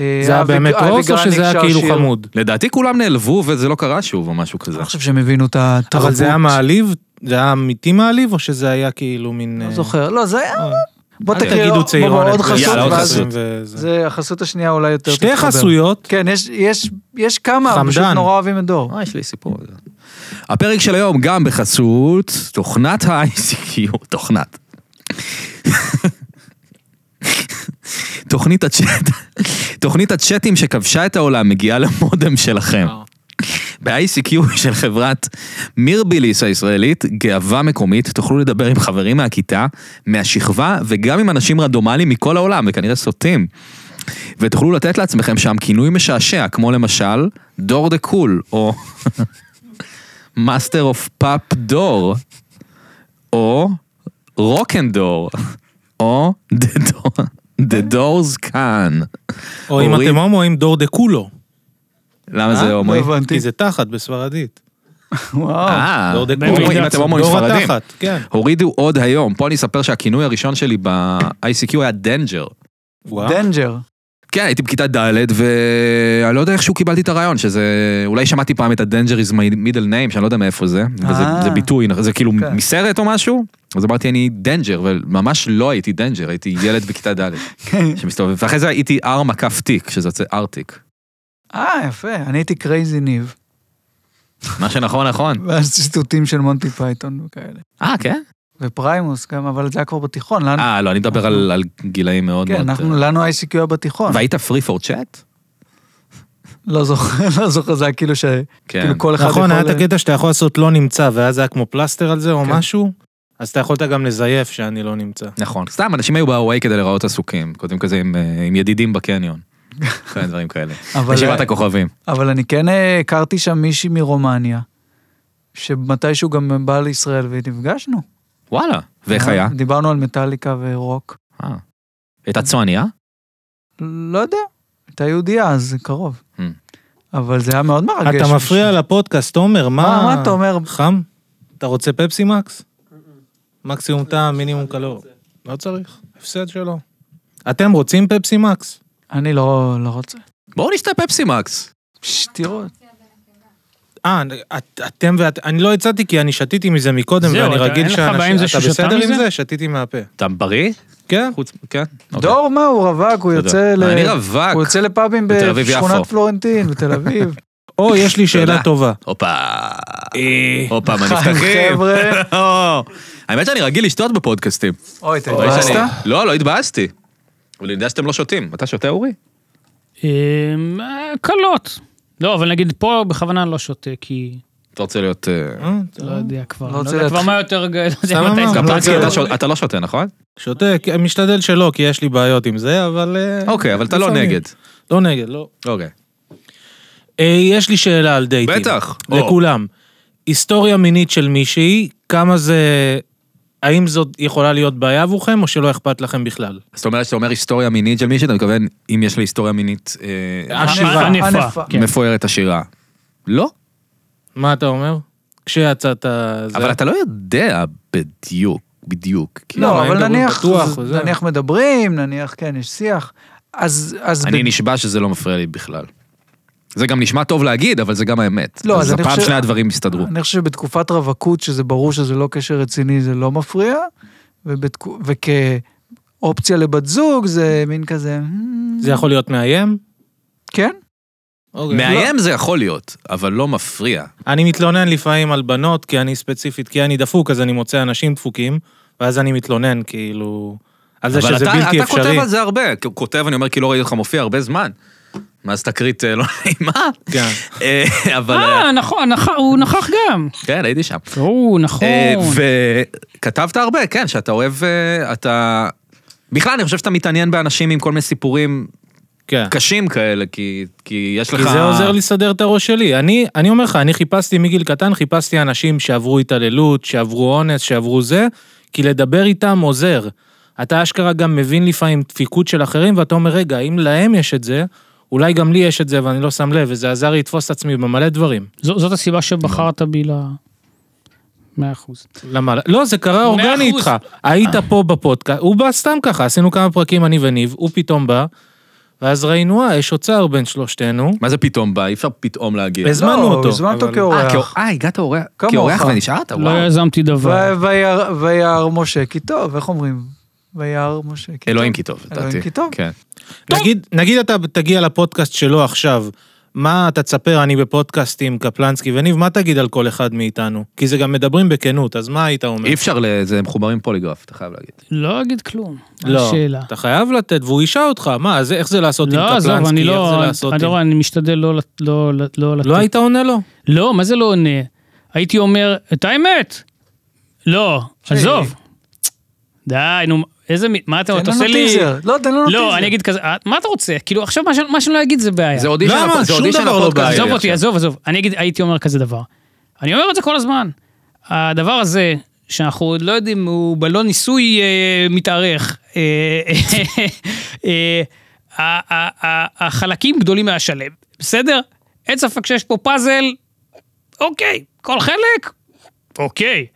[SPEAKER 4] אה,
[SPEAKER 1] זה היה
[SPEAKER 4] אבי-
[SPEAKER 1] באמת
[SPEAKER 4] אבי
[SPEAKER 1] רוס, או
[SPEAKER 4] גרניק
[SPEAKER 1] שזה היה
[SPEAKER 4] שר
[SPEAKER 1] כאילו
[SPEAKER 4] שיר.
[SPEAKER 1] חמוד?
[SPEAKER 2] לדעתי כולם נעלבו וזה לא קרה שוב או משהו
[SPEAKER 4] אני
[SPEAKER 2] כזה.
[SPEAKER 4] לא חושב שהם הבינו את התרבות.
[SPEAKER 1] אבל זה היה מעליב? זה היה אמיתי מעליב, או שזה היה כאילו מין...
[SPEAKER 4] לא
[SPEAKER 1] אה,
[SPEAKER 4] זוכר. לא, זה היה...
[SPEAKER 1] אה,
[SPEAKER 4] בוא
[SPEAKER 1] אל
[SPEAKER 4] תקריא.
[SPEAKER 1] תגידו
[SPEAKER 4] בוא,
[SPEAKER 1] צעירונת.
[SPEAKER 4] בוא, עוד חסות.
[SPEAKER 2] יאללה, עוד
[SPEAKER 4] ואז-
[SPEAKER 2] חסות.
[SPEAKER 1] וזה.
[SPEAKER 4] זה החסות השנייה אולי יותר
[SPEAKER 1] שתי
[SPEAKER 4] תתחבר.
[SPEAKER 1] חסויות.
[SPEAKER 4] כן, יש, יש, יש כמה, חמדן. פשוט
[SPEAKER 1] חמדן.
[SPEAKER 4] נורא אוהבים את דור.
[SPEAKER 2] אה, יש לי סיפור. על זה. הפרק של היום גם בחסות תוכנת ה-ICQ, תוכנת. תוכנית הצ'אט, תוכנית הצ'אטים שכבשה את העולם מגיעה למודם שלכם. ב-ICQ של חברת מירביליס הישראלית, גאווה מקומית, תוכלו לדבר עם חברים מהכיתה, מהשכבה וגם עם אנשים רנדומליים מכל העולם, וכנראה סוטים. ותוכלו לתת לעצמכם שם כינוי משעשע, כמו למשל, דור דה קול, או מאסטר אוף פאפ דור, או רוקנדור, או דה דורס כאן.
[SPEAKER 1] או אם
[SPEAKER 2] אורי-
[SPEAKER 1] אתם הומואים, דור דה קולו.
[SPEAKER 2] למה
[SPEAKER 1] אה?
[SPEAKER 2] זה
[SPEAKER 1] לא
[SPEAKER 2] הומואי?
[SPEAKER 4] הבנתי.
[SPEAKER 1] כי זה תחת בספרדית.
[SPEAKER 4] וואו.
[SPEAKER 2] אה,
[SPEAKER 1] דור דה
[SPEAKER 2] הומואים,
[SPEAKER 1] קולו.
[SPEAKER 2] אם אתם הומואים
[SPEAKER 1] דור
[SPEAKER 2] ספרדים.
[SPEAKER 1] התחת, כן.
[SPEAKER 2] הורידו עוד היום, פה אני אספר שהכינוי הראשון שלי ב-ICQ היה דנג'ר.
[SPEAKER 1] וואו.
[SPEAKER 4] דנג'ר.
[SPEAKER 2] כן, הייתי בכיתה ד' ואני לא יודע איכשהו קיבלתי את הרעיון, שזה... אולי שמעתי פעם את ה-Danger is my middle name, שאני לא יודע מאיפה זה, וזה
[SPEAKER 4] אה.
[SPEAKER 2] זה ביטוי, זה כאילו
[SPEAKER 4] כן.
[SPEAKER 2] מסרט או משהו, אז אמרתי אני דנג'ר, וממש לא הייתי דנג'ר, הייתי ילד בכיתה ד'
[SPEAKER 4] כן.
[SPEAKER 2] שמסתובב, ואחרי זה הייתי R מקף תיק, שזה יוצא ארטיק.
[SPEAKER 4] אה, יפה, אני הייתי קרייזי ניב.
[SPEAKER 2] מה שנכון נכון.
[SPEAKER 4] ואז ציטוטים של מונטי פייתון וכאלה.
[SPEAKER 2] אה, כן?
[SPEAKER 4] ופריימוס גם, אבל זה היה כבר בתיכון. לנו,
[SPEAKER 2] אה, לא, אני מדבר על על גילאים מאוד
[SPEAKER 4] כן,
[SPEAKER 2] מאוד...
[SPEAKER 4] אנחנו, לא.
[SPEAKER 2] אה,
[SPEAKER 4] לנו ICQ היה בתיכון.
[SPEAKER 2] והיית פרי פור צ'אט?
[SPEAKER 4] לא זוכר, לא זוכר, זה היה כאילו ש...
[SPEAKER 2] כן.
[SPEAKER 4] כאילו כל אחד יכול...
[SPEAKER 1] נכון, היה את הקטע שאתה יכול לעשות לא נמצא, ואז היה כמו פלסטר על זה או
[SPEAKER 4] כן.
[SPEAKER 1] משהו, אז אתה יכולת גם לזייף שאני לא נמצא.
[SPEAKER 2] נכון, סתם אנשים היו בהוואי כדי לראות עסוקים, כותבים כזה עם, אה, עם ידידים בקניון, כל מיני דברים כאלה.
[SPEAKER 4] אבל- אה,
[SPEAKER 2] ישיבת הכוכבים.
[SPEAKER 4] אבל אני כן אה, הכרתי שם מישהי מרומניה, שמתישהו גם באה לישראל ונפגשנו. אה,
[SPEAKER 2] וואלה, ואיך היה?
[SPEAKER 4] דיברנו על מטאליקה ורוק.
[SPEAKER 2] אה. הייתה צועניה?
[SPEAKER 4] לא יודע, הייתה יהודייה, אז זה קרוב.
[SPEAKER 2] Hmm.
[SPEAKER 4] אבל זה היה מאוד מרגש.
[SPEAKER 1] אתה מפריע לפודקאסט, תומר, מה...
[SPEAKER 4] מה, מה אתה אומר?
[SPEAKER 1] חם? אתה רוצה פפסי מקס? מקסימום טעם, מינימום קלור. לא צריך, הפסד שלו. אתם רוצים פפסי מקס?
[SPEAKER 4] אני לא לא רוצה.
[SPEAKER 2] בואו נשתה פפסי מקס.
[SPEAKER 4] שטרות.
[SPEAKER 2] אוקיי.
[SPEAKER 1] אה, את- אתם ואת... אני לא הצעתי כי אני שתיתי מזה מקודם,
[SPEAKER 3] זהו,
[SPEAKER 1] ואני
[SPEAKER 3] אתה-
[SPEAKER 1] רגיל
[SPEAKER 3] אין לך בעיה עם
[SPEAKER 1] שאנשים...
[SPEAKER 3] זה
[SPEAKER 1] אתה
[SPEAKER 3] ששתה
[SPEAKER 1] בסדר עם
[SPEAKER 3] מזה?
[SPEAKER 1] זה? שתיתי מהפה.
[SPEAKER 2] אתה בריא?
[SPEAKER 1] כן?
[SPEAKER 2] חוץ... כן. אוקיי.
[SPEAKER 4] דור מה, הוא רווק,
[SPEAKER 2] בסדר.
[SPEAKER 4] הוא יוצא ל...
[SPEAKER 2] אני רווק.
[SPEAKER 4] הוא יוצא לפאבים
[SPEAKER 2] בתל אביב יפו.
[SPEAKER 4] בשכונת פלורנטין, בתל אביב.
[SPEAKER 1] או, יש לי שאלה
[SPEAKER 2] תודה.
[SPEAKER 1] טובה.
[SPEAKER 2] הופה. הופה, מנפתחים.
[SPEAKER 4] חבר'ה.
[SPEAKER 2] האמת שאני רגיל לשתות בפודקאסטים.
[SPEAKER 4] אוי, אתה
[SPEAKER 2] אתה יודע שאני-
[SPEAKER 4] התבאסת?
[SPEAKER 2] לא, לא התבאסתי. אבל אני יודע שאתם לא שותים. אתה שותה, אורי?
[SPEAKER 3] אמ, אה, קלות. לא, אבל נגיד פה בכוונה לא שותה, כי
[SPEAKER 2] אתה רוצה להיות... אה,
[SPEAKER 1] אה,
[SPEAKER 3] לא יודע כבר. לא
[SPEAKER 4] רוצה
[SPEAKER 3] יודע כבר
[SPEAKER 4] להתחיל.
[SPEAKER 3] מה יותר גדול. לא יודע
[SPEAKER 1] סתם
[SPEAKER 3] מתי
[SPEAKER 1] אמרנו.
[SPEAKER 3] זה-
[SPEAKER 2] קפלנסקי, אתה
[SPEAKER 1] לא.
[SPEAKER 2] שות- אתה לא שותה, נכון?
[SPEAKER 1] שותה, כי- משתדל שלא, כי יש לי בעיות עם זה, אבל... אה,
[SPEAKER 2] אוקיי, אבל אתה לא
[SPEAKER 1] לפעמים.
[SPEAKER 2] נגד.
[SPEAKER 1] לא נגד, לא.
[SPEAKER 2] אוקיי.
[SPEAKER 1] אה, יש לי שאלה על דייטים.
[SPEAKER 2] בטח.
[SPEAKER 1] לכולם. היסטוריה מינית של מישהי, כמה זה... האם זאת יכולה להיות בעיה עבורכם, או שלא אכפת לכם בכלל?
[SPEAKER 2] זאת אומרת, כשאתה אומר היסטוריה מינית של מישהי, אתה מתכוון אם יש לה היסטוריה מינית אה,
[SPEAKER 1] אה, עשירה.
[SPEAKER 3] ענפה.
[SPEAKER 4] ענפה.
[SPEAKER 3] כן.
[SPEAKER 2] מפוארת עשירה. לא,
[SPEAKER 1] מה אתה אומר? כשיצאת... זה-
[SPEAKER 2] אבל אתה לא יודע בדיוק, בדיוק. כאילו,
[SPEAKER 1] לא,
[SPEAKER 4] לא,
[SPEAKER 1] הם
[SPEAKER 4] אבל
[SPEAKER 1] מדברים
[SPEAKER 4] נניח,
[SPEAKER 1] בטוח
[SPEAKER 4] אז
[SPEAKER 1] וזה.
[SPEAKER 4] נניח מדברים, נניח, כן, יש שיח. אז, אז,
[SPEAKER 2] אני נשבע שזה לא מפריע לי בכלל. זה גם נשמע טוב להגיד, אבל זה גם האמת.
[SPEAKER 4] לא,
[SPEAKER 2] אז
[SPEAKER 4] אז אני
[SPEAKER 2] הפעם
[SPEAKER 4] חושב-
[SPEAKER 2] שני הדברים הסתדרו.
[SPEAKER 4] אני חושב שבתקופת רווקות, שזה ברור שזה לא קשר רציני, זה לא מפריע, ובתק... וכאופציה לבת זוג, זה מין כזה... "Hmm,
[SPEAKER 1] זה יכול להיות מאיים?
[SPEAKER 4] כן?
[SPEAKER 1] אוקיי.
[SPEAKER 2] מאיים זה יכול להיות, אבל לא מפריע.
[SPEAKER 1] אני מתלונן לפעמים על בנות, כי אני ספציפית, כי אני דפוק, אז אני מוצא אנשים דפוקים, ואז אני מתלונן, כאילו, על זה
[SPEAKER 2] אבל
[SPEAKER 1] שזה
[SPEAKER 2] אתה-
[SPEAKER 1] בלתי
[SPEAKER 2] אתה כותב
[SPEAKER 1] אפשרי.
[SPEAKER 2] על זה הרבה. כ- כותב, אני אומר, כי לא ראיתי אותך מופיע הרבה זמן. מאז תקרית אה, לא נעימה.
[SPEAKER 1] כן.
[SPEAKER 2] אה, אבל... אה,
[SPEAKER 3] אה, נכון, נכח- הוא נכח גם.
[SPEAKER 2] כן, הייתי שם.
[SPEAKER 3] או, נכון.
[SPEAKER 2] אה, וכתבת הרבה, כן, שאתה אוהב, אה, אתה... בכלל, אני חושב שאתה מתעניין באנשים עם כל מיני סיפורים
[SPEAKER 1] כן.
[SPEAKER 2] קשים כאלה, כי, כי יש לך...
[SPEAKER 1] כי זה עוזר לי לסדר את הראש שלי. אני, אני אומר לך, אני חיפשתי מגיל קטן, חיפשתי אנשים שעברו התעללות, שעברו אונס, שעברו זה, כי לדבר איתם עוזר. אתה אשכרה גם מבין לפעמים דפיקות של אחרים, ואתה אומר, רגע, אם להם יש את זה, אולי גם לי יש את זה ואני לא שם לב, וזה עזר לי לתפוס את עצמי במלא דברים.
[SPEAKER 3] זו- זאת הסיבה שבחרת בי ל... מאה אחוז.
[SPEAKER 1] למה? לא, זה קרה
[SPEAKER 3] מאה
[SPEAKER 1] אורגני
[SPEAKER 3] אחוז.
[SPEAKER 1] איתך. היית פה בפודקאסט, הוא בא סתם ככה, עשינו כמה פרקים אני וניב, הוא פתאום בא, ואז ראינו, אה, יש אוצר בין שלושתנו,
[SPEAKER 2] מה זה פתאום בא? אי אפשר פתאום להגיע.
[SPEAKER 1] הזמנו
[SPEAKER 4] לא,
[SPEAKER 1] אותו,
[SPEAKER 4] הזמנו אותו
[SPEAKER 1] אבל-
[SPEAKER 2] אה,
[SPEAKER 4] כאורח.
[SPEAKER 2] כאור- אה, הגעת אורח,
[SPEAKER 4] כמוך.
[SPEAKER 2] כאורח ונשארת? וואו.
[SPEAKER 3] לא יזמתי דבר.
[SPEAKER 4] ו- וירא- וירא משה כי טוב, איך אומרים? וירא משה כי טוב.
[SPEAKER 2] אלוהים כי טוב, לדעתי.
[SPEAKER 4] אלוהים כי טוב.
[SPEAKER 2] כן.
[SPEAKER 1] נגיד, נגיד אתה תגיע לפודקאסט שלו עכשיו, מה אתה תספר, אני בפודקאסט עם קפלנסקי וניב, מה תגיד על כל אחד מאיתנו? כי זה גם מדברים בכנות, אז מה היית אומר?
[SPEAKER 2] אי אפשר, ל- זה מחוברים פוליגרף, אתה חייב להגיד.
[SPEAKER 3] לא אגיד כלום.
[SPEAKER 1] לא,
[SPEAKER 3] השאלה.
[SPEAKER 1] אתה חייב לתת, והוא אישה אותך, מה, זה, איך זה לעשות עם
[SPEAKER 3] לא, עזוב,
[SPEAKER 1] קפלנסקי,
[SPEAKER 3] אני
[SPEAKER 1] איך זה
[SPEAKER 3] לא...
[SPEAKER 1] לעשות
[SPEAKER 3] אני
[SPEAKER 1] עם...
[SPEAKER 3] לא- אני משתדל לא לת- לא לת- לא לתת
[SPEAKER 1] לא היית עונה לו?
[SPEAKER 3] לא, מה זה לא עונה? הייתי אומר, את האמת. לא, עזוב. די, נו, איזה, מ- מה אתה
[SPEAKER 4] תן
[SPEAKER 3] אתה
[SPEAKER 4] לנו
[SPEAKER 3] עושה לי...
[SPEAKER 4] טיזר. לא, תן לנו טיזר.
[SPEAKER 3] לא, אני אגיד כזה, "אה, מה אתה רוצה? כאילו, עכשיו מה שאני- מה שאני לא אגיד זה בעיה.
[SPEAKER 2] זה אודישן,
[SPEAKER 1] למה?
[SPEAKER 2] הפ- זה
[SPEAKER 1] שום
[SPEAKER 2] אודישן
[SPEAKER 1] דבר לא
[SPEAKER 2] הפודקאסט.
[SPEAKER 1] בעיה.
[SPEAKER 3] עזוב
[SPEAKER 2] שלי
[SPEAKER 3] אותי,
[SPEAKER 2] עכשיו.
[SPEAKER 3] עזוב, עזוב. אני אגיד, הייתי אומר כזה דבר. אני אומר את זה כל הזמן. הדבר הזה, שאנחנו עוד לא יודעים, הוא בלון ניסוי אה, מתארך. אה, אה, ה- ה- ה- החלקים גדולים מהשלם, בסדר? אין ספק שיש פה פאזל, אוקיי, כל חלק, אוקיי.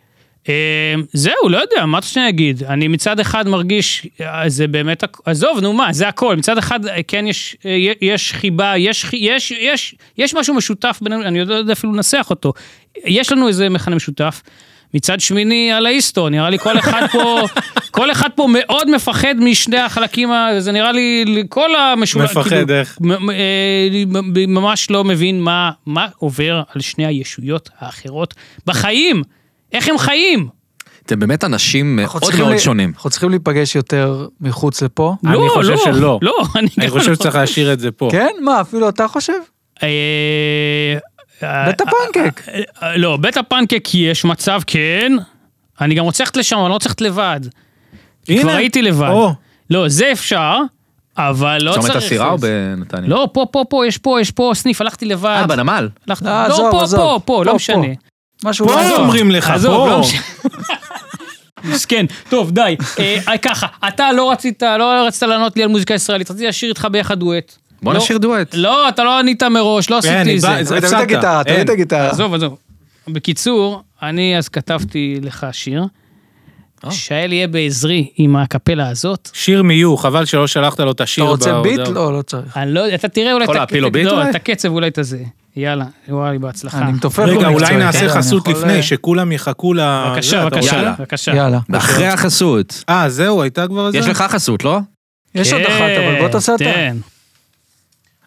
[SPEAKER 3] אה, זהו, לא יודע, מה אתה שאני אגיד? אני מצד אחד מרגיש, אה, זה באמת, הכ- עזוב, נו מה, זה הכל. מצד אחד, אה, כן, יש, אה, יש חיבה, יש, חי- יש, יש, יש משהו משותף בינינו, אני לא יודע אפילו לנסח אותו. יש לנו איזה מכנה משותף. מצד שמיני, על האיסטו, נראה לי כל אחד פה, כל אחד פה מאוד מפחד משני החלקים, ה- זה נראה לי, כל המשולש, כאילו-
[SPEAKER 1] מפחד, איך?
[SPEAKER 3] מ- מ- אה, מ- מ- ממש לא מבין מה, מה עובר על שני הישויות האחרות בחיים. איך הם חיים?
[SPEAKER 2] אתם באמת אנשים
[SPEAKER 4] אנחנו
[SPEAKER 2] מאוד
[SPEAKER 4] צריכים
[SPEAKER 2] מאוד
[SPEAKER 4] ל- לא
[SPEAKER 2] שונים.
[SPEAKER 4] אנחנו צריכים להיפגש יותר מחוץ לפה.
[SPEAKER 1] אני
[SPEAKER 3] לא,
[SPEAKER 1] חושב
[SPEAKER 3] לא,
[SPEAKER 1] שלא.
[SPEAKER 3] לא, אני
[SPEAKER 1] אני
[SPEAKER 3] גם
[SPEAKER 1] חושב
[SPEAKER 3] לא.
[SPEAKER 1] שצריך להשאיר את זה פה.
[SPEAKER 4] כן? מה, אפילו אתה חושב?
[SPEAKER 3] אה, אה,
[SPEAKER 4] בית הפנקק.
[SPEAKER 3] אה, אה, לא, בית הפנקק יש מצב, כן. אני גם רוצה ללכת לשם, אבל אני לא רוצה ללכת לבד.
[SPEAKER 1] הנה.
[SPEAKER 3] כבר הייתי לבד.
[SPEAKER 1] או.
[SPEAKER 3] לא, זה אפשר, אבל לא
[SPEAKER 2] אתה
[SPEAKER 3] צריך...
[SPEAKER 2] עומד בסירה או
[SPEAKER 3] זה.
[SPEAKER 2] בנתניה?
[SPEAKER 3] לא, פה, פה, פה, יש פה, יש פה סניף, הלכתי לבד.
[SPEAKER 2] אה, בנמל?
[SPEAKER 3] הלכתי-
[SPEAKER 4] אה,
[SPEAKER 3] לא,
[SPEAKER 4] עזוב,
[SPEAKER 3] פה,
[SPEAKER 4] עזוב.
[SPEAKER 3] פה, פה,
[SPEAKER 4] פה,
[SPEAKER 3] לא משנה.
[SPEAKER 4] משהו
[SPEAKER 1] פה
[SPEAKER 4] עזוב.
[SPEAKER 1] אומרים לך,
[SPEAKER 3] עזוב, לא
[SPEAKER 1] פה.
[SPEAKER 3] משנה. מסכן, טוב די, אה, ככה, אתה לא רצית, לא רצית לענות לי על מוזיקה ישראלית, רציתי לשיר איתך ביחד דואט.
[SPEAKER 2] בוא
[SPEAKER 3] לא-
[SPEAKER 2] נשאיר דואט.
[SPEAKER 3] לא, אתה לא ענית מראש, לא
[SPEAKER 1] כן, אני
[SPEAKER 3] עשיתי זה.
[SPEAKER 1] בא-
[SPEAKER 4] תביא תביא את
[SPEAKER 1] הפסדת.
[SPEAKER 4] הגיטרה, תביא את
[SPEAKER 1] אין.
[SPEAKER 4] הגיטרה.
[SPEAKER 3] עזוב, עזוב. בקיצור, אני אז כתבתי לך שיר,
[SPEAKER 2] אה.
[SPEAKER 3] שהאל יהיה בעזרי עם הקפלה הזאת.
[SPEAKER 1] שיר מיו, חבל שלא שלחת לו את השיר.
[SPEAKER 4] אתה רוצה
[SPEAKER 1] בהודעה.
[SPEAKER 4] ביט? לא, לא צריך.
[SPEAKER 3] אני לא יודע, אתה תראה אולי...
[SPEAKER 2] יכול
[SPEAKER 3] את-
[SPEAKER 2] להפיל לו
[SPEAKER 3] את-
[SPEAKER 2] ביט
[SPEAKER 3] לא,
[SPEAKER 2] אולי?
[SPEAKER 3] את הקצב אולי תזה. יאללה, וואי, בהצלחה.
[SPEAKER 4] אני מתופף
[SPEAKER 1] רגע, אולי
[SPEAKER 4] במקצועי,
[SPEAKER 1] נעשה
[SPEAKER 4] כן,
[SPEAKER 1] חסות
[SPEAKER 4] אני יכול,
[SPEAKER 1] לפני,
[SPEAKER 4] אה,
[SPEAKER 1] שכולם יחכו ל... זה,
[SPEAKER 3] בבקשה,
[SPEAKER 1] אתה
[SPEAKER 3] בבקשה,
[SPEAKER 2] אה, לא, יאללה.
[SPEAKER 3] בבקשה.
[SPEAKER 4] יאללה.
[SPEAKER 2] אחרי החסות.
[SPEAKER 1] רוצה? אה, זהו, הייתה כבר זה?
[SPEAKER 2] יש לך חסות, לא?
[SPEAKER 4] יש עוד אחת, אבל בוא תעשה אותה.
[SPEAKER 3] כן.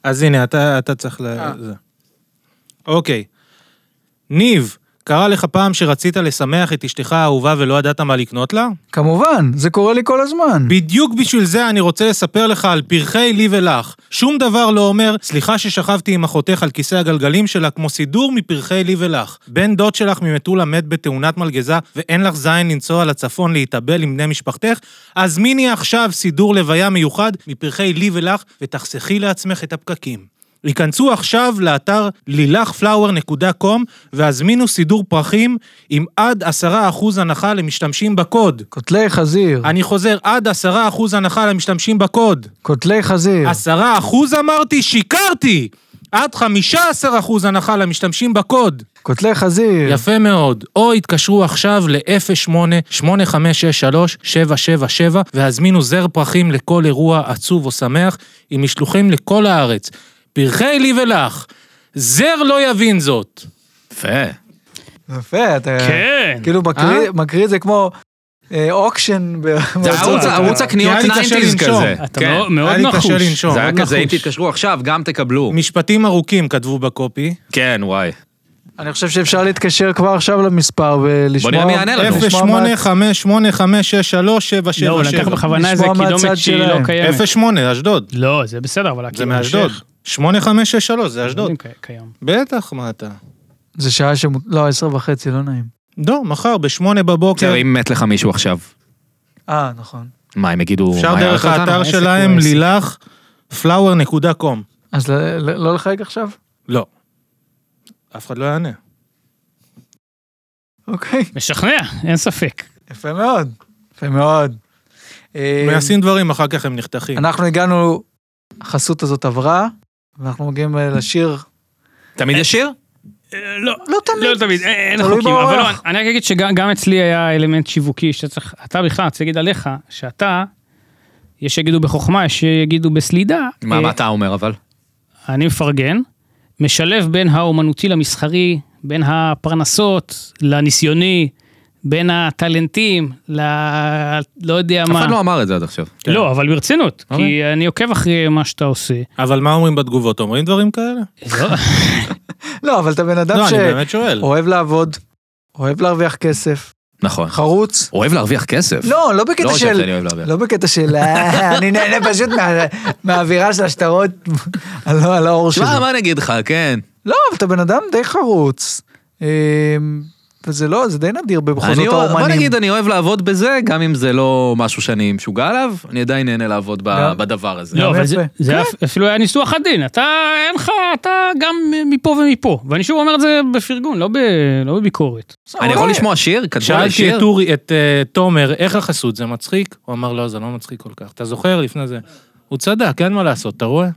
[SPEAKER 1] אז הנה, אתה, אתה צריך ל... זה. אוקיי. ניב, קרה לך פעם שרצית לשמח את אשתך האהובה ולא ידעת מה לקנות לה?
[SPEAKER 4] כמובן, זה קורה לי כל הזמן.
[SPEAKER 1] בדיוק בשביל זה אני רוצה לספר לך על פרחי לי ולך. שום דבר לא אומר, סליחה ששכבתי עם אחותך על כיסא הגלגלים שלה כמו סידור מפרחי לי ולך. בן דוד שלך ממטולה מת בתאונת מלגזה, ואין לך זין לנסוע לצפון להתאבל עם בני משפחתך? הזמיני עכשיו סידור לוויה מיוחד מפרחי לי ולך, ותחסכי לעצמך את הפקקים. היכנסו עכשיו לאתר lilachflower.com והזמינו סידור פרחים עם עד 10% הנחה למשתמשים בקוד.
[SPEAKER 4] קוטלי חזיר,
[SPEAKER 1] אני חוזר, עד עשרה אחוז הנחה למשתמשים בקוד.
[SPEAKER 4] קוטלי
[SPEAKER 1] כן.
[SPEAKER 4] חזיר.
[SPEAKER 1] עשרה אחוז אמרתי, שיקרתי! עד חמישה עשר אחוז הנחה למשתמשים בקוד.
[SPEAKER 4] קוטלי חזיר.
[SPEAKER 1] יפה מאוד. או התקשרו עכשיו ל-08-8563-777 והזמינו זר פרחים לכל אירוע עצוב או שמח עם משלוחים לכל הארץ. פרחי לי ולך, זר לא יבין זאת.
[SPEAKER 2] יפה.
[SPEAKER 4] יפה, אתה...
[SPEAKER 3] כן.
[SPEAKER 4] כאילו מקריא-
[SPEAKER 1] אה?
[SPEAKER 4] מקריא את זה כמו אה, אוקשן. ב-
[SPEAKER 1] כן,
[SPEAKER 2] זה ערוץ-
[SPEAKER 4] בארצות
[SPEAKER 2] ערוץ
[SPEAKER 4] הברית.
[SPEAKER 2] הקניות
[SPEAKER 1] כי היה לי קשה
[SPEAKER 2] 90's
[SPEAKER 1] לנשום.
[SPEAKER 2] כזה.
[SPEAKER 3] אתה
[SPEAKER 2] כן.
[SPEAKER 3] מאוד- מאוד
[SPEAKER 1] היה לי
[SPEAKER 3] נחוש.
[SPEAKER 1] קשה לנשום.
[SPEAKER 2] זה היה כזה, אם
[SPEAKER 1] נחוש.
[SPEAKER 2] תתקשרו עכשיו, גם תקבלו.
[SPEAKER 1] משפטים ארוכים כתבו בקופי.
[SPEAKER 2] כן, וואי.
[SPEAKER 4] אני חושב שאפשר להתקשר כבר עכשיו למספר
[SPEAKER 2] בוא
[SPEAKER 4] ולשמוע...
[SPEAKER 2] נראה מי יענה לנו.
[SPEAKER 4] לשמוע מה-
[SPEAKER 1] 08-585-63-777.
[SPEAKER 3] לא, הוא לקח בכוונה
[SPEAKER 4] נשמע
[SPEAKER 3] איזה
[SPEAKER 4] מהצד
[SPEAKER 3] קידומת שהיא לא
[SPEAKER 4] שלהם.
[SPEAKER 3] קיימת.
[SPEAKER 1] 08, אשדוד.
[SPEAKER 3] לא, זה בסדר, אבל
[SPEAKER 1] זה
[SPEAKER 3] הקידום
[SPEAKER 1] מאשדוד.
[SPEAKER 3] המשך.
[SPEAKER 1] 8563, זה אשדוד.
[SPEAKER 3] יודעים, קי- קיים.
[SPEAKER 1] בטח, מה אתה?
[SPEAKER 4] זה שעה ש... לא, עשרה וחצי, לא נעים.
[SPEAKER 1] לא, מחר ב-8 בבוקר.
[SPEAKER 2] בסדר, אם מת לך מישהו עכשיו,
[SPEAKER 4] אה, נכון.
[SPEAKER 2] מה, הם יגידו...
[SPEAKER 1] אפשר
[SPEAKER 2] מה,
[SPEAKER 1] דרך
[SPEAKER 2] הרג אותנו?
[SPEAKER 1] האתר
[SPEAKER 4] העסק
[SPEAKER 1] שלהם,
[SPEAKER 4] הוא העסק.
[SPEAKER 1] לילך, flower.com.
[SPEAKER 4] אז ל- ל- לא לחייג עכשיו?
[SPEAKER 1] לא. אף אחד לא יענה.
[SPEAKER 4] אוקיי.
[SPEAKER 3] משכנע, אין ספק.
[SPEAKER 4] יפה מאוד. יפה מאוד. אה,
[SPEAKER 1] הם עושים דברים, אחר כך הם נחתכים.
[SPEAKER 2] אוקיי.
[SPEAKER 4] אנחנו הגענו, החסות הזאת עברה, ואנחנו מגיעים אה, לשיר.
[SPEAKER 2] תמיד יש שיר?
[SPEAKER 3] אה, לא,
[SPEAKER 4] לא תמיד.
[SPEAKER 3] לא תמיד, אה, אין
[SPEAKER 4] תלוי
[SPEAKER 3] חוקים, אבל לא,
[SPEAKER 4] באורח.
[SPEAKER 3] אני רק אגיד שגם גם אצלי היה אלמנט שיווקי שצריך, אתה בכלל, אני רוצה להגיד עליך, שאתה, יש שיגידו בחוכמה, יש שיגידו בסלידה.
[SPEAKER 2] מה
[SPEAKER 3] אה,
[SPEAKER 2] מה אתה אומר אבל?
[SPEAKER 3] אני מפרגן, משלב בין האומנותי למסחרי, בין הפרנסות לניסיוני, בין הטלנטים ל... לא יודע
[SPEAKER 2] אף
[SPEAKER 3] מה.
[SPEAKER 2] אחד לא אמר את זה עד עכשיו.
[SPEAKER 3] לא, אבל ברצינות, כי
[SPEAKER 2] אוקיי.
[SPEAKER 3] אני עוקב אחרי מה שאתה עושה.
[SPEAKER 1] אבל מה אומרים בתגובות? אומרים דברים כאלה?
[SPEAKER 3] לא,
[SPEAKER 4] לא, אבל אתה בן אדם
[SPEAKER 1] לא, אני
[SPEAKER 4] שאוהב
[SPEAKER 1] באמת שואל.
[SPEAKER 4] לעבוד, אוהב להרוויח כסף,
[SPEAKER 2] נכון.
[SPEAKER 4] חרוץ.
[SPEAKER 2] אוהב להרוויח כסף.
[SPEAKER 4] לא, לא
[SPEAKER 2] לא
[SPEAKER 4] בקטע
[SPEAKER 2] חושב
[SPEAKER 4] של...
[SPEAKER 2] שאני אוהב להרוויח.
[SPEAKER 4] לא בקטע של... "אה, אני נהנה פשוט מה- מהאווירה של השטרות על על האור שלי.
[SPEAKER 2] שמע, מה אני אגיד לך, כן.
[SPEAKER 4] לא, אבל אתה בן אדם די חרוץ. אמ, וזה לא, זה די נדיר
[SPEAKER 2] אני
[SPEAKER 4] במחוזות
[SPEAKER 2] אוהב- בוא
[SPEAKER 4] האומנים.
[SPEAKER 2] נגיד, אני אוהב לעבוד בזה, גם אם זה לא משהו שאני משוגע עליו, אני עדיין נהנה לעבוד ב-
[SPEAKER 4] גם.
[SPEAKER 2] בדבר הזה.
[SPEAKER 3] לא, אבל
[SPEAKER 4] יפה.
[SPEAKER 3] זה- זה אפ- אפילו היה ניסוח עדין, אתה אין לך, אתה גם מפה ומפה, ואני שוב אומר את זה בפרגון, לא ב- לא בביקורת.
[SPEAKER 2] אני יכול לשמוע שיר? כתבו לי
[SPEAKER 1] שאלתי
[SPEAKER 2] שיר?
[SPEAKER 1] את אורי, את אה, תומר, איך החסות, זה מצחיק? הוא אמר, לא, זה לא מצחיק כל כך. אתה זוכר לפני זה? הוא צדק, אין מה לעשות, אתה רואה?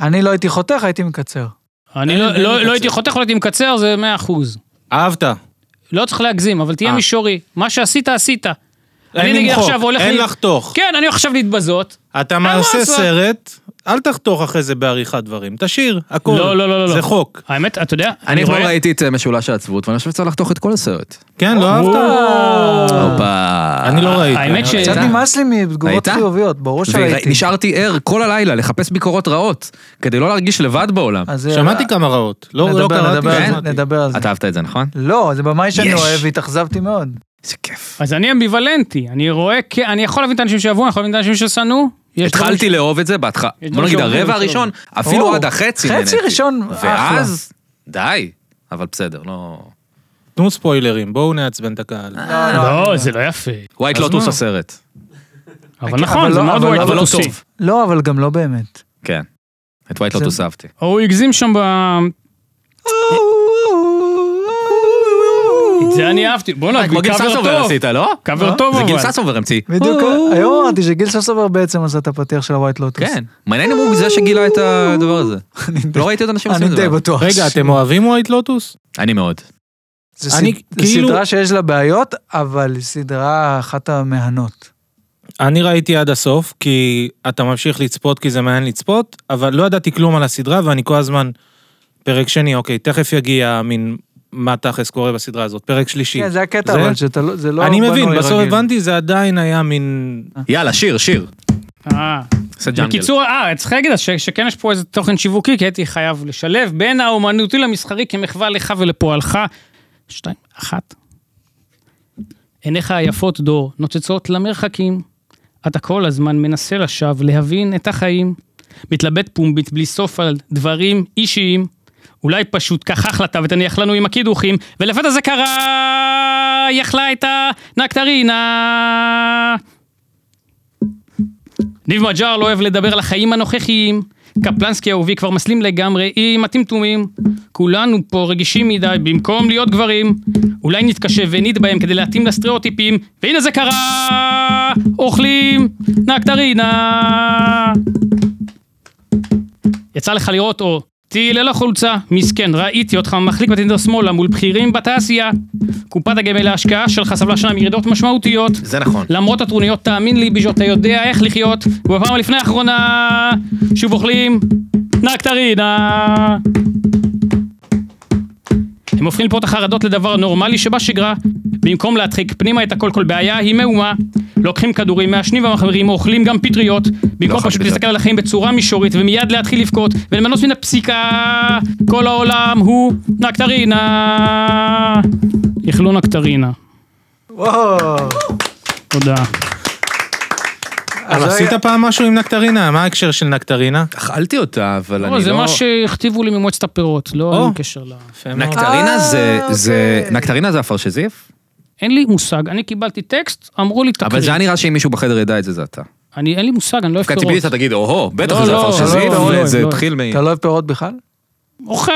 [SPEAKER 4] אני לא הייתי חותך, הייתי מקצר.
[SPEAKER 3] אני לא-
[SPEAKER 1] אין
[SPEAKER 3] לא
[SPEAKER 1] מקצר.
[SPEAKER 3] לא הייתי חותך, לא הייתי מקצר, זה 100 אחוז.
[SPEAKER 1] אהבת.
[SPEAKER 3] לא צריך להגזים, אבל תהיה
[SPEAKER 1] אה.
[SPEAKER 3] מישורי, מה שעשית, עשית. אני
[SPEAKER 1] אין
[SPEAKER 3] נגיד
[SPEAKER 1] למחוק,
[SPEAKER 3] עכשיו הולך...
[SPEAKER 1] אין
[SPEAKER 3] ל-
[SPEAKER 1] לחתוך.
[SPEAKER 3] כן, אני הולך עכשיו להתבזות.
[SPEAKER 1] אתה מעשה
[SPEAKER 3] לעשות?
[SPEAKER 1] סרט, אל תחתוך אחרי זה בעריכת דברים, תשאיר, הכל.
[SPEAKER 3] לא, לא, לא, לא. לא.
[SPEAKER 1] זה חוק.
[SPEAKER 3] האמת, אתה יודע,
[SPEAKER 2] אני
[SPEAKER 3] אני
[SPEAKER 2] אתמול
[SPEAKER 3] רואה...
[SPEAKER 2] ראיתי את אה, משולש העצבות, ואני חושב שצריך לחתוך את כל הסרט.
[SPEAKER 1] כן, לא אהבת?
[SPEAKER 2] הופה.
[SPEAKER 1] אני לא ראיתי.
[SPEAKER 3] האמת ש-
[SPEAKER 4] קצת
[SPEAKER 2] אה. הייתה.
[SPEAKER 4] נמאס לי מתגובות
[SPEAKER 2] הייתה?
[SPEAKER 4] חיוביות, ברור שראיתי.
[SPEAKER 2] ונשארתי ער כל הלילה לחפש ביקורות רעות, כדי לא להרגיש לבד בעולם.
[SPEAKER 4] אז, אה,
[SPEAKER 1] שמעתי כמה רעות. לא לא
[SPEAKER 4] נדבר,
[SPEAKER 1] קראתי,
[SPEAKER 4] נדבר
[SPEAKER 1] לא
[SPEAKER 4] על
[SPEAKER 2] כן?
[SPEAKER 4] זה,
[SPEAKER 1] שמעתי.
[SPEAKER 4] נדבר על זה.
[SPEAKER 2] אתה אהבת את זה, נכון?
[SPEAKER 4] לא, זה במאי שאני
[SPEAKER 2] יש.
[SPEAKER 4] אוהב, והתאכזבתי מאוד.
[SPEAKER 2] איזה כיף.
[SPEAKER 3] אז אני אמביוולנטי, אני רואה, כ- אני יכול להבין את האנשים שאהבו, אני יכול להבין את האנשים ששנאו. יש דברים ש-
[SPEAKER 2] התחלתי לאהוב את זה בהתחלה,
[SPEAKER 3] יש
[SPEAKER 2] בוא
[SPEAKER 3] דברים
[SPEAKER 2] נגיד
[SPEAKER 3] שאוהבים
[SPEAKER 2] הרבע
[SPEAKER 3] ושלא
[SPEAKER 2] הראשון,
[SPEAKER 4] או,
[SPEAKER 2] אפילו עד החצי
[SPEAKER 4] חצי
[SPEAKER 2] נהניתי.
[SPEAKER 4] ראשון,
[SPEAKER 2] ואז, די. אבל בסדר, לא...
[SPEAKER 1] תנו ספוילרים, בואו נעצבן את הקהל.
[SPEAKER 4] אה,
[SPEAKER 3] לא, זה לא יפה.
[SPEAKER 2] ווייט
[SPEAKER 1] אז
[SPEAKER 2] לוטוס
[SPEAKER 1] מה?
[SPEAKER 2] הסרט.
[SPEAKER 3] אבל נכון,
[SPEAKER 4] אבל
[SPEAKER 3] זה
[SPEAKER 4] לא-
[SPEAKER 3] מאוד
[SPEAKER 4] אבל
[SPEAKER 3] ווייט
[SPEAKER 4] לא-
[SPEAKER 2] אבל לא
[SPEAKER 3] לוטוסי.
[SPEAKER 2] טוב.
[SPEAKER 4] לא, אבל גם לא באמת.
[SPEAKER 2] כן. את ווייט
[SPEAKER 4] זה-
[SPEAKER 2] לוטוס אהבתי.
[SPEAKER 3] או הוא הגזים שם ב... את זה אני אהבתי. בוא'נה,
[SPEAKER 2] כמו גיל
[SPEAKER 3] אה, קאבר
[SPEAKER 2] ססובר
[SPEAKER 3] טוב.
[SPEAKER 2] עשית, לא?
[SPEAKER 3] קאבר
[SPEAKER 4] מה?
[SPEAKER 3] טוב
[SPEAKER 2] זה גיל
[SPEAKER 3] אבל.
[SPEAKER 2] ססובר המציא.
[SPEAKER 4] בדיוק, אה, היום אמרתי שגיל ססובר בעצם עשה את הפתיח של הווייט לוטוס.
[SPEAKER 2] כן. מעניין אם הוא זה שגילה את הדבר הזה. לא ראיתי עוד אנשים
[SPEAKER 4] אני
[SPEAKER 2] עושים את זה.
[SPEAKER 4] די בטוח.
[SPEAKER 1] רגע, אתם אוהבים ווייט לוטוס?
[SPEAKER 2] אני מאוד.
[SPEAKER 4] זה
[SPEAKER 1] אני
[SPEAKER 4] סד- זה
[SPEAKER 1] כאילו-
[SPEAKER 4] סדרה שיש לה בעיות, אבל היא סדרה אחת המהנות.
[SPEAKER 1] אני ראיתי עד הסוף, כי אתה ממשיך לצפות כי זה מעניין לצפות, אבל לא ידעתי כלום על הסדרה, ואני כל הזמן... פרק שני, אוקיי, תכף יגיע מין מה תכלס קורה בסדרה הזאת. פרק שלישי.
[SPEAKER 4] כן, זה הקטע,
[SPEAKER 1] זה-
[SPEAKER 4] אבל שאתה לא, זה לא...
[SPEAKER 1] אני
[SPEAKER 4] בנוי
[SPEAKER 1] מבין, בסוף
[SPEAKER 4] רגיל.
[SPEAKER 1] הבנתי, זה עדיין היה מין...
[SPEAKER 2] יאללה, שיר, שיר.
[SPEAKER 3] אה.
[SPEAKER 2] עשה ג'אנגל.
[SPEAKER 3] בקיצור, אה, צריך להגיד אז ש- שכן יש פה איזה תוכן שיווקי, כי הייתי חייב לשלב בין האומנותי למסחרי כמחווה לך ולפועלך. שתיים, אחת. עיניך היפות דור, נוצצות למרחקים. אתה כל הזמן מנסה לשווא להבין את החיים. מתלבט פומבית בלי סוף על דברים אישיים. אולי פשוט קח החלטה ותניח לנו עם הקידוחים, ולפתע זה קרה, היא אכלה את הנקטרינה. ניב מג'אר לא אוהב לדבר על החיים הנוכחיים. קפלנסקי אהובי כבר מסלים לגמרי עם הטמטומים. כולנו פה רגישים מדי במקום להיות גברים. אולי נתקשה ונתבהם כדי להתאים לסטריאוטיפים, והנה זה קרה! אוכלים נקטרינה! יצא לך לראות או תהי ללא חולצה, מסכן, ראיתי אותך מחליק בטינדר שמאלה מול בכירים בתעשייה. קופת הגמל להשקעה שלך סבלה שנה מירידות משמעותיות.
[SPEAKER 2] זה נכון.
[SPEAKER 3] למרות הטרוניות, תאמין לי, ביז'ו, אתה יודע איך לחיות. ובפעם הלפני האחרונה, שוב אוכלים נקטרינה. הם הופכים פה את החרדות לדבר נורמלי שבשגרה. במקום להדחיק פנימה את הכל, כל בעיה היא מהומה. לוקחים כדורים, מעשנים ומחברים, אוכלים גם פטריות. במקום
[SPEAKER 2] אכלתי
[SPEAKER 3] פשוט
[SPEAKER 2] פטריות.
[SPEAKER 3] להסתכל על החיים בצורה מישורית, ומיד להתחיל לבכות, ולמנוס מן הפסיקה. כל העולם הוא נקטרינה. אכלו נקטרינה.
[SPEAKER 4] וואו.
[SPEAKER 3] תודה.
[SPEAKER 1] אבל
[SPEAKER 4] אז
[SPEAKER 1] עשית
[SPEAKER 4] רגע,
[SPEAKER 1] פעם משהו עם נקטרינה? מה ההקשר של נקטרינה?
[SPEAKER 2] אכלתי אותה, אבל אני
[SPEAKER 3] לא,
[SPEAKER 2] לא...
[SPEAKER 3] זה מה שהכתיבו לי ממועצת הפירות, לא
[SPEAKER 1] או.
[SPEAKER 3] אין קשר ל...
[SPEAKER 2] נקטרינה
[SPEAKER 4] אה,
[SPEAKER 2] זה... זה...
[SPEAKER 4] אוקיי.
[SPEAKER 2] נקטרינה זה אפרשזיף?
[SPEAKER 3] אין לי מושג, אני קיבלתי טקסט, אמרו לי תקריא.
[SPEAKER 2] אבל זה היה נראה שאם מישהו בחדר ידע את זה, זה אתה.
[SPEAKER 3] אני, אין לי מושג, אני לא אוהב
[SPEAKER 2] דווקא ציפיתי
[SPEAKER 3] פירות.
[SPEAKER 2] שאתה תגיד, או-הו, בטח
[SPEAKER 3] לא,
[SPEAKER 2] זה
[SPEAKER 3] לא,
[SPEAKER 2] אפרשזיף,
[SPEAKER 4] לא, לא,
[SPEAKER 2] וזה
[SPEAKER 3] לא.
[SPEAKER 2] התחיל מ...
[SPEAKER 4] אתה לא אוהב פירות בכלל?
[SPEAKER 3] אוכל,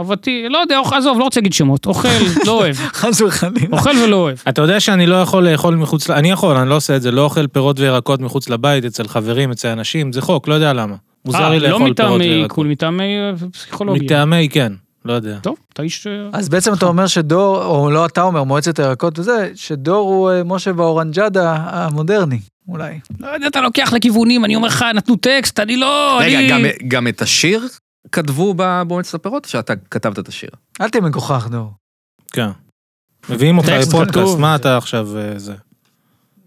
[SPEAKER 3] אבתי, לא יודע, אוכל, עזוב, לא רוצה להגיד שמות. אוכל, לא אוהב.
[SPEAKER 4] חס וחלילה.
[SPEAKER 3] אוכל ולא אוהב.
[SPEAKER 1] אתה יודע שאני לא יכול לאכול מחוץ ל... אני יכול, אני לא עושה את זה, לא אוכל פירות וירקות מחוץ לבית, אצל חברים, אצל אנשים, זה חוק, לא יודע למה. מוזר
[SPEAKER 3] אה,
[SPEAKER 1] לי
[SPEAKER 3] לא
[SPEAKER 1] לאכול פירות
[SPEAKER 3] מטעמי
[SPEAKER 1] וירקות.
[SPEAKER 3] עיכול, מטעמי אה, פסיכולוגיה.
[SPEAKER 1] מטעמי, כן, לא יודע.
[SPEAKER 3] טוב, אתה איש... אה,
[SPEAKER 4] אז בעצם אתה אומר שדור, או לא אתה אומר, מועצת הירקות וזה, שדור הוא אה, משה והאורנג'אדה המודרני, אולי.
[SPEAKER 3] לא יודע, אתה לוקח לכיוונים, אני אומר לך, נתנו טקסט, אני לא...
[SPEAKER 2] רגע,
[SPEAKER 3] אני-
[SPEAKER 2] גם- גם את השיר כתבו ב- במועצת הפירות, או שאתה כתבת את השיר?
[SPEAKER 4] אל תהיה מגוחך, דור.
[SPEAKER 1] כן. מביאים אותך
[SPEAKER 3] טקסט
[SPEAKER 1] לפודקאסט,
[SPEAKER 3] כתוב.
[SPEAKER 1] מה אתה עכשיו אה, זה?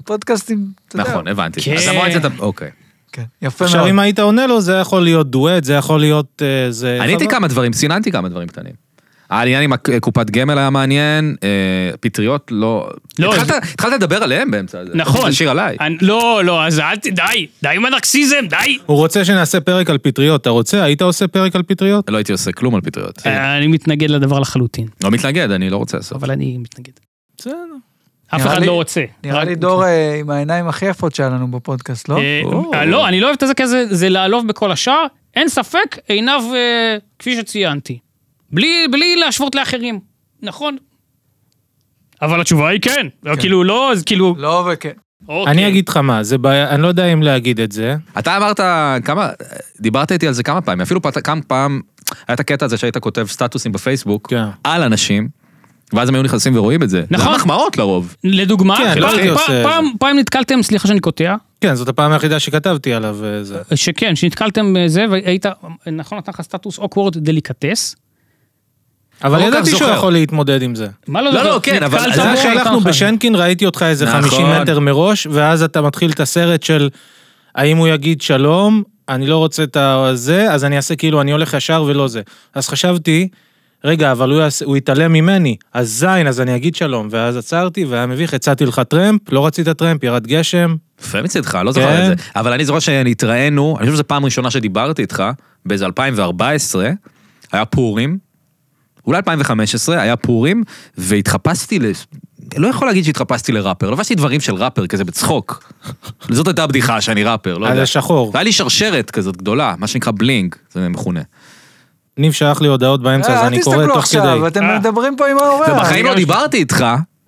[SPEAKER 4] פודקאסטים, אתה יודע.
[SPEAKER 2] נכון, הבנתי.
[SPEAKER 3] כן.
[SPEAKER 2] אז המועצת... הפ- אוקיי.
[SPEAKER 4] כן, יפה
[SPEAKER 1] עכשיו, אם
[SPEAKER 4] מאוד.
[SPEAKER 1] היית עונה לו, זה יכול להיות דואט, זה יכול להיות... אה, זה...
[SPEAKER 2] עניתי
[SPEAKER 1] חבל.
[SPEAKER 2] כמה דברים, סיננתי כמה דברים קטנים. העניין עם הק- קופת גמל היה מעניין, אה, פטריות לא...
[SPEAKER 3] לא,
[SPEAKER 2] התחלת- התחלת לדבר עליהם באמצע הזה.
[SPEAKER 3] נכון.
[SPEAKER 2] זה שיר עליי.
[SPEAKER 3] אני- לא, לא, אז אל ת... די, די עם הנרקסיזם, די.
[SPEAKER 1] הוא רוצה שנעשה פרק על פטריות, אתה רוצה? היית עושה פרק על פטריות?
[SPEAKER 2] לא הייתי עושה כלום על פטריות.
[SPEAKER 3] אה, אני מתנגד לדבר לחלוטין,
[SPEAKER 2] לא מתנגד, אני לא רוצה לעשות.
[SPEAKER 3] אבל אני מתנגד.
[SPEAKER 1] בסדר.
[SPEAKER 3] אף
[SPEAKER 4] נראה
[SPEAKER 3] אחד
[SPEAKER 4] לי-
[SPEAKER 3] לא רוצה.
[SPEAKER 4] נראה
[SPEAKER 3] רק-
[SPEAKER 4] לי דור אה, עם העיניים הכי יפות שהיה לנו בפודקאסט, לא?
[SPEAKER 3] אה,
[SPEAKER 2] או.
[SPEAKER 3] אה, לא, אני לא אוהב את זה כזה, זה לעלוב בכל השאר. אין ספק, עיניו, אה, כפי שציינתי. בלי בלי להשוות לאחרים, נכון? אבל התשובה היא כן. לא, כאילו, לא, אז כאילו...
[SPEAKER 4] לא וכן.
[SPEAKER 3] אוקיי.
[SPEAKER 1] אני אגיד לך מה, זה בעיה, אני לא יודע אם להגיד את זה.
[SPEAKER 2] אתה אמרת כמה, דיברת איתי על זה כמה פעמים, אפילו פת- כמה פעם, היה את הקטע הזה שהיית כותב סטטוסים בפייסבוק,
[SPEAKER 1] כן.
[SPEAKER 2] על אנשים, ואז הם היו נכנסים ורואים את זה.
[SPEAKER 3] נכון.
[SPEAKER 2] זה מחמאות לרוב.
[SPEAKER 3] לדוגמה,
[SPEAKER 1] כן, לא
[SPEAKER 3] פעם-
[SPEAKER 1] הייתי
[SPEAKER 3] פעם-
[SPEAKER 1] עושה את
[SPEAKER 3] פעם- פעם נתקלתם, סליחה שאני קוטע,
[SPEAKER 1] כן, זאת הפעם היחידה שכתבתי עליו אה, זה.
[SPEAKER 3] שכן, שנתקלתם בזה, והיית, נכון, נתן לך סטטוס אוקוורד דליקטס.
[SPEAKER 1] אבל
[SPEAKER 2] לא כל כך
[SPEAKER 1] ידעתי שהוא
[SPEAKER 2] זוכר.
[SPEAKER 1] יכול להתמודד עם זה.
[SPEAKER 3] מה לא
[SPEAKER 2] לא,
[SPEAKER 3] לדבר?
[SPEAKER 2] לא, כן, אבל
[SPEAKER 3] נתקלת
[SPEAKER 1] זה
[SPEAKER 2] זה
[SPEAKER 1] היה
[SPEAKER 3] בו,
[SPEAKER 1] כשהלכנו
[SPEAKER 3] נתן לך.
[SPEAKER 1] בשנקין, ראיתי אותך איזה
[SPEAKER 2] נכון.
[SPEAKER 1] 50 מטר מראש, ואז אתה מתחיל את הסרט של האם הוא יגיד שלום, אני לא רוצה את הזה, אז אני אעשה כאילו, אני הולך ישר ולא זה. אז חשבתי, רגע, אבל הוא, יעשה, הוא יתעלם ממני, אז זין, אז אני אגיד שלום. ואז עצרתי, והיה מביך, הצעתי לך טרמפ, לא רצית טרמפ, ירד גשם.
[SPEAKER 2] יפה מצדך, לא זוכר
[SPEAKER 1] כן.
[SPEAKER 2] את זה. אבל אני זוכר שנתראינו, אני חושב שזו פעם ראשונה שדיברתי איתך, באיזה 2014, היה פורים, אולי 2015, היה פורים, והתחפשתי ל... לא יכול להגיד שהתחפשתי לראפר, לבשתי דברים של ראפר כזה בצחוק. זאת הייתה הבדיחה שאני ראפר, לא
[SPEAKER 1] אז
[SPEAKER 2] יודע.
[SPEAKER 1] זה שחור.
[SPEAKER 2] והיה לי שרשרת כזאת גדולה, מה שנקרא בלינג, זה מכונה.
[SPEAKER 1] אה, ניב שלח לי הודעות באמצע, אז
[SPEAKER 4] אה, אל
[SPEAKER 1] אני קורא
[SPEAKER 4] תסתכלו
[SPEAKER 1] תוך כדי.
[SPEAKER 4] עכשיו, אתם
[SPEAKER 3] אה.
[SPEAKER 4] מדברים פה עם האורח.
[SPEAKER 2] ובחיים לא דיברתי איתך,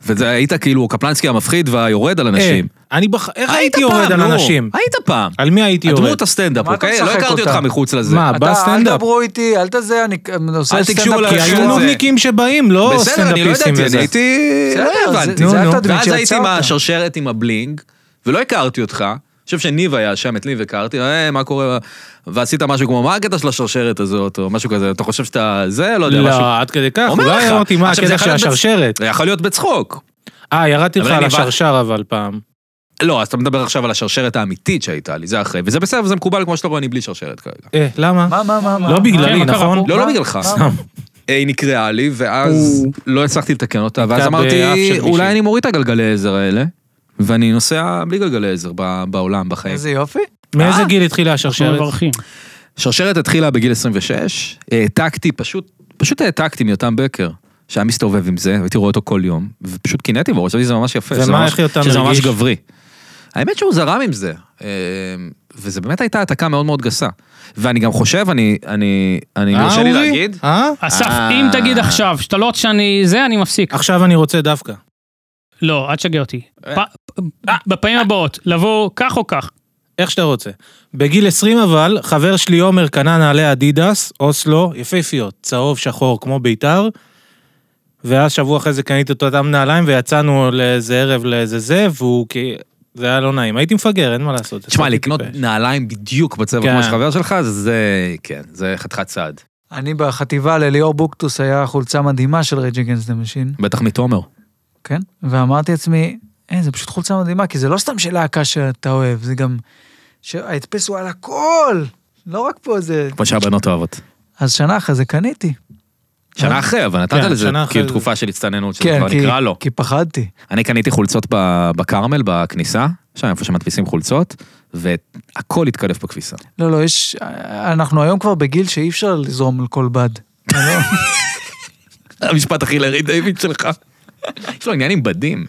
[SPEAKER 2] וזה היית כאילו קפלנסקי המפחיד והיורד על אנשים.
[SPEAKER 1] אה, אני בח... איך
[SPEAKER 2] היית
[SPEAKER 1] הייתי
[SPEAKER 2] פעם,
[SPEAKER 1] יורד על
[SPEAKER 2] נו.
[SPEAKER 1] אנשים?
[SPEAKER 2] היית פעם.
[SPEAKER 1] על מי הייתי יורד?
[SPEAKER 2] הדמות הסטנדאפ,
[SPEAKER 4] מה אתה
[SPEAKER 2] אוקיי? לא
[SPEAKER 4] משחק
[SPEAKER 2] הכרתי אותך
[SPEAKER 4] אותה?
[SPEAKER 2] מחוץ לזה.
[SPEAKER 1] מה,
[SPEAKER 4] אתה, אל
[SPEAKER 1] בסטנדאפ.
[SPEAKER 4] דברו איתי, אל תזה, אני עושה
[SPEAKER 2] אל
[SPEAKER 4] סטנדאפ.
[SPEAKER 2] תקשו
[SPEAKER 1] כי
[SPEAKER 2] עליי,
[SPEAKER 4] קשור.
[SPEAKER 2] זה-
[SPEAKER 1] היו נובניקים שבאים, לא
[SPEAKER 2] בסדר, אני לא
[SPEAKER 1] סטנדאפיסטים
[SPEAKER 2] ידעתי, אני
[SPEAKER 1] וזה.
[SPEAKER 2] הייתי...
[SPEAKER 4] בסדר,
[SPEAKER 2] לא
[SPEAKER 4] זה-
[SPEAKER 2] הבנתי.
[SPEAKER 4] זה
[SPEAKER 1] נו, נו.
[SPEAKER 4] היה תדמית
[SPEAKER 2] ואז הייתי
[SPEAKER 4] שיצרת.
[SPEAKER 2] עם השרשרת עם הבלינג, ולא הכרתי אותך. אני חושב שניב היה שם, את ניב הכרתי, אה, מה קורה? ועשית משהו כמו, מה הקטע של השרשרת הזאת, או משהו כזה, אתה חושב שאתה זה, לא יודע, משהו.
[SPEAKER 1] לא, עד כדי כך,
[SPEAKER 2] אומר
[SPEAKER 1] אולי
[SPEAKER 2] לך.
[SPEAKER 1] אמרתי מה
[SPEAKER 2] עכשיו, זה
[SPEAKER 1] הקטע
[SPEAKER 2] יכול
[SPEAKER 1] של
[SPEAKER 2] להיות בצ-
[SPEAKER 1] השרשרת.
[SPEAKER 2] זה יכול להיות בצחוק.
[SPEAKER 1] אה, ירדתי לך
[SPEAKER 2] אבל
[SPEAKER 1] על
[SPEAKER 2] אני בא-
[SPEAKER 1] השרשר אבל פעם.
[SPEAKER 2] לא, אז אתה מדבר עכשיו על השרשרת האמיתית שהייתה לי, זה אחרי, וזה בסדר, וזה מקובל, כמו שאתה רואה, אני בלי שרשרת כרגע.
[SPEAKER 1] אה, למה?
[SPEAKER 4] מה, מה, מה? אה, מה?
[SPEAKER 1] לא בגללי,
[SPEAKER 3] מה קרה
[SPEAKER 1] נכון?
[SPEAKER 3] פה?
[SPEAKER 2] לא, לא
[SPEAKER 4] מה?
[SPEAKER 2] בגללך.
[SPEAKER 4] מה?
[SPEAKER 2] אה, היא נקרעה לי, ואז
[SPEAKER 3] או.
[SPEAKER 2] לא הצלחתי לתקן אותה, ואז
[SPEAKER 1] נתקע באף של
[SPEAKER 2] אמרתי,
[SPEAKER 1] מישהי."
[SPEAKER 2] אולי אני מוריד את הגלגלי עזר האלה, ואני נוסע בלי גלגלי עזר ב- בעולם, בחיים.
[SPEAKER 4] איזה יופי.
[SPEAKER 1] מאיזה גיל התחילה
[SPEAKER 3] אנחנו
[SPEAKER 1] השרשרת?
[SPEAKER 3] מברכים.
[SPEAKER 2] שרשרת התחילה בגיל 26, העתקתי, פשוט, פשוט העתקתי מיותם בקר, שהיה מסתובב עם זה, הייתי רואה אותו כל יום, ופשוט קינאתי בו, חשבתי שזה ממש יפה,
[SPEAKER 1] ומה,
[SPEAKER 2] שזה ממש-
[SPEAKER 1] איך יותם
[SPEAKER 2] שזה ממש
[SPEAKER 1] הרגיש?
[SPEAKER 2] גברי. האמת שהוא זרם עם זה, אה, וזה באמת הייתה העתקה מאוד מאוד גסה. ואני גם חושב, אני, אני, אני,
[SPEAKER 1] אה,
[SPEAKER 2] יורשה לי
[SPEAKER 1] אורי?
[SPEAKER 2] להגיד,
[SPEAKER 1] אה?
[SPEAKER 3] אסף,
[SPEAKER 2] אה.
[SPEAKER 3] אם תגיד עכשיו שאתה לא רוצה שאני זה, אני מפסיק.
[SPEAKER 1] עכשיו אני רוצה דווקא.
[SPEAKER 3] לא, אל תשגע אותי.
[SPEAKER 1] אה.
[SPEAKER 3] פ- בפעמים הבאות, לבוא כך או כך.
[SPEAKER 1] איך שאתה רוצה. בגיל 20 אבל, חבר שלי עומר קנה נעלי אדידס, אוסלו, יפהפיות, צהוב, שחור, כמו ביתר, ואז שבוע אחרי זה קניתי את אותם נעליים ויצאנו לאיזה ערב לאיזה זה, והוא כי... זה היה לא נעים. הייתי מפגר, אין מה לעשות.
[SPEAKER 2] תשמע,
[SPEAKER 1] יכולתי
[SPEAKER 2] לקנות
[SPEAKER 1] להתבייש.
[SPEAKER 2] נעליים בדיוק בצבע
[SPEAKER 1] כן.
[SPEAKER 2] כמו של חבר שלך, זה, כן, זה חתיכת צעד.
[SPEAKER 4] אני בחטיבה לליאור בוקטוס היה חולצה מדהימה של רייג' אגנסט המשין,
[SPEAKER 2] בטח מתומר.
[SPEAKER 4] כן? ואמרתי לעצמי, אין, זה פשוט חולצה מדהימה, כי זה לא סתם של להקה שאתה אוהב, זה גם... שההדפס הוא על הכל! לא רק פה זה...
[SPEAKER 2] כמו שהבנות אוהבות.
[SPEAKER 4] אז שנה אחרי זה קניתי.
[SPEAKER 2] שנה אחרי, כן, אבל נתת
[SPEAKER 1] כן,
[SPEAKER 2] לזה,
[SPEAKER 1] שנה אחרי
[SPEAKER 2] כאילו
[SPEAKER 1] זה.
[SPEAKER 2] תקופה של הצטננות, שזה כבר
[SPEAKER 4] כי,
[SPEAKER 2] נקרא לו.
[SPEAKER 4] כי פחדתי.
[SPEAKER 2] אני קניתי חולצות ב- בכרמל, בכניסה, שם איפה שמדפיסים חולצות, והכל התקלף בכביסה.
[SPEAKER 4] לא, לא, יש... אנחנו היום כבר בגיל שאי אפשר לזרום על כל בד.
[SPEAKER 2] המשפט הכי לארי דיוויד שלך. יש לו עניין עם בדים.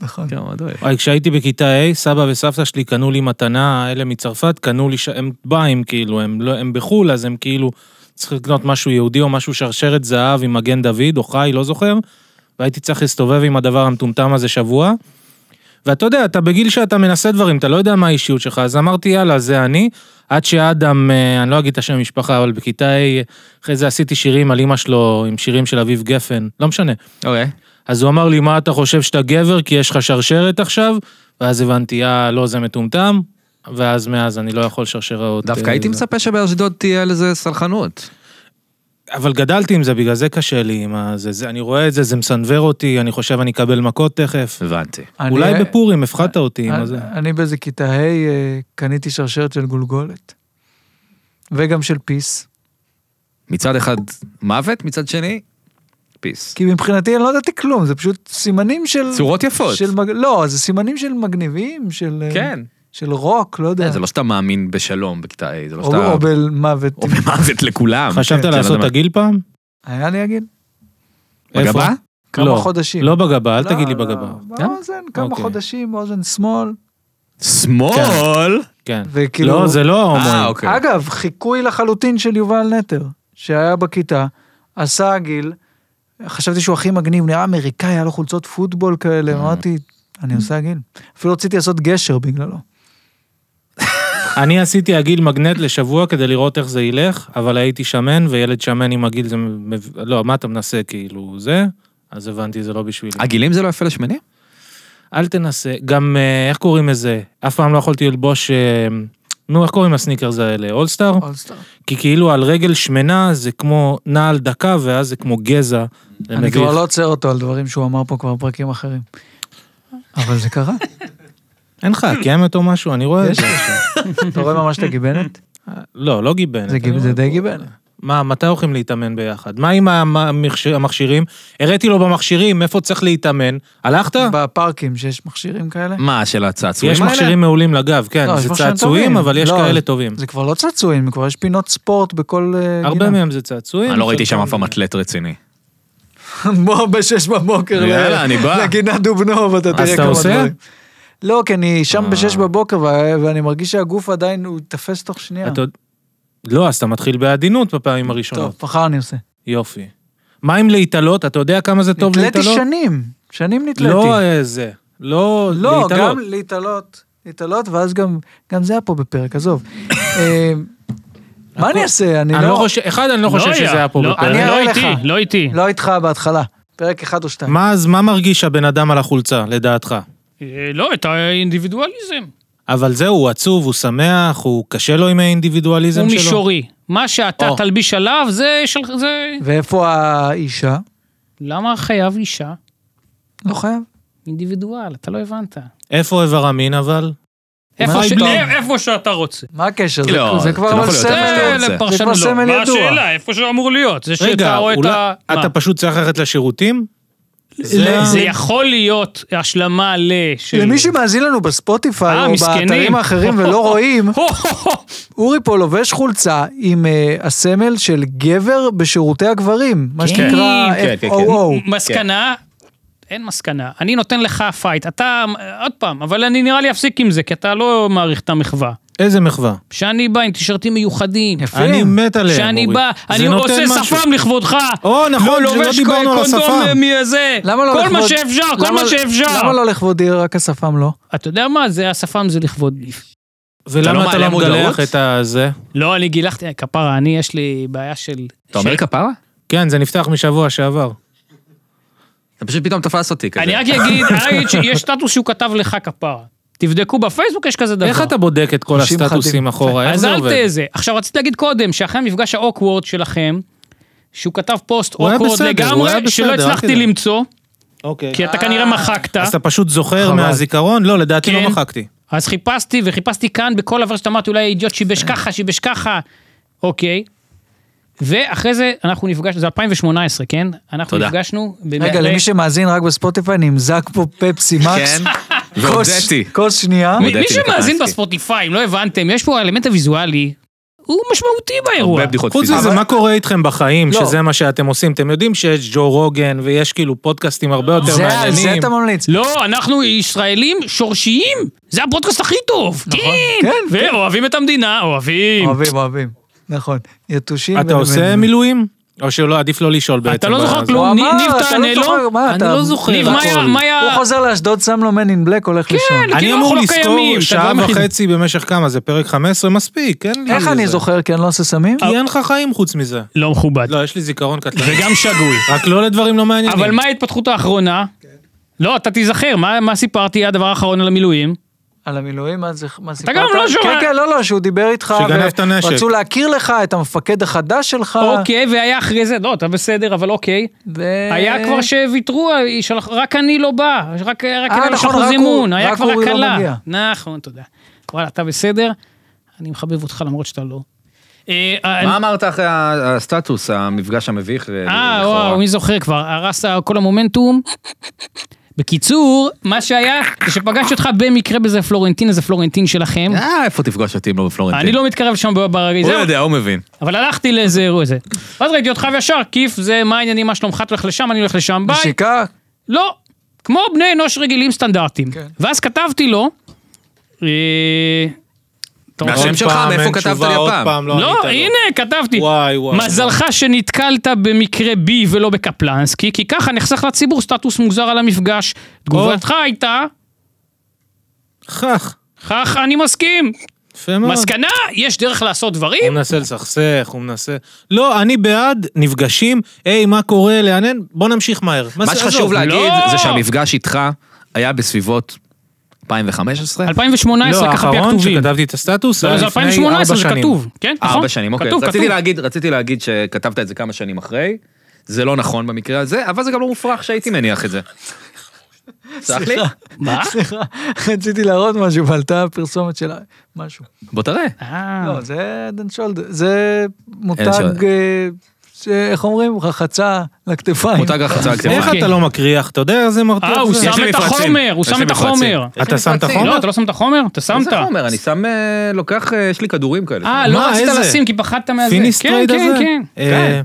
[SPEAKER 4] נכון.
[SPEAKER 2] כן, מאוד אוהב.
[SPEAKER 1] וואי, אה, כשהייתי בכיתה A, סבא וסבתא שלי קנו לי מתנה, אלה מצרפת, קנו לי, ש... הם באים כאילו, הם, לא, הם בחו"ל, אז הם כאילו צריכים לקנות משהו יהודי או משהו שרשרת זהב עם מגן דוד או חי, לא זוכר, והייתי צריך להסתובב עם הדבר המטומטם הזה שבוע. ואתה יודע, אתה בגיל שאתה מנסה דברים, אתה לא יודע מה האישיות שלך, אז אמרתי, יאללה, זה אני. עד שאדם, אה, אני לא אגיד את השם המשפחה, אבל בכיתה A, אחרי זה עשיתי שירים על אמא שלו, עם שירים של אביב גפן, לא משנה.
[SPEAKER 2] אוקיי.
[SPEAKER 1] אז הוא אמר לי, מה אתה חושב שאתה גבר, כי יש לך שרשרת עכשיו? ואז הבנתי, אה, לא, זה מטומטם. ואז מאז אני לא יכול שרשראות.
[SPEAKER 2] דווקא
[SPEAKER 1] אה,
[SPEAKER 2] הייתי
[SPEAKER 1] זה.
[SPEAKER 2] מצפה שבאשדוד תהיה לזה סלחנות.
[SPEAKER 1] אבל גדלתי עם זה, בגלל זה קשה לי עם הזה. זה, אני רואה את זה, זה מסנוור אותי, אני חושב אני אקבל מכות תכף.
[SPEAKER 2] הבנתי.
[SPEAKER 4] אני- אה,
[SPEAKER 1] אולי בפורים הפחדת אותי עם
[SPEAKER 4] אני-
[SPEAKER 1] הזה.
[SPEAKER 4] אני באיזה כיתה ה' אה, קניתי שרשרת של גולגולת. וגם של פיס.
[SPEAKER 2] מצד אחד מוות, מצד שני, פיס.
[SPEAKER 4] כי מבחינתי אני לא ידעתי כלום, זה פשוט סימנים של...
[SPEAKER 2] צורות יפות.
[SPEAKER 4] של מג... לא, זה סימנים של מגניבים, של... אה,
[SPEAKER 2] כן.
[SPEAKER 4] של רוק, לא
[SPEAKER 1] אה,
[SPEAKER 4] יודע.
[SPEAKER 2] זה לא שאתה מאמין בשלום בכיתה A, זה לא
[SPEAKER 4] או, או
[SPEAKER 2] שאתה...
[SPEAKER 4] במוות.
[SPEAKER 2] או במוות לכולם.
[SPEAKER 1] חשבת
[SPEAKER 2] כן,
[SPEAKER 1] לעשות את
[SPEAKER 2] זה
[SPEAKER 1] הגיל פעם?
[SPEAKER 4] היה לי הגיל?
[SPEAKER 1] איפה?
[SPEAKER 2] בגבה?
[SPEAKER 4] כמה
[SPEAKER 1] לא,
[SPEAKER 4] חודשים.
[SPEAKER 1] לא בגבה, אל
[SPEAKER 4] לא,
[SPEAKER 1] תגיד לי
[SPEAKER 4] לא,
[SPEAKER 1] בגבה.
[SPEAKER 4] באוזן, כמה
[SPEAKER 1] אוקיי.
[SPEAKER 4] חודשים, אוזן שמאל.
[SPEAKER 2] שמאל?
[SPEAKER 1] כן.
[SPEAKER 4] וכאילו...
[SPEAKER 1] לא, זה לא
[SPEAKER 2] אה,
[SPEAKER 1] הומואים.
[SPEAKER 2] אוקיי.
[SPEAKER 4] אגב, חיקוי לחלוטין של יובל נטר, שהיה בכיתה, עשה גיל, חשבתי שהוא הכי מגניב, נראה אמריקאי, היה לו חולצות פוטבול
[SPEAKER 1] אה.
[SPEAKER 4] כאלה, אמרתי, אני עושה גיל. אפילו רציתי לעשות גשר בגללו.
[SPEAKER 1] אני עשיתי עגיל מגנט לשבוע כדי לראות איך זה ילך, אבל הייתי שמן, וילד שמן עם עגיל זה... מב- לא, מה אתה מנסה כאילו זה? אז הבנתי, זה לא בשבילי.
[SPEAKER 2] הגילים זה לא יפה לשמנים?
[SPEAKER 1] אל תנסה, גם אה, איך קוראים לזה? אף פעם לא יכולתי ללבוש... אה, נו, איך קוראים לסניקרס האלה? אולסטאר?
[SPEAKER 4] אולסטאר.
[SPEAKER 1] כי כאילו על רגל שמנה זה כמו נעל דקה, ואז זה כמו גזע. זה
[SPEAKER 4] אני
[SPEAKER 1] מביך.
[SPEAKER 4] כבר לא עוצר אותו על דברים שהוא אמר פה כבר בפרקים אחרים. אבל זה קרה.
[SPEAKER 1] אין לך קמת או משהו, אני רואה את
[SPEAKER 4] יש
[SPEAKER 1] זה.
[SPEAKER 4] אתה רואה ממש את הגיבנת?
[SPEAKER 1] לא, לא גיבנת.
[SPEAKER 4] זה גיב-
[SPEAKER 1] אני
[SPEAKER 4] זה
[SPEAKER 1] רואה.
[SPEAKER 4] די גיבנת.
[SPEAKER 1] מה, מתי הולכים להתאמן ביחד? מה עם המכשיר- המכשירים? הראתי לו במכשירים, איפה צריך להתאמן. הלכת?
[SPEAKER 4] בפארקים שיש מכשירים כאלה?
[SPEAKER 2] מה, של הצעצועים
[SPEAKER 1] יש
[SPEAKER 2] האלה?
[SPEAKER 1] מכשירים מעולים לגב, כן,
[SPEAKER 4] לא, יש
[SPEAKER 1] זה
[SPEAKER 4] מכשירים
[SPEAKER 1] צעצועים,
[SPEAKER 4] טובים.
[SPEAKER 1] אבל יש
[SPEAKER 4] לא,
[SPEAKER 1] כאלה
[SPEAKER 4] זה-
[SPEAKER 1] טובים.
[SPEAKER 4] זה כבר לא צעצועים, כבר יש פינות ספורט בכל... אה,
[SPEAKER 1] הרבה
[SPEAKER 4] גינה.
[SPEAKER 1] מהם זה צעצועים.
[SPEAKER 2] אני לא ראיתי שם
[SPEAKER 1] חלקם
[SPEAKER 2] אף פעם אתלט רציני.
[SPEAKER 4] בוא בשש בבוקר ל-
[SPEAKER 2] יאללה, אני בא.
[SPEAKER 4] לגינה דובנוב, אתה תראה
[SPEAKER 1] אתה
[SPEAKER 4] כמה
[SPEAKER 1] עושה? אה.
[SPEAKER 4] דברים. לא, כי אני שם בשש בבוקר ו- ואני מרגיש שהגוף עדיין, הוא תופס תוך שנייה.
[SPEAKER 1] אתה עוד- לא, אז אתה מתחיל בעדינות בפעמים
[SPEAKER 4] טוב,
[SPEAKER 1] הראשונות.
[SPEAKER 4] מחר אני עושה.
[SPEAKER 1] יופי. מה עם להתעלות? אתה יודע כמה זה טוב
[SPEAKER 4] התליתי
[SPEAKER 1] להתעלות?
[SPEAKER 4] שנים. שנים נתליתי.
[SPEAKER 1] לא אה, זה. לא,
[SPEAKER 4] לא,
[SPEAKER 1] להתעלות.
[SPEAKER 4] גם להתעלות. להתעלות, ואז גם, גם זה היה פה בפרק, עזוב. אה, מה אני אעשה? אני
[SPEAKER 1] אני לא
[SPEAKER 4] לא...
[SPEAKER 1] חושב, אחד, אני לא חושב
[SPEAKER 3] היה,
[SPEAKER 1] שזה היה פה
[SPEAKER 3] לא,
[SPEAKER 1] בפרק.
[SPEAKER 4] אני
[SPEAKER 3] לא
[SPEAKER 4] אראה
[SPEAKER 3] איתי,
[SPEAKER 4] לך.
[SPEAKER 3] לא איתי.
[SPEAKER 4] לא איתך בהתחלה. פרק אחד או שתיים.
[SPEAKER 1] מה אז, מה מרגיש הבן אדם על החולצה, לדעתך?
[SPEAKER 3] אה, לא, את האינדיבידואליזם.
[SPEAKER 1] אבל זהו, הוא עצוב, הוא שמח, הוא קשה לו עם האינדיבידואליזם
[SPEAKER 3] הוא
[SPEAKER 1] שלו.
[SPEAKER 3] מישורי. מה שאתה
[SPEAKER 1] או.
[SPEAKER 3] תלביש עליו, זה של... זה...
[SPEAKER 4] ואיפה האישה?
[SPEAKER 3] למה חייב אישה?
[SPEAKER 4] לא חייב.
[SPEAKER 3] אינדיבידואל, אתה לא הבנת.
[SPEAKER 1] איפה איבר המין אבל?
[SPEAKER 3] איפה
[SPEAKER 1] מה
[SPEAKER 3] ש- אה,
[SPEAKER 1] איתו?
[SPEAKER 3] איפה שאתה רוצה.
[SPEAKER 4] מה הקשר? זה-
[SPEAKER 2] לא,
[SPEAKER 4] זה
[SPEAKER 2] אתה
[SPEAKER 4] כבר
[SPEAKER 2] לא
[SPEAKER 4] אבל
[SPEAKER 2] יכול להיות.
[SPEAKER 4] סמל.
[SPEAKER 2] זה-
[SPEAKER 3] זה
[SPEAKER 2] זה
[SPEAKER 3] לפרשן
[SPEAKER 4] כבר
[SPEAKER 3] לא.
[SPEAKER 4] סמל
[SPEAKER 3] מה
[SPEAKER 4] ידוע.
[SPEAKER 3] השאלה? איפה שאמור להיות? זה שאתה
[SPEAKER 1] רגע,
[SPEAKER 3] רואה את
[SPEAKER 1] אולי-
[SPEAKER 3] ה... מה?
[SPEAKER 1] אתה פשוט צריך ללכת לשירותים? לא. זה ה-
[SPEAKER 3] זה יכול להיות השלמה ל... של-
[SPEAKER 4] למי שמאזין לנו בספוטיפיי
[SPEAKER 3] אה,
[SPEAKER 4] או
[SPEAKER 3] מסכנים.
[SPEAKER 4] באתרים האחרים ולא רואים,
[SPEAKER 3] הו, הו, הו.
[SPEAKER 4] אורי פה לובש חולצה עם אה, הסמל של גבר בשירותי הגברים, מה
[SPEAKER 3] כן.
[SPEAKER 4] שנקרא
[SPEAKER 2] כן, כן,
[SPEAKER 4] FOO.
[SPEAKER 3] מסקנה, אין מסקנה. אני נותן לך פייט. אתה, עוד פעם, אבל אני נראה לי אפסיק עם זה, כי אתה לא מעריך את המחווה.
[SPEAKER 1] איזה מחווה.
[SPEAKER 3] שאני בא עם טישרטים מיוחדים.
[SPEAKER 4] יפה.
[SPEAKER 1] אני מת עליהם, אורי.
[SPEAKER 3] כן. שאני בא,
[SPEAKER 1] זה
[SPEAKER 3] אני
[SPEAKER 1] נותן
[SPEAKER 3] עושה
[SPEAKER 1] משהו.
[SPEAKER 3] שפם לכבודך. לא
[SPEAKER 1] או, נכון, שלא
[SPEAKER 3] לובש
[SPEAKER 1] דיברנו על השפם.
[SPEAKER 3] קונדום מזה.
[SPEAKER 4] למה לא
[SPEAKER 3] כל
[SPEAKER 4] לכבוד...
[SPEAKER 3] מה שאפשר, כל
[SPEAKER 4] למה-
[SPEAKER 3] מה שאפשר.
[SPEAKER 4] למה לא לכבודי, רק השפם לא?
[SPEAKER 3] אתה יודע מה? זה השפם זה לכבוד לי.
[SPEAKER 2] אתה לא
[SPEAKER 1] ולמה אתה
[SPEAKER 2] מעלה
[SPEAKER 1] לא
[SPEAKER 2] מודעות?
[SPEAKER 1] מגלח את הזה?
[SPEAKER 3] לא, אני גילחתי, כפרה, אני יש לי בעיה של...
[SPEAKER 2] אתה אומר כפרה?
[SPEAKER 1] כן, זה נפתח משבוע שעבר.
[SPEAKER 2] אתה פשוט פתאום תפס אותי כזה.
[SPEAKER 3] אני רק אגיד, אני רק אגיד שיש סטטוס שהוא כתב לך כפרה. תבדקו בפייסבוק, יש כזה דבר.
[SPEAKER 1] איך אתה בודק את כל
[SPEAKER 4] אנשים חדים.
[SPEAKER 1] הסטטוסים אחורה? לא, איך
[SPEAKER 3] אז
[SPEAKER 1] זה
[SPEAKER 3] אל
[SPEAKER 1] עובד?
[SPEAKER 3] תהיה זה. עכשיו, רציתי להגיד קודם, שאחרי המפגש האוקוורד שלכם, שהוא כתב פוסט
[SPEAKER 1] הוא היה
[SPEAKER 3] אוקוורד
[SPEAKER 1] בסדר, הוא היה
[SPEAKER 3] לגמרי, שלא
[SPEAKER 1] בסדר, אל
[SPEAKER 3] הצלחתי
[SPEAKER 1] תדאג.
[SPEAKER 3] למצוא,
[SPEAKER 1] אוקיי.
[SPEAKER 3] כי אתה
[SPEAKER 4] אה.
[SPEAKER 3] כנראה מחקת.
[SPEAKER 1] אז אתה פשוט זוכר
[SPEAKER 4] חבל.
[SPEAKER 1] מהזיכרון? לא, לדעתי
[SPEAKER 3] כן.
[SPEAKER 1] לא מחקתי.
[SPEAKER 3] אז חיפשתי, וחיפשתי כאן בכל דבר שאתה אמרתי, אולי האידיוט שיבש ככה, שיבש ככה, אוקיי. ואחרי זה אנחנו נפגשנו, זה 2018, כן? אנחנו
[SPEAKER 2] תודה.
[SPEAKER 3] נפגשנו... במ-
[SPEAKER 4] רגע,
[SPEAKER 3] ל-
[SPEAKER 4] למי שמאזין רק בספוטיפיי, נמזק פה פפסי מקס.
[SPEAKER 2] כן,
[SPEAKER 4] כוס-
[SPEAKER 2] והודיתי.
[SPEAKER 4] כוס שנייה.
[SPEAKER 2] מי-
[SPEAKER 3] מי מי
[SPEAKER 2] הודיתי
[SPEAKER 3] שמאזין
[SPEAKER 2] וקפצתי.
[SPEAKER 3] בספוטיפיי, אם לא הבנתם, יש פה האלמנט הוויזואלי, הוא משמעותי באירוע.
[SPEAKER 2] הרבה בדיחות
[SPEAKER 1] חוץ מזה,
[SPEAKER 2] פיזיות.
[SPEAKER 1] מה קורה איתכם בחיים,
[SPEAKER 4] לא.
[SPEAKER 1] שזה מה שאתם עושים? אתם יודעים שיש ג'ו רוגן ויש כאילו פודקאסטים הרבה יותר
[SPEAKER 4] זה- על זה
[SPEAKER 1] מעניינים.
[SPEAKER 4] אתה ממליץ.
[SPEAKER 3] לא, אנחנו ישראלים שורשיים, זה הפודקאסט הכי טוב. כן,
[SPEAKER 4] כן,
[SPEAKER 3] ואוהבים את המדינה, אוהבים.
[SPEAKER 4] אוהבים, אוהבים. נכון. יתושים.
[SPEAKER 1] אתה עושה
[SPEAKER 4] ונמנים.
[SPEAKER 1] מילואים? או שלא, עדיף לא לשאול בעצם.
[SPEAKER 3] אתה לא זוכר
[SPEAKER 1] בזה.
[SPEAKER 3] כלום.
[SPEAKER 4] הוא
[SPEAKER 3] ניב
[SPEAKER 4] אמר, אתה לא
[SPEAKER 3] תענה לו?
[SPEAKER 4] זוכר, מה
[SPEAKER 1] אני
[SPEAKER 4] אתה-
[SPEAKER 1] לא זוכר.
[SPEAKER 3] ניב,
[SPEAKER 1] הכל.
[SPEAKER 3] מה היה- מה היה...
[SPEAKER 4] הוא חוזר לאשדוד, שם לו מן אין בלק, הולך לישון.
[SPEAKER 1] אני
[SPEAKER 3] כאילו
[SPEAKER 1] אמור
[SPEAKER 3] אנחנו לא
[SPEAKER 1] לזכור
[SPEAKER 3] קיימים, את
[SPEAKER 1] שעה
[SPEAKER 3] הדברים הכי-
[SPEAKER 1] וחצי במשך כמה, זה פרק 15 מספיק, אין לי...
[SPEAKER 4] איך אני
[SPEAKER 1] זה.
[SPEAKER 4] זוכר? כי אני לא עושה סמים?
[SPEAKER 1] כי אין לך חיים חוץ מזה.
[SPEAKER 3] לא מכובד.
[SPEAKER 1] לא, יש לי זיכרון קטן.
[SPEAKER 3] וגם שגוי.
[SPEAKER 1] רק לא לדברים לא מעניינים.
[SPEAKER 3] אבל מה ההתפתחות האחרונה?
[SPEAKER 4] כן.
[SPEAKER 3] לא, אתה תיזכר, מה מה סיפרתי הדבר האחרון על המילואים?
[SPEAKER 4] על המילואים, מה זה, מה סיפרת?
[SPEAKER 3] גם לא שומע.
[SPEAKER 4] כן, כן, לא, לא, שהוא דיבר איתך.
[SPEAKER 1] שגנב את הנשק.
[SPEAKER 4] רצו להכיר לך את המפקד החדש שלך.
[SPEAKER 3] אוקיי, והיה אחרי זה, לא, אתה בסדר, אבל אוקיי.
[SPEAKER 4] ו-
[SPEAKER 3] היה כבר שוויתרו, שלח- רק אני לא בא, רק רק
[SPEAKER 4] אה,
[SPEAKER 3] אלה
[SPEAKER 4] נכון,
[SPEAKER 3] שלחו
[SPEAKER 4] רק
[SPEAKER 3] זימון,
[SPEAKER 4] הוא-
[SPEAKER 3] היה
[SPEAKER 4] רק
[SPEAKER 3] כבר
[SPEAKER 4] אורי לא
[SPEAKER 3] הקלה.
[SPEAKER 4] מגיע.
[SPEAKER 3] נכון, תודה. וואלה, אתה בסדר? אני מחבב אותך למרות שאתה לא. אה,
[SPEAKER 2] מה
[SPEAKER 3] אה,
[SPEAKER 2] אמרת אחרי ה- הסטטוס, המפגש המביך?
[SPEAKER 3] אה,
[SPEAKER 2] לכאורה?
[SPEAKER 3] וואו, מי זוכר כבר, הרסת כל המומנטום. בקיצור, מה שהיה, זה שפגשתי אותך במקרה באיזה פלורנטין, איזה פלורנטין שלכם.
[SPEAKER 2] אה, איפה תפגוש אותי אם לא בפלורנטין?
[SPEAKER 3] אני לא מתקרב שם ברגע,
[SPEAKER 2] הוא לא
[SPEAKER 3] זהו,
[SPEAKER 2] יודע, הוא מבין.
[SPEAKER 3] אבל הלכתי לאיזה אירוע זה. ואז ראיתי אותך וישר, כיף, זה מה העניינים, מה שלומך, אתה הולך לשם, אני הולך לשם, ביי.
[SPEAKER 4] נשיקה?
[SPEAKER 3] לא, כמו בני אנוש רגילים סטנדרטיים.
[SPEAKER 4] כן.
[SPEAKER 3] ואז כתבתי לו, אה, טוב,
[SPEAKER 1] עוד
[SPEAKER 2] מהשם שלך,
[SPEAKER 1] פעם
[SPEAKER 2] מאיפה
[SPEAKER 1] אין
[SPEAKER 2] כתבת
[SPEAKER 1] תשובה,
[SPEAKER 2] לי
[SPEAKER 1] עוד
[SPEAKER 2] הפעם?
[SPEAKER 1] פעם לא
[SPEAKER 3] לא,
[SPEAKER 1] ענית לו.
[SPEAKER 3] הנה, כתבתי.
[SPEAKER 1] וואי, וואי.
[SPEAKER 3] מזלך שנתקלת במקרה בי ולא בקפלנסקי, כי ככה נחסך לציבור סטטוס מוזר על המפגש. תגובתך הייתה,
[SPEAKER 1] חך,
[SPEAKER 3] כך אני מסכים.
[SPEAKER 1] יפה מאוד.
[SPEAKER 3] מסקנה, יש דרך לעשות
[SPEAKER 1] הוא
[SPEAKER 3] דברים.
[SPEAKER 1] מנסה לסכסך, הוא מנסה... לא, אני בעד, נפגשים, היי, מה קורה, לעניין, בוא נמשיך מהר.
[SPEAKER 2] מה
[SPEAKER 1] זה-
[SPEAKER 2] שחשוב
[SPEAKER 1] עזוב,
[SPEAKER 2] להגיד
[SPEAKER 3] לא.
[SPEAKER 2] זה שהמפגש איתך היה בסביבות 2015?
[SPEAKER 3] 2018,
[SPEAKER 1] לא,
[SPEAKER 3] ככה פי
[SPEAKER 1] האחרון
[SPEAKER 3] הכתובים.
[SPEAKER 1] שכתבתי את הסטטוס,
[SPEAKER 3] לא,
[SPEAKER 1] היה
[SPEAKER 3] זה
[SPEAKER 1] לפני
[SPEAKER 3] 2018,
[SPEAKER 1] ארבע
[SPEAKER 3] זה
[SPEAKER 1] שנים.
[SPEAKER 3] כתוב. כן, נכון?
[SPEAKER 2] ארבע שנים, אוקיי.
[SPEAKER 3] כתוב,
[SPEAKER 2] רציתי
[SPEAKER 3] כתוב.
[SPEAKER 2] להגיד, רציתי להגיד שכתבת את זה כמה שנים אחרי, זה לא נכון במקרה הזה, אבל זה גם לא מופרך שהייתי מניח את זה. סלח לי?
[SPEAKER 3] מה?
[SPEAKER 4] סליחה, רציתי להראות משהו, אבל עלתה הפרסומת שלה, משהו.
[SPEAKER 2] בוא תראה.
[SPEAKER 3] אה,
[SPEAKER 4] לא, זה דן שולד, זה
[SPEAKER 2] שולד.
[SPEAKER 4] מותג, אה, ש- איך אומרים, רחצה לכתפיים.
[SPEAKER 2] מותג רחצה על
[SPEAKER 1] איך
[SPEAKER 2] כתפיים.
[SPEAKER 3] אוקיי.
[SPEAKER 1] אתה לא מקריח? אתה יודע איך זה מרתיח?
[SPEAKER 3] אה, הוא
[SPEAKER 1] זה?
[SPEAKER 3] שם
[SPEAKER 2] יש לי
[SPEAKER 3] את
[SPEAKER 2] מפרצים.
[SPEAKER 3] החומר, הוא
[SPEAKER 2] יש לי
[SPEAKER 3] שם את
[SPEAKER 2] מפרצים.
[SPEAKER 3] החומר.
[SPEAKER 2] יש לי
[SPEAKER 1] אתה שם את
[SPEAKER 2] מפרצים.
[SPEAKER 1] החומר?
[SPEAKER 3] לא, אתה לא שם את החומר? אתה שמת.
[SPEAKER 2] איזה חומר? אני שם, אה, לוקח, אה, יש לי כדורים כאלה.
[SPEAKER 3] אה, לא
[SPEAKER 1] מה,
[SPEAKER 3] רצית
[SPEAKER 1] איזה?
[SPEAKER 3] לשים כי פחדת מהזה.
[SPEAKER 1] פיניסטרייד
[SPEAKER 3] כן,
[SPEAKER 1] הזה?
[SPEAKER 3] כן, כן.
[SPEAKER 1] אה,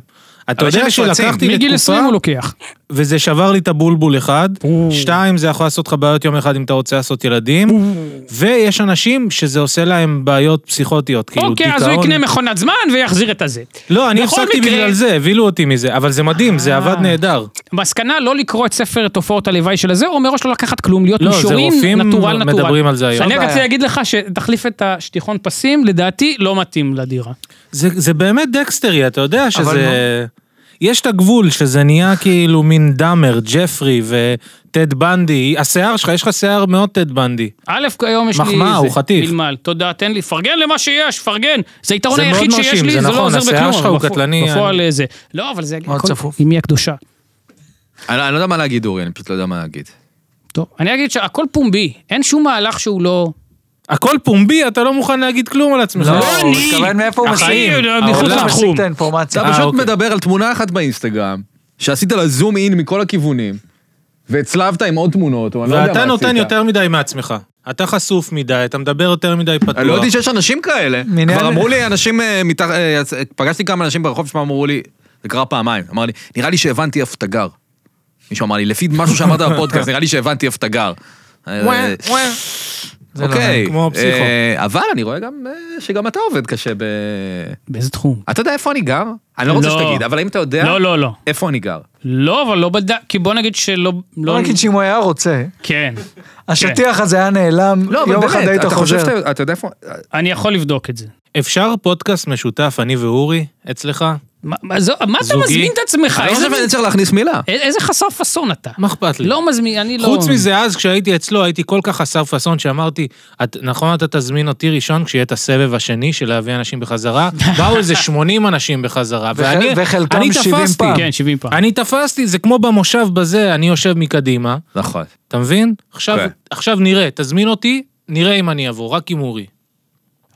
[SPEAKER 1] אתה
[SPEAKER 2] אבל יש
[SPEAKER 1] יודע
[SPEAKER 2] מפרצים.
[SPEAKER 1] שלקחתי
[SPEAKER 3] מגיל 20
[SPEAKER 1] לתקופה,
[SPEAKER 3] הוא לוקח.
[SPEAKER 1] וזה שבר לי את הבולבול אחד,
[SPEAKER 3] או.
[SPEAKER 1] שתיים, זה יכול לעשות לך בעיות יום אחד אם אתה רוצה לעשות ילדים, ויש אנשים שזה עושה להם בעיות פסיכוטיות, כאילו
[SPEAKER 3] אוקיי, אז הוא
[SPEAKER 1] דיכאון.
[SPEAKER 3] יקנה מכונת זמן ויחזיר את הזה.
[SPEAKER 1] לא, אני
[SPEAKER 3] בכל
[SPEAKER 1] הפסקתי
[SPEAKER 3] מקרה-
[SPEAKER 1] בגלל זה, הבהילו אותי מזה, אבל זה מדהים, זה
[SPEAKER 3] אה.
[SPEAKER 1] עבד נהדר.
[SPEAKER 3] מסקנה, לא לקרוא את ספר תופעות הלוואי של הזה, או מראש לא לקחת כלום, להיות
[SPEAKER 1] לא, זה
[SPEAKER 3] מישורים,
[SPEAKER 1] רופאים
[SPEAKER 3] נטורל נטורל.
[SPEAKER 1] מדברים על זה היום.
[SPEAKER 3] אני
[SPEAKER 2] לא
[SPEAKER 3] רק
[SPEAKER 4] בעיה.
[SPEAKER 3] רוצה להגיד לך שתחליף את השטיחון פסים, לדעתי לא מתאים לדירה.
[SPEAKER 1] זה, זה באמת דקסטרי, אתה יודע
[SPEAKER 4] אבל
[SPEAKER 1] שזה... יש את הגבול שזה נהיה כאילו מין דאמר, ג'פרי וטד בנדי, השיער שלך, יש לך שיער מאוד טד בנדי.
[SPEAKER 3] א', היום יש לי...
[SPEAKER 1] מחמאה,
[SPEAKER 3] זה,
[SPEAKER 1] הוא חטיף.
[SPEAKER 3] מלמל, תודה, תן לי, פרגן למה שיש, פרגן. זה היתרון
[SPEAKER 1] זה מאוד
[SPEAKER 3] היחיד שיש
[SPEAKER 1] מרשים,
[SPEAKER 3] לי,
[SPEAKER 1] זה
[SPEAKER 3] זה
[SPEAKER 1] נכון,
[SPEAKER 3] לא עוזר בכלום.
[SPEAKER 1] השיער שלך הוא
[SPEAKER 3] בפועל-
[SPEAKER 1] קטלני,
[SPEAKER 3] בפועל זה. לא, אבל זה...
[SPEAKER 4] מאוד
[SPEAKER 3] הכל-
[SPEAKER 4] צפוף.
[SPEAKER 3] אמי הקדושה.
[SPEAKER 2] אני אני לא יודע מה להגיד, אורי, אני פשוט לא יודע מה להגיד.
[SPEAKER 3] טוב, אני אגיד שהכל פומבי, אין שום מהלך שהוא לא...
[SPEAKER 1] הכל פומבי, אתה לא מוכן להגיד כלום על עצמך.
[SPEAKER 4] לא, הוא מתכוון מאיפה הוא
[SPEAKER 3] אחי,
[SPEAKER 4] משיג.
[SPEAKER 3] מחוץ
[SPEAKER 1] העולם
[SPEAKER 4] משיג
[SPEAKER 3] לתחום.
[SPEAKER 2] כן,
[SPEAKER 4] את האינפורמציה.
[SPEAKER 2] אתה
[SPEAKER 1] אה,
[SPEAKER 2] פשוט
[SPEAKER 1] אוקיי.
[SPEAKER 2] מדבר על תמונה אחת באינסטגרם, שעשית לה זום אין מכל הכיוונים, והצלבת עם עוד תמונות, או אני לא יודע מה עשית.
[SPEAKER 1] ואתה נותן יותר מדי מעצמך. אתה חשוף מדי, אתה מדבר יותר מדי פתוח.
[SPEAKER 2] אני לא יודעים שיש אנשים כאלה.
[SPEAKER 4] מנהל-
[SPEAKER 2] כבר אמרו לי אנשים, אה, מתח- אה, יצ- פגשתי כמה אנשים ברחוב שפעם אמרו לי, זה קרה פעמיים, אמר לי, נראה לי שהבנתי איפה אתה גר. מישהו אמר לי, לפי משהו שאמרת בפודקאסט, נראה לי שהבנתי איפה אתה גר. אה,
[SPEAKER 1] וואה, וואה.
[SPEAKER 4] זה לא
[SPEAKER 2] אוקיי,
[SPEAKER 1] כמו הפסיכו.
[SPEAKER 2] אה, אבל אני רואה גם אה, שגם אתה עובד קשה ב...
[SPEAKER 3] באיזה תחום?
[SPEAKER 2] אתה יודע איפה אני גר? אני לא רוצה
[SPEAKER 3] לא.
[SPEAKER 2] שתגיד, אבל האם אתה יודע
[SPEAKER 3] לא, לא, לא.
[SPEAKER 2] איפה אני גר?
[SPEAKER 3] לא, אבל לא בדק, כי בוא נגיד שלא...
[SPEAKER 4] לא
[SPEAKER 3] לא
[SPEAKER 4] נגיד שאם הוא היה רוצה,
[SPEAKER 3] כן.
[SPEAKER 4] השטיח הזה היה נאלם,
[SPEAKER 2] לא,
[SPEAKER 4] יום
[SPEAKER 2] אבל
[SPEAKER 4] אחד
[SPEAKER 2] באמת,
[SPEAKER 4] היית
[SPEAKER 2] אתה חושב
[SPEAKER 4] חוזר.
[SPEAKER 2] שאתה אתה יודע איפה...
[SPEAKER 3] אני יכול לבדוק את זה.
[SPEAKER 1] אפשר פודקאסט משותף, אני ואורי, אצלך?
[SPEAKER 3] מה מה זו- מה אתה
[SPEAKER 1] זוגי?
[SPEAKER 3] מזמין את עצמך?
[SPEAKER 2] אני לא
[SPEAKER 3] איזה
[SPEAKER 2] חושב
[SPEAKER 3] מין-
[SPEAKER 2] שאני צריך להכניס מילה.
[SPEAKER 3] א- איזה חסר פאסון אתה?
[SPEAKER 1] מה אכפת לי?
[SPEAKER 3] לא מזמין, אני לא...
[SPEAKER 1] חוץ מזה, אז כשהייתי אצלו, הייתי כל כך חסר פאסון שאמרתי, "את- נכון, אתה תזמין אותי ראשון כשיהיה את הסבב השני של להביא אנשים בחזרה? באו איזה 80 אנשים בחזרה,
[SPEAKER 4] וח-
[SPEAKER 1] ואני
[SPEAKER 4] וחלקם
[SPEAKER 1] אני
[SPEAKER 4] 70
[SPEAKER 1] תפסתי.
[SPEAKER 4] פעם.
[SPEAKER 3] כן, 70 פעם.
[SPEAKER 1] אני תפסתי, זה כמו במושב בזה, אני יושב מקדימה,
[SPEAKER 2] נכון.
[SPEAKER 1] אתה מבין? עכשיו-
[SPEAKER 2] כן.
[SPEAKER 1] עכשיו נראה, תזמין אותי, נראה אם אני אבוא, רק עם אורי.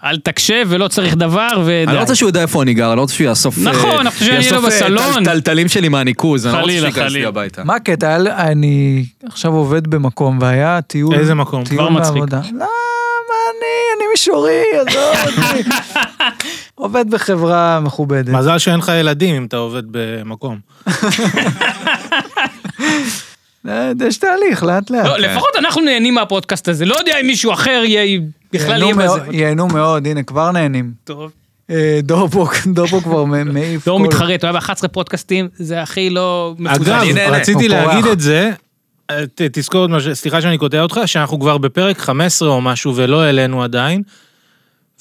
[SPEAKER 3] אל תקשב ולא צריך דבר ודי.
[SPEAKER 2] אני לא רוצה שהוא ידע איפה אני גר, אני לא רוצה שהוא יאסוף...
[SPEAKER 3] נכון, אני חושב שאני אהיה לו
[SPEAKER 2] יאסוף, אה, טל-
[SPEAKER 3] בסלון.
[SPEAKER 2] טלטלים שלי מהניקוז, אני לא רוצה
[SPEAKER 3] חלילה,
[SPEAKER 2] שהוא ייכנס לי
[SPEAKER 3] חלילה.
[SPEAKER 2] הביתה.
[SPEAKER 4] מה הקטע? היה- אני עכשיו עובד במקום, והיה טיול...
[SPEAKER 1] איזה מקום?
[SPEAKER 4] טיול
[SPEAKER 3] כבר מצחיק.
[SPEAKER 4] בעבודה. לא, מה אני? אני מישורי, עזוב אותי. עובד בחברה מכובדת.
[SPEAKER 1] מזל שאין לך ילדים אם אתה עובד במקום.
[SPEAKER 4] אה, יש תהליך, לאט לאט.
[SPEAKER 3] לא, לפחות אנחנו נהנים מהפודקאסט הזה, לא יודע אם מישהו אחר יהיה, בכלל
[SPEAKER 1] לא
[SPEAKER 4] ייהנו
[SPEAKER 3] יהיה
[SPEAKER 4] מאוד-
[SPEAKER 3] בזה.
[SPEAKER 4] ייהנו מאוד, הנה, כבר נהנים.
[SPEAKER 3] טוב.
[SPEAKER 4] אה, דורבוק, דורבוק כבר מ- מעיף.
[SPEAKER 3] דור
[SPEAKER 4] כל-
[SPEAKER 3] מתחרט, הוא היה ב-11 פודקאסטים, זה הכי לא מפוזר.
[SPEAKER 1] אגב,
[SPEAKER 2] אני נהנה.
[SPEAKER 1] רציתי
[SPEAKER 4] הוא
[SPEAKER 1] להגיד
[SPEAKER 4] פורח.
[SPEAKER 1] את זה, אה, ת- תזכור, את מה ש- סליחה שאני קוטע אותך, שאנחנו כבר בפרק 15 או משהו ולא העלינו עדיין,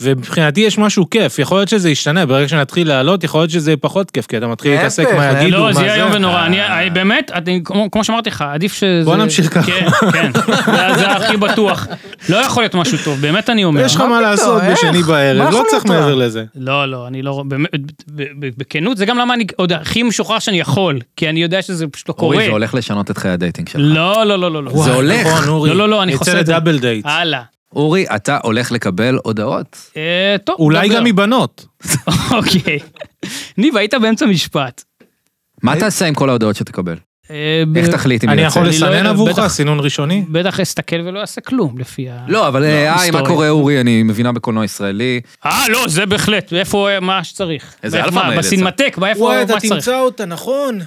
[SPEAKER 1] ומבחינתי יש משהו כיף, יכול להיות שזה ישתנה, ברגע שנתחיל לעלות, יכול להיות שזה יהיה פחות כיף, כי אתה מתחיל
[SPEAKER 4] להפך,
[SPEAKER 1] להתעסק מה
[SPEAKER 4] להפך.
[SPEAKER 1] יגידו,
[SPEAKER 3] לא,
[SPEAKER 1] כאילו, מה
[SPEAKER 3] זה יהיה איום
[SPEAKER 1] זה. אה.
[SPEAKER 3] ונורא, אני- אני באמת, אני- כמו- כמו שאמרתי לך, עדיף שזה...
[SPEAKER 1] בוא נמשיך ככה.
[SPEAKER 3] כן, כן, זה- זה הכי בטוח. לא יכול להיות משהו טוב, באמת אני אומר.
[SPEAKER 1] יש לך מה
[SPEAKER 4] פתאום,
[SPEAKER 1] לעשות
[SPEAKER 4] איך?
[SPEAKER 1] בשני
[SPEAKER 4] מה
[SPEAKER 1] בערב,
[SPEAKER 4] יכול
[SPEAKER 1] לא
[SPEAKER 4] להיות
[SPEAKER 1] צריך
[SPEAKER 4] רע?
[SPEAKER 1] מעבר לזה.
[SPEAKER 3] לא, לא, אני לא, באמת, ב- ב- ב- בכנות, זה גם למה אני עוד הכי משוחרר שאני יכול, כי אני יודע שזה פשוט לא קורה.
[SPEAKER 2] אורי, זה הולך לשנות את חיי הדייטינג שלך.
[SPEAKER 3] לא, לא, לא, לא, לא.
[SPEAKER 2] וואי, הולך.
[SPEAKER 1] נכון, אורי.
[SPEAKER 3] לא, לא, לא, אני חוסר
[SPEAKER 1] יצא
[SPEAKER 3] את זה. אה,
[SPEAKER 1] לדאבל דייט.
[SPEAKER 3] הלאה.
[SPEAKER 2] אורי, אתה הולך לקבל הודעות.
[SPEAKER 3] אה, טוב.
[SPEAKER 1] אולי
[SPEAKER 3] דבר.
[SPEAKER 1] גם מבנות.
[SPEAKER 3] אוקיי. ניב, היית באמצע משפט.
[SPEAKER 2] מה תעשה עם כל ההודעות שתקבל?
[SPEAKER 3] אה, ב-
[SPEAKER 2] איך תחליט אם
[SPEAKER 1] אני יכול
[SPEAKER 3] אני לא
[SPEAKER 1] לסנן
[SPEAKER 3] יודע,
[SPEAKER 1] עבורך
[SPEAKER 3] בטח.
[SPEAKER 1] סינון ראשוני?
[SPEAKER 3] בטח אסתכל ולא אעשה כלום, לפי ה...
[SPEAKER 2] לא, אבל אה, היי, מה
[SPEAKER 3] היסטוריה.
[SPEAKER 2] קורה אורי? אני מבינה בקולנוע ישראלי.
[SPEAKER 3] אה, לא, זה בהחלט, איפה, אה, מה שצריך.
[SPEAKER 2] איזה
[SPEAKER 3] מה-
[SPEAKER 2] אלפא
[SPEAKER 3] מה,
[SPEAKER 2] מייל יצא.
[SPEAKER 3] בסינמטק, מה- איפה, מה שצריך.
[SPEAKER 1] אותה, נכון.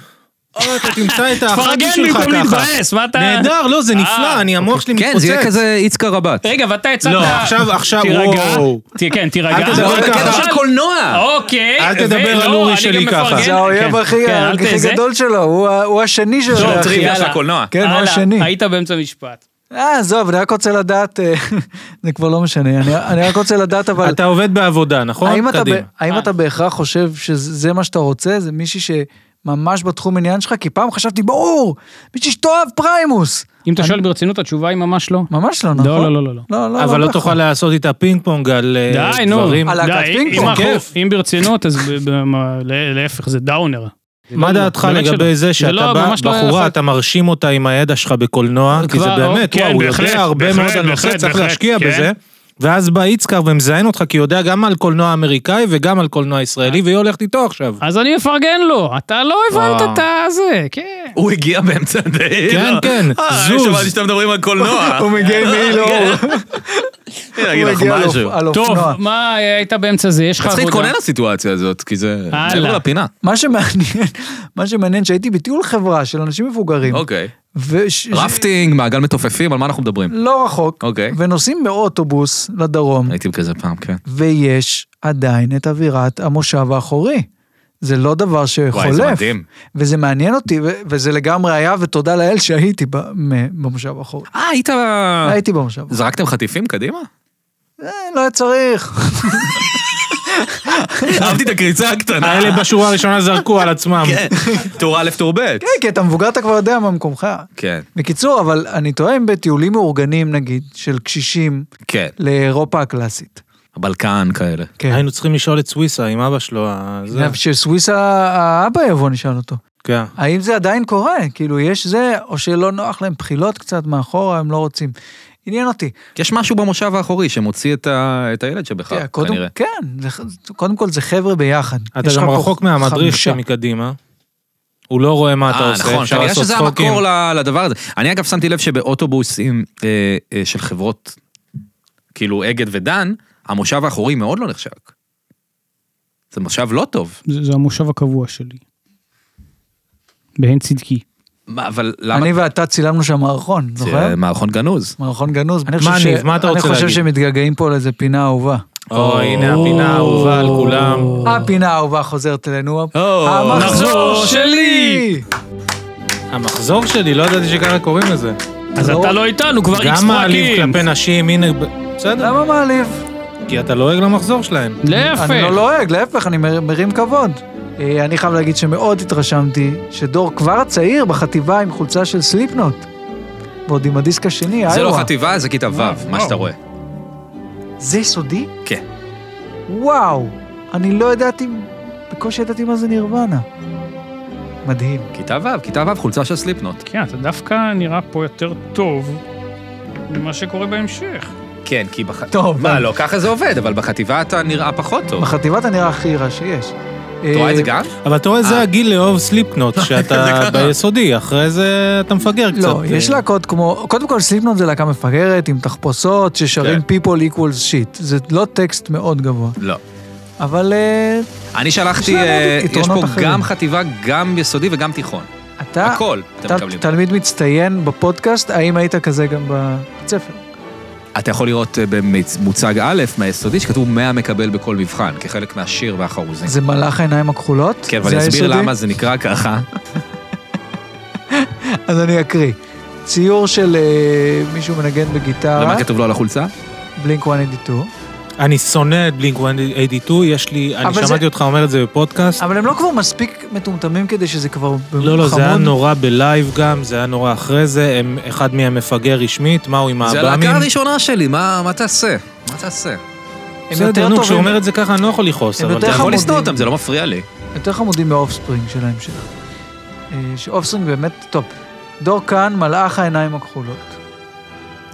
[SPEAKER 1] אוי, אתה תמצא את
[SPEAKER 3] תפרגן במקום להתבאס, מה אתה...
[SPEAKER 1] נהדר, לא, זה נפלא,
[SPEAKER 3] אה,
[SPEAKER 1] אני, המוח שלי מתפוצץ.
[SPEAKER 2] כן, זה יהיה כזה איצקה רבת.
[SPEAKER 3] רגע, ואתה הצעת...
[SPEAKER 1] לא, עכשיו- עכשיו,
[SPEAKER 3] תירגע.
[SPEAKER 1] וואו.
[SPEAKER 3] ת- כן, תירגע.
[SPEAKER 1] אל תדבר
[SPEAKER 2] לא, זה
[SPEAKER 1] ככה.
[SPEAKER 2] קטע של קולנוע.
[SPEAKER 3] אוקיי.
[SPEAKER 1] אל תדבר
[SPEAKER 3] ולא,
[SPEAKER 1] על אורי
[SPEAKER 3] אני
[SPEAKER 1] שלי
[SPEAKER 3] גם
[SPEAKER 1] ככה.
[SPEAKER 3] מפרגן.
[SPEAKER 4] זה האויב
[SPEAKER 3] כן,
[SPEAKER 4] הכי
[SPEAKER 3] כן, אל
[SPEAKER 4] הכי
[SPEAKER 3] תזה.
[SPEAKER 4] גדול שלו, הוא ה- הוא השני שלו.
[SPEAKER 2] לא,
[SPEAKER 4] אחי.
[SPEAKER 2] טריוויה של
[SPEAKER 3] יאללה.
[SPEAKER 2] הקולנוע.
[SPEAKER 4] כן, הוא
[SPEAKER 3] הלאה,
[SPEAKER 4] השני.
[SPEAKER 3] היית באמצע משפט.
[SPEAKER 4] אה, עזוב, אני רק רוצה לדעת, אה, זה כבר לא משנה, אני- אני רק רוצה לדעת אבל,
[SPEAKER 1] אתה עובד בעבודה, נכון?
[SPEAKER 4] האם אתה ב- לא,
[SPEAKER 1] קדימה.
[SPEAKER 4] האם
[SPEAKER 3] אה.
[SPEAKER 4] אתה בהכרח חושב שזה מה שאתה רוצה? זה מישהי שממש בתחום עניין שלך? כי פעם חשבתי, ברור, מישהי שתאהב פריימוס.
[SPEAKER 3] אם אתה שואל ברצינות, התשובה היא ממש לא.
[SPEAKER 4] ממש לא, נכון?
[SPEAKER 3] לא, לא, לא, לא, לא.
[SPEAKER 4] לא, לא,
[SPEAKER 1] אבל לא
[SPEAKER 4] נכון.
[SPEAKER 1] תוכל לעשות איתה פינג פונג על אה,
[SPEAKER 3] די, נו.
[SPEAKER 1] דברים.
[SPEAKER 4] על להקת
[SPEAKER 3] די,
[SPEAKER 4] פינג
[SPEAKER 3] אם
[SPEAKER 4] פונג,
[SPEAKER 3] אנחנו-
[SPEAKER 1] כיף.
[SPEAKER 3] אם ברצינות, אז ב- ב- מה, לה- להפך, זה דאונר.
[SPEAKER 1] מה
[SPEAKER 3] לא,
[SPEAKER 1] דעתך
[SPEAKER 3] באמת שלא.
[SPEAKER 1] לגבי
[SPEAKER 3] זה
[SPEAKER 1] זה שאתה
[SPEAKER 3] לא,
[SPEAKER 1] בא,
[SPEAKER 3] ממש לא היה
[SPEAKER 1] בחורה,
[SPEAKER 3] יפה.
[SPEAKER 1] אתה מרשים אותה עם הידע שלך בקולנוע, כי זה
[SPEAKER 3] כבר,
[SPEAKER 1] באמת,
[SPEAKER 3] אוקיי,
[SPEAKER 1] וואו, הוא
[SPEAKER 3] בהחלט,
[SPEAKER 1] יודע הרבה
[SPEAKER 3] בהחלט,
[SPEAKER 1] מאוד על נושא,
[SPEAKER 3] בהחלט,
[SPEAKER 1] צריך
[SPEAKER 3] בהחלט,
[SPEAKER 1] להשקיע
[SPEAKER 3] כן.
[SPEAKER 1] בזה. ואז בא יצקר ומזיין אותך, כי הוא יודע גם על קולנוע אמריקאי וגם על קולנוע ישראלי, והיא הולכת איתו עכשיו.
[SPEAKER 3] אז אני מפרגן לו, אתה לא הבנת
[SPEAKER 2] וואו.
[SPEAKER 3] את הזה, כן.
[SPEAKER 2] הוא הגיע באמצע הדייט.
[SPEAKER 1] כן, כן,
[SPEAKER 2] אה,
[SPEAKER 1] זוז.
[SPEAKER 2] שמעתי שאתם מדברים על קולנוע.
[SPEAKER 4] הוא מגיע עם מעיל אור.
[SPEAKER 2] הנה, אגיד לך
[SPEAKER 4] מגיע על
[SPEAKER 2] משהו.
[SPEAKER 4] אופ- על
[SPEAKER 3] טוב,
[SPEAKER 4] אופנוע.
[SPEAKER 3] מה אה, היית באמצע זה? יש לך
[SPEAKER 2] צריך
[SPEAKER 3] עבודה?
[SPEAKER 2] להתכונן לסיטואציה הזאת, כי זה...
[SPEAKER 3] הלאה.
[SPEAKER 2] זה עבר לפינה.
[SPEAKER 4] מה שמעניין, מה שמעניין שהייתי בטיול חברה של אנשים מבוגרים.
[SPEAKER 2] אוקיי.
[SPEAKER 4] וש-
[SPEAKER 2] רפטינג, מעגל מתופפים, על מה אנחנו מדברים?
[SPEAKER 4] לא רחוק.
[SPEAKER 2] אוקיי.
[SPEAKER 4] ונוסעים מאוטובוס לדרום,
[SPEAKER 2] הייתי כזה פעם, כן.
[SPEAKER 4] ויש עדיין את אווירת המושב האחורי. זה לא דבר שחולף.
[SPEAKER 2] וואי, זה מדהים.
[SPEAKER 4] וזה מעניין אותי, ו- וזה לגמרי היה, ותודה לאל שהייתי ב- מ- במושב האחורי.
[SPEAKER 2] אה, היית...
[SPEAKER 4] הייתי במושב האחורי.
[SPEAKER 2] זרקתם חטיפים קדימה?
[SPEAKER 4] אה, לא היה צריך. כן.
[SPEAKER 2] אהבתי את הקריצה הקטנה.
[SPEAKER 1] האלה בשורה הראשונה זרקו על עצמם.
[SPEAKER 2] כן, טור א', טור ב'.
[SPEAKER 4] כן, כי אתה מבוגר, אתה כבר יודע מה מקומך.
[SPEAKER 2] כן,
[SPEAKER 4] בקיצור, אבל אני טועה אם בטיולים מאורגנים, נגיד, של קשישים
[SPEAKER 2] כן.
[SPEAKER 4] לאירופה הקלאסית. כן.
[SPEAKER 2] הבלקן כאלה.
[SPEAKER 1] היינו צריכים לשאול את סוויסה עם אבא שלו, ה- זה.
[SPEAKER 4] שסוויסה, האבא יבוא, נשאל אותו.
[SPEAKER 1] כן.
[SPEAKER 4] האם זה עדיין קורה? כאילו, יש זה, או שלא נוח להם בחילות קצת מאחורה, הם לא רוצים. עניין אותי.
[SPEAKER 2] יש משהו במושב האחורי שמוציא את ה- את הילד שבך,
[SPEAKER 4] תראה, קודם-
[SPEAKER 2] כנראה.
[SPEAKER 4] כן, זה ח- קודם כל זה חבר'ה ביחד.
[SPEAKER 1] אתה
[SPEAKER 4] יש לך
[SPEAKER 1] גם
[SPEAKER 4] פה
[SPEAKER 1] רחוק מהמדריך
[SPEAKER 4] חמישה.
[SPEAKER 1] שמקדימה. הוא לא רואה מה אתה
[SPEAKER 2] אה,
[SPEAKER 1] עושה,
[SPEAKER 2] נכון,
[SPEAKER 1] אפשר
[SPEAKER 2] כנראה
[SPEAKER 1] לעשות
[SPEAKER 2] שזה
[SPEAKER 1] צחוקים.
[SPEAKER 2] המקור ל- לדבר הזה. אני אגב שמתי לב שבאוטובוסים אה, אה, של חברות, כאילו אגד ודן, המושב האחורי מאוד לא נחשק. זה מושב לא טוב.
[SPEAKER 3] זה זה המושב הקבוע שלי. בהן צדקי.
[SPEAKER 2] מה, אבל למה?
[SPEAKER 4] אני ואתה צילמנו שם מערכון, זוכר?
[SPEAKER 2] זה מערכון גנוז.
[SPEAKER 4] מערכון גנוז. אני חושב
[SPEAKER 1] ניב, מה אתה רוצה
[SPEAKER 4] אני חושב
[SPEAKER 1] להגיד?
[SPEAKER 4] שמתגעגעים פה לאיזה פינה אהובה.
[SPEAKER 1] או, הנה הפינה האהובה על כולם.
[SPEAKER 4] הפינה האהובה חוזרת אלינו.
[SPEAKER 2] או,
[SPEAKER 1] נחזור שלי! המחזור שלי, לא ידעתי שככה קוראים לזה.
[SPEAKER 3] אז
[SPEAKER 4] לא-
[SPEAKER 3] אתה לא איתנו, כבר איקס
[SPEAKER 1] גם מעליב
[SPEAKER 3] פרקים.
[SPEAKER 1] כלפי נשים, הנה... ב- בסדר,
[SPEAKER 4] למה מעליב?
[SPEAKER 1] כי אתה לועג למחזור שלהם.
[SPEAKER 4] אני לא
[SPEAKER 3] להפך.
[SPEAKER 4] לועג, להפך, אני מר- מרים כבוד. אה, אני חייב להגיד שמאוד התרשמתי שדור כבר הצעיר בחטיבה עם חולצה של סליפנוט. ועוד עם הדיסק השני,
[SPEAKER 2] זה לא
[SPEAKER 4] איווה.
[SPEAKER 2] חטיבה, זה כיתה
[SPEAKER 4] אה,
[SPEAKER 2] ו', מה שאתה רואה.
[SPEAKER 4] זה יסודי?
[SPEAKER 2] כן.
[SPEAKER 4] וואו, אני לא ידעתי, בקושי ידעתי מה זה נירוונה. מדהים.
[SPEAKER 2] כיתה ו', כיתה ו', חולצה של סליפנוט.
[SPEAKER 3] כן, אתה דווקא נראה פה יותר טוב ממה שקורה בהמשך.
[SPEAKER 2] כן, כי בח...
[SPEAKER 4] טוב,
[SPEAKER 2] מה,
[SPEAKER 4] אבל-
[SPEAKER 2] לא, ככה זה עובד, אבל בחטיבה אתה נראה פחות טוב.
[SPEAKER 4] בחטיבה אתה נראה הכי רע שיש.
[SPEAKER 2] אתה רואה את זה גם?
[SPEAKER 1] אבל אתה רואה, זה
[SPEAKER 2] אה.
[SPEAKER 1] הגיל לאהוב סליפקנוט, שאתה ביסודי, אחרי זה אתה מפגר קצת.
[SPEAKER 4] לא,
[SPEAKER 2] אה,
[SPEAKER 4] יש להקות כמו, קודם כל סליפנוט זה להקה מפגרת עם תחפושות ששרים
[SPEAKER 2] כן.
[SPEAKER 4] people equals shit. זה לא טקסט מאוד גבוה,
[SPEAKER 2] לא.
[SPEAKER 4] אבל אה,
[SPEAKER 2] אני
[SPEAKER 4] יש
[SPEAKER 2] שלחתי,
[SPEAKER 4] להם
[SPEAKER 2] אה,
[SPEAKER 4] עוד
[SPEAKER 2] יש פה
[SPEAKER 4] יתרונות אחרים.
[SPEAKER 2] גם חטיבה, גם יסודי וגם תיכון.
[SPEAKER 4] אתה
[SPEAKER 2] הכל אתם
[SPEAKER 4] אתה
[SPEAKER 2] מקבלים.
[SPEAKER 4] תלמיד מצטיין בפודקאסט, האם היית כזה גם בבית ספר?
[SPEAKER 2] אתה יכול לראות אה, במוצג א' מהיסודי שכתוב 100 מקבל בכל מבחן, כחלק מהשיר והחרוזים.
[SPEAKER 4] זה מלאך העיניים הכחולות?
[SPEAKER 2] כן,
[SPEAKER 4] זה
[SPEAKER 2] ואני אסביר
[SPEAKER 4] היסודי?
[SPEAKER 2] למה זה נקרא ככה.
[SPEAKER 4] אז אני אקריא. ציור של אה, מישהו מנגן בגיטרה,
[SPEAKER 2] ומה כתוב לו על החולצה?
[SPEAKER 4] בלינק 182.
[SPEAKER 1] אני שונא את בלינק 182, יש לי... אני
[SPEAKER 4] אבל זה-
[SPEAKER 1] שמעתי אותך אומר את זה בפודקאסט.
[SPEAKER 4] אבל הם לא כבר מספיק מטומטמים כדי שזה כבר
[SPEAKER 1] לא, לא, זה היה
[SPEAKER 4] חמוד.
[SPEAKER 1] נורא בלייב גם, זה היה נורא אחרי זה, הם, אחד מהם מפגר רשמית, מה הוא עם
[SPEAKER 2] זה
[SPEAKER 1] האב"מים?
[SPEAKER 2] הלהקה הראשונה שלי, מה מה תעשה? מה תעשה?
[SPEAKER 4] הם יותר
[SPEAKER 1] בסדר, נו, כשהוא
[SPEAKER 4] טובים,
[SPEAKER 1] אומר את זה ככה, אני לא יכול לכעוס,
[SPEAKER 4] הם
[SPEAKER 1] אבל...
[SPEAKER 4] יותר
[SPEAKER 2] אתה יכול
[SPEAKER 4] חמודים.
[SPEAKER 2] לשנוא אותם, זה לא מפריע לי.
[SPEAKER 4] יותר חמודים מאופספרינג של ההמשך. אה, שאופספרינג באמת טופ. דור כאן, מלאך העיניים הכחולות.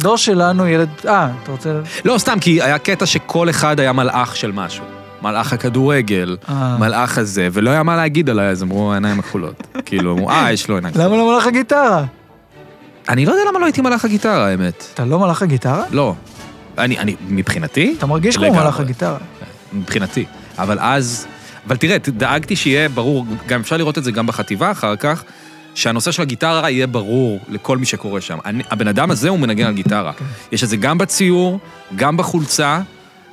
[SPEAKER 4] דור שלנו, ילד... אה, אתה רוצה...
[SPEAKER 2] לא, סתם, כי היה קטע שכל אחד היה מלאך של משהו. מלאך הכדורגל,
[SPEAKER 4] אה.
[SPEAKER 2] מלאך הזה, ולא היה מה להגיד עליי, אז אמרו העיניים הכחולות. כאילו, אמרו, אה, יש לו עיניים
[SPEAKER 4] למה לא מלאך הגיטרה?
[SPEAKER 2] אני לא יודע למה לא הייתי מלאך הגיטרה, האמת.
[SPEAKER 4] אתה לא מלאך הגיטרה?
[SPEAKER 2] לא. אני, אני, מבחינתי,
[SPEAKER 4] אתה מרגיש כמו
[SPEAKER 2] לגמרי.
[SPEAKER 4] מלאך הגיטרה.
[SPEAKER 2] מבחינתי. אבל אז, אבל תראה, דאגתי שיהיה ברור, גם אפשר לראות את זה גם בחטיבה אחר כך, שהנושא של הגיטרה יהיה ברור לכל מי שקורא שם. אני, הבן אדם הזה הוא מנגן על גיטרה.
[SPEAKER 4] כן.
[SPEAKER 2] יש את זה גם בציור, גם בחולצה,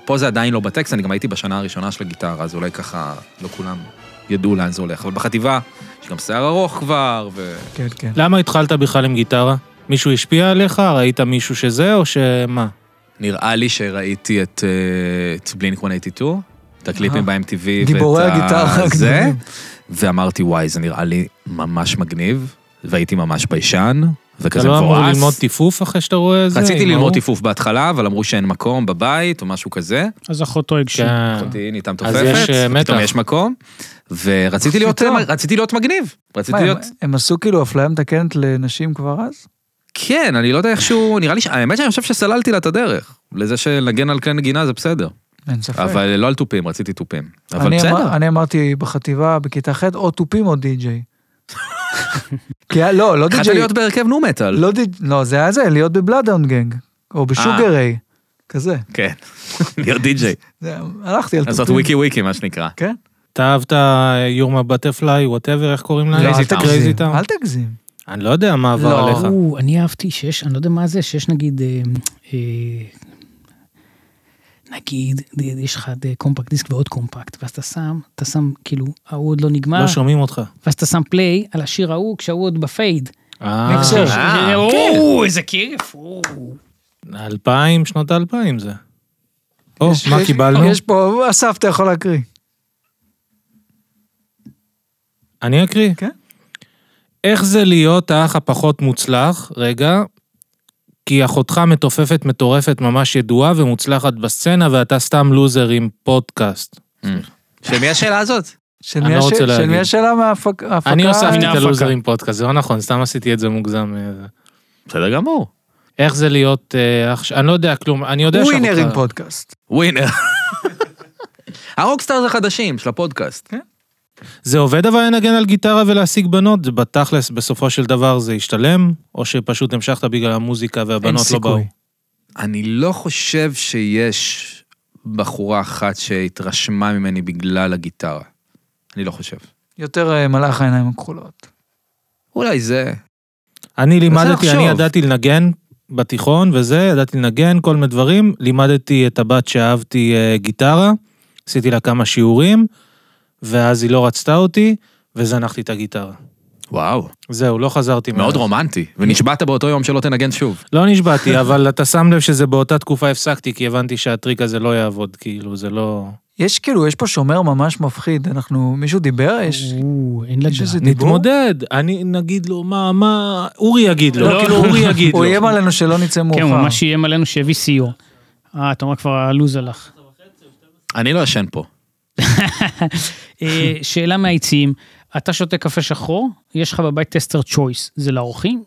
[SPEAKER 2] פה זה עדיין לא בטקסט, אני גם הייתי בשנה הראשונה של הגיטרה, אז אולי ככה לא כולם ידעו לאן זה הולך. אבל בחטיבה, יש גם שיער ארוך כבר, ו...
[SPEAKER 4] כן, כן.
[SPEAKER 1] למה התחלת בכלל עם גיטרה? מישהו השפיע עליך? ראית מישהו שזה, או שמה?
[SPEAKER 2] נראה לי שראיתי את, אה, את בלינק 182, את הקליפים ב-MTV.
[SPEAKER 4] אה, גיבורי
[SPEAKER 2] ואת ה-
[SPEAKER 4] הגיטרה
[SPEAKER 2] זה,
[SPEAKER 4] הגדולים.
[SPEAKER 2] ואמרתי, וואי, זה נראה לי ממש מגניב, והייתי ממש ביישן,
[SPEAKER 1] אתה
[SPEAKER 2] וכזה
[SPEAKER 1] לא אמור
[SPEAKER 2] מבואס.
[SPEAKER 1] ללמוד טיפוף אחרי שאתה רואה את זה?
[SPEAKER 2] רציתי
[SPEAKER 1] עם
[SPEAKER 2] ללמוד
[SPEAKER 1] ההוא?
[SPEAKER 2] טיפוף בהתחלה, אבל אמרו שאין מקום בבית או משהו כזה.
[SPEAKER 3] אז אחותו הגשימה.
[SPEAKER 1] כן.
[SPEAKER 2] אחותי נהייתה
[SPEAKER 1] אה. אז
[SPEAKER 2] מתופפת,
[SPEAKER 1] יש, אה, מתח.
[SPEAKER 2] פתאום יש מקום, ורציתי להיות- אה,
[SPEAKER 4] פתאום.
[SPEAKER 2] רציתי להיות מגניב.
[SPEAKER 4] מה,
[SPEAKER 2] רציתי
[SPEAKER 4] הם-
[SPEAKER 2] להיות...
[SPEAKER 4] הם עשו כאילו אפליה מתקנת לנשים כבר אז?
[SPEAKER 2] כן, אני לא יודע איכשהו, נראה לי, ש- האמת שאני חושב שסללתי לה את הדרך. לזה שלנגן על כלי נגינה זה בסדר.
[SPEAKER 4] אין ספק.
[SPEAKER 2] אבל לא על תופים, רציתי תופים. אבל
[SPEAKER 4] אני
[SPEAKER 2] בסדר.
[SPEAKER 4] אמר- אני אמרתי בחטיבה, בכיתה ח', או תופים או די-ג'יי. כי היה- לא, לא
[SPEAKER 2] התחלת
[SPEAKER 4] די-ג'יי.
[SPEAKER 1] לא.
[SPEAKER 2] להיות בהרכב נו מטאל.
[SPEAKER 4] לא, די- לא, זה היה זה, להיות בבלאדאונד גנג, או
[SPEAKER 2] אה.
[SPEAKER 4] בשוגר איי. כזה.
[SPEAKER 2] כן, להיות די-ג'יי.
[SPEAKER 1] לא
[SPEAKER 4] זה- הלכתי על
[SPEAKER 2] לעשות
[SPEAKER 4] תופים.
[SPEAKER 2] וויקי וויקי, מה שנקרא.
[SPEAKER 4] כן.
[SPEAKER 1] אתה אהבת יורמה בטרפליי, וואטאבר, איך קוראים להם?
[SPEAKER 4] לא, אל
[SPEAKER 2] Crazy Town.
[SPEAKER 1] Crazy
[SPEAKER 4] תגזים.
[SPEAKER 1] Town?
[SPEAKER 4] אל תגזים.
[SPEAKER 1] אני לא יודע מה עבר
[SPEAKER 2] לא.
[SPEAKER 1] עליך.
[SPEAKER 3] או, אני אהבתי שיש, אני לא יודע מה זה, שיש נגיד, אה, אה, נגיד, יש לך אה, קומפקט דיסק ועוד קומפקט, ואז אתה שם, אתה שם, כאילו, ההוא עוד לא נגמר,
[SPEAKER 1] לא שומעים אותך.
[SPEAKER 3] ואז אתה שם פליי על השיר ההוא כשההוא עוד בפייד.
[SPEAKER 1] אה,
[SPEAKER 3] ש-
[SPEAKER 2] אה,
[SPEAKER 3] או, איזה כיף, או.
[SPEAKER 1] אה, אלפיים, שנות האלפיים זה. או,
[SPEAKER 4] יש-
[SPEAKER 1] מה
[SPEAKER 4] יש-
[SPEAKER 1] קיבלנו?
[SPEAKER 4] יש פה, אסף, אתה יכול להקריא.
[SPEAKER 1] אני אקריא.
[SPEAKER 4] כן.
[SPEAKER 1] איך זה להיות האח הפחות מוצלח? רגע. כי אחותך מתופפת מטורפת ממש ידועה ומוצלחת בסצנה, ואתה סתם לוזר עם פודקאסט.
[SPEAKER 2] של מי Mm. השאלה הזאת?
[SPEAKER 4] של
[SPEAKER 1] אני
[SPEAKER 4] מי
[SPEAKER 1] לא
[SPEAKER 4] הש-
[SPEAKER 1] רוצה
[SPEAKER 4] של
[SPEAKER 1] להגיד.
[SPEAKER 4] מי השאלה מההפקה?
[SPEAKER 1] אני הוספתי את
[SPEAKER 3] ההפקה.
[SPEAKER 1] הלוזר עם פודקאסט, זה לא נכון, סתם עשיתי את זה מוגזם. אה,
[SPEAKER 2] בסדר גמור.
[SPEAKER 1] איך זה להיות אה, אח... ש- אני לא יודע כלום, אני יודע שאחותך...
[SPEAKER 4] ווינר
[SPEAKER 2] לא
[SPEAKER 4] עם פודקאסט.
[SPEAKER 2] ווינר. הרוקסטארס החדשים של הפודקאסט.
[SPEAKER 3] כן.
[SPEAKER 1] זה עובד אבל לנגן על גיטרה ולהשיג בנות, זה בתכלס, בסופו של דבר זה השתלם, או שפשוט המשכת בגלל המוזיקה והבנות לא
[SPEAKER 4] סיכוי.
[SPEAKER 1] באו.
[SPEAKER 2] אני לא חושב שיש בחורה אחת שהתרשמה ממני בגלל הגיטרה. אני לא חושב.
[SPEAKER 4] יותר אה, מלאך העיניים הכחולות.
[SPEAKER 2] אולי זה.
[SPEAKER 1] אני
[SPEAKER 2] לחשוב.
[SPEAKER 1] לימדתי, אני ידעתי לנגן בתיכון וזה, ידעתי לנגן כל מיני דברים, לימדתי את הבת שאהבתי אה, גיטרה, עשיתי לה כמה שיעורים, ואז היא לא רצתה אותי, וזנחתי את הגיטרה.
[SPEAKER 2] וואו.
[SPEAKER 1] זהו, לא חזרתי מאז.
[SPEAKER 2] מאוד רומנטי. כן. ונשבעת באותו יום שלא תנגן שוב.
[SPEAKER 1] לא נשבעתי, אבל אתה שם לב שזה באותה תקופה הפסקתי, כי הבנתי שהטריק הזה לא יעבוד, כאילו, זה לא...
[SPEAKER 4] יש כאילו, יש פה שומר ממש מפחיד, אנחנו, מישהו דיבר? יש...
[SPEAKER 3] או, אין
[SPEAKER 4] יש איזה
[SPEAKER 3] אה, לדעת.
[SPEAKER 4] דיבור?
[SPEAKER 1] נתמודד, אני נגיד לו מה, מה, אורי יגיד לו,
[SPEAKER 3] לא,
[SPEAKER 1] כאילו
[SPEAKER 3] לא.
[SPEAKER 1] אורי יגיד לו.
[SPEAKER 4] הוא איים עלינו שלא נצא מאוחר.
[SPEAKER 3] כן, הוא ממש איים עלינו שיביא סיור. אה, אתה אומר כבר הלו"ז הלך.
[SPEAKER 2] אני לא ישן פה.
[SPEAKER 3] אה, שאלה מהיציעים, אתה שותה קפה שחור, יש לך בבית טסטר צ'ויס, זה לאורחים?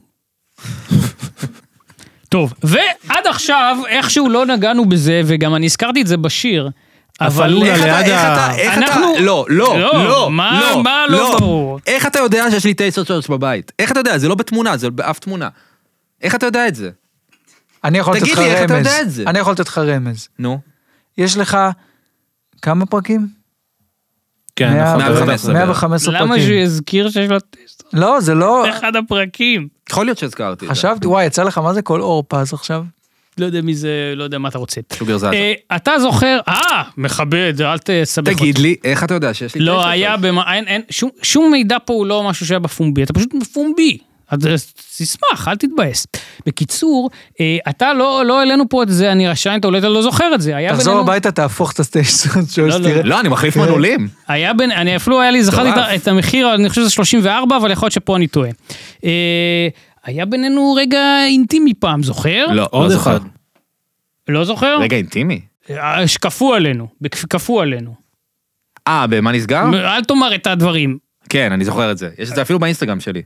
[SPEAKER 3] טוב, ועד עכשיו איכשהו לא נגענו בזה, וגם אני הזכרתי את זה בשיר, אבל
[SPEAKER 1] הפלולה
[SPEAKER 2] איך
[SPEAKER 1] ליד
[SPEAKER 2] אתה, איך
[SPEAKER 1] ה-
[SPEAKER 2] אתה, איך
[SPEAKER 3] לא, אנחנו-
[SPEAKER 2] אתה, לא, לא,
[SPEAKER 3] לא,
[SPEAKER 2] לא,
[SPEAKER 3] מה-
[SPEAKER 2] לא,
[SPEAKER 3] מה לא ברור?
[SPEAKER 2] איך אתה יודע שיש לי טייסר צ'רץ' בבית? איך אתה יודע? זה לא בתמונה, זה באף תמונה. איך אתה יודע את זה?
[SPEAKER 4] אני יכול לתת
[SPEAKER 2] תגיד
[SPEAKER 4] לך
[SPEAKER 2] לי, איך אתה
[SPEAKER 4] רמז.
[SPEAKER 2] יודע את זה?
[SPEAKER 4] אני יכול לתת לך רמז.
[SPEAKER 2] נו.
[SPEAKER 4] יש לך כמה פרקים?
[SPEAKER 1] כן,
[SPEAKER 4] מאה-
[SPEAKER 1] נכון,
[SPEAKER 2] 115 בערך.
[SPEAKER 4] 115 פרקים.
[SPEAKER 3] למה שהוא יזכיר שיש לו טסטר?
[SPEAKER 4] לא, זה לא...
[SPEAKER 3] אחד הפרקים.
[SPEAKER 2] יכול להיות שהזכרתי את זה.
[SPEAKER 4] חשבתי, וואי, יצא לך מה זה כל אור פז עכשיו?
[SPEAKER 3] לא יודע מי זה, לא יודע מה אתה רוצה.
[SPEAKER 2] שוגר זאזה.
[SPEAKER 3] אה, אתה זוכר, אה, מכבד, אל תסבך אותי.
[SPEAKER 2] תגיד לי, איך אתה יודע שיש לי
[SPEAKER 3] לא
[SPEAKER 2] טייסר
[SPEAKER 3] היה,
[SPEAKER 2] צ'רץ'?
[SPEAKER 3] במה, אין, אין, שום, שום מידע פה הוא לא משהו שהיה בפומבי, אתה פשוט בפומבי. אז תשמח, אל תתבאס. בקיצור, אה, אתה לא, לא העלינו פה את זה, אני רשאי, אתה אולי אתה לא זוכר את זה. היה
[SPEAKER 4] תחזור
[SPEAKER 3] בינינו-
[SPEAKER 4] הביתה, תהפוך את הסטיישן
[SPEAKER 3] לא,
[SPEAKER 4] צ'וייס,
[SPEAKER 3] לא.
[SPEAKER 4] תראה.
[SPEAKER 2] לא, אני מחליף מנעולים.
[SPEAKER 3] היה בין, אני אפילו היה לי, זכרתי את
[SPEAKER 2] מטורף.
[SPEAKER 3] ה- את המחיר, אני חושב שזה 34, אבל יכול להיות שפה אני טועה. אה, היה בינינו רגע אינטימי פעם, זוכר?
[SPEAKER 2] לא,
[SPEAKER 1] עוד אחד.
[SPEAKER 2] לא זוכר.
[SPEAKER 3] לא זזוכר?
[SPEAKER 2] רגע אינטימי.
[SPEAKER 3] אה, שכפו עלינו, בכ- כפו עלינו.
[SPEAKER 2] אה, במה נסגר?
[SPEAKER 3] אל תאמר את הדברים.
[SPEAKER 2] כן, אני זוכר את זה. יש את זה אפילו באינסטגרם שלי.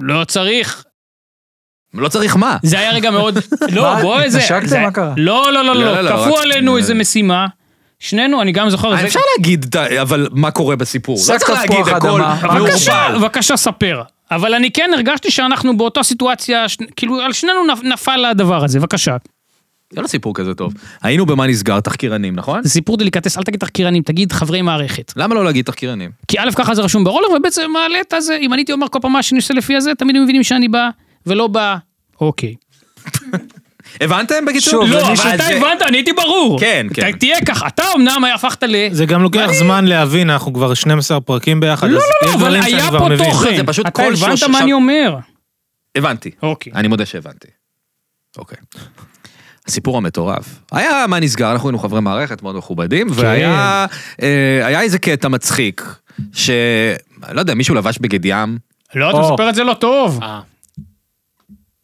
[SPEAKER 3] לא צריך.
[SPEAKER 2] לא צריך מה.
[SPEAKER 3] זה היה רגע מאוד, לא,
[SPEAKER 4] מה,
[SPEAKER 3] בוא איזה,
[SPEAKER 4] התנשקתם?
[SPEAKER 3] זה-
[SPEAKER 4] מה קרה?
[SPEAKER 3] לא, לא, לא,
[SPEAKER 2] לא,
[SPEAKER 3] לא,
[SPEAKER 2] לא,
[SPEAKER 3] כפו
[SPEAKER 2] רק-
[SPEAKER 3] עלינו
[SPEAKER 2] אה.
[SPEAKER 3] איזה משימה, שנינו, אני גם זוכר את
[SPEAKER 2] אה,
[SPEAKER 3] לא, זה.
[SPEAKER 2] אפשר להגיד, ת- אבל מה קורה בסיפור.
[SPEAKER 4] שק
[SPEAKER 2] לא צריך להגיד
[SPEAKER 4] תפוח
[SPEAKER 2] הכל
[SPEAKER 4] אדמה.
[SPEAKER 3] בבקשה,
[SPEAKER 2] מעורפל.
[SPEAKER 3] בבקשה ספר. אבל אני כן הרגשתי שאנחנו באותה סיטואציה, ש- כאילו על שנינו נפ- נפל הדבר הזה, בבקשה.
[SPEAKER 2] זה לא סיפור כזה טוב. היינו במה נסגר, תחקירנים, נכון?
[SPEAKER 3] זה סיפור דליקטס, אל תגיד תחקירנים, תגיד חברי מערכת.
[SPEAKER 2] למה לא להגיד תחקירנים?
[SPEAKER 3] כי א', ככה זה רשום ברולר, ובעצם מעלה את הזה, אם אני הייתי אומר כל פעם מה שאני עושה לפי הזה, תמיד הם מבינים שאני בא, ולא בא, אוקיי.
[SPEAKER 2] הבנתם בקיצור?
[SPEAKER 4] שוב,
[SPEAKER 3] לא,
[SPEAKER 2] אבל
[SPEAKER 3] אבל אתה
[SPEAKER 2] זה-
[SPEAKER 3] הבנת, אני הייתי ברור.
[SPEAKER 2] כן,
[SPEAKER 3] אתה-
[SPEAKER 2] כן.
[SPEAKER 3] תהיה ככה, אתה אמנם הפכת ל...
[SPEAKER 1] זה גם לוקח זמן להבין, אנחנו כבר 12 פרקים ביחד,
[SPEAKER 3] לא,
[SPEAKER 1] אז
[SPEAKER 3] לא,
[SPEAKER 1] יש
[SPEAKER 3] לא, אבל
[SPEAKER 1] דברים שאני
[SPEAKER 3] היה
[SPEAKER 1] כבר
[SPEAKER 3] פה
[SPEAKER 1] מבין.
[SPEAKER 3] תוכן.
[SPEAKER 2] זה פשוט
[SPEAKER 3] אתה
[SPEAKER 2] כל
[SPEAKER 3] הבנת
[SPEAKER 2] שלושה-
[SPEAKER 3] מה אני אומר.
[SPEAKER 2] הבנתי.
[SPEAKER 3] אוקיי.
[SPEAKER 2] אני מודה שהבנתי. אוקיי. הסיפור המטורף. היה מה נסגר, אנחנו היינו חברי מערכת מאוד מכובדים,
[SPEAKER 3] כן.
[SPEAKER 2] והיה אה, היה איזה קטע מצחיק, ש... לא יודע, מישהו לבש בגד ים.
[SPEAKER 3] לא, אתה מספר את זה לא טוב.
[SPEAKER 1] אה.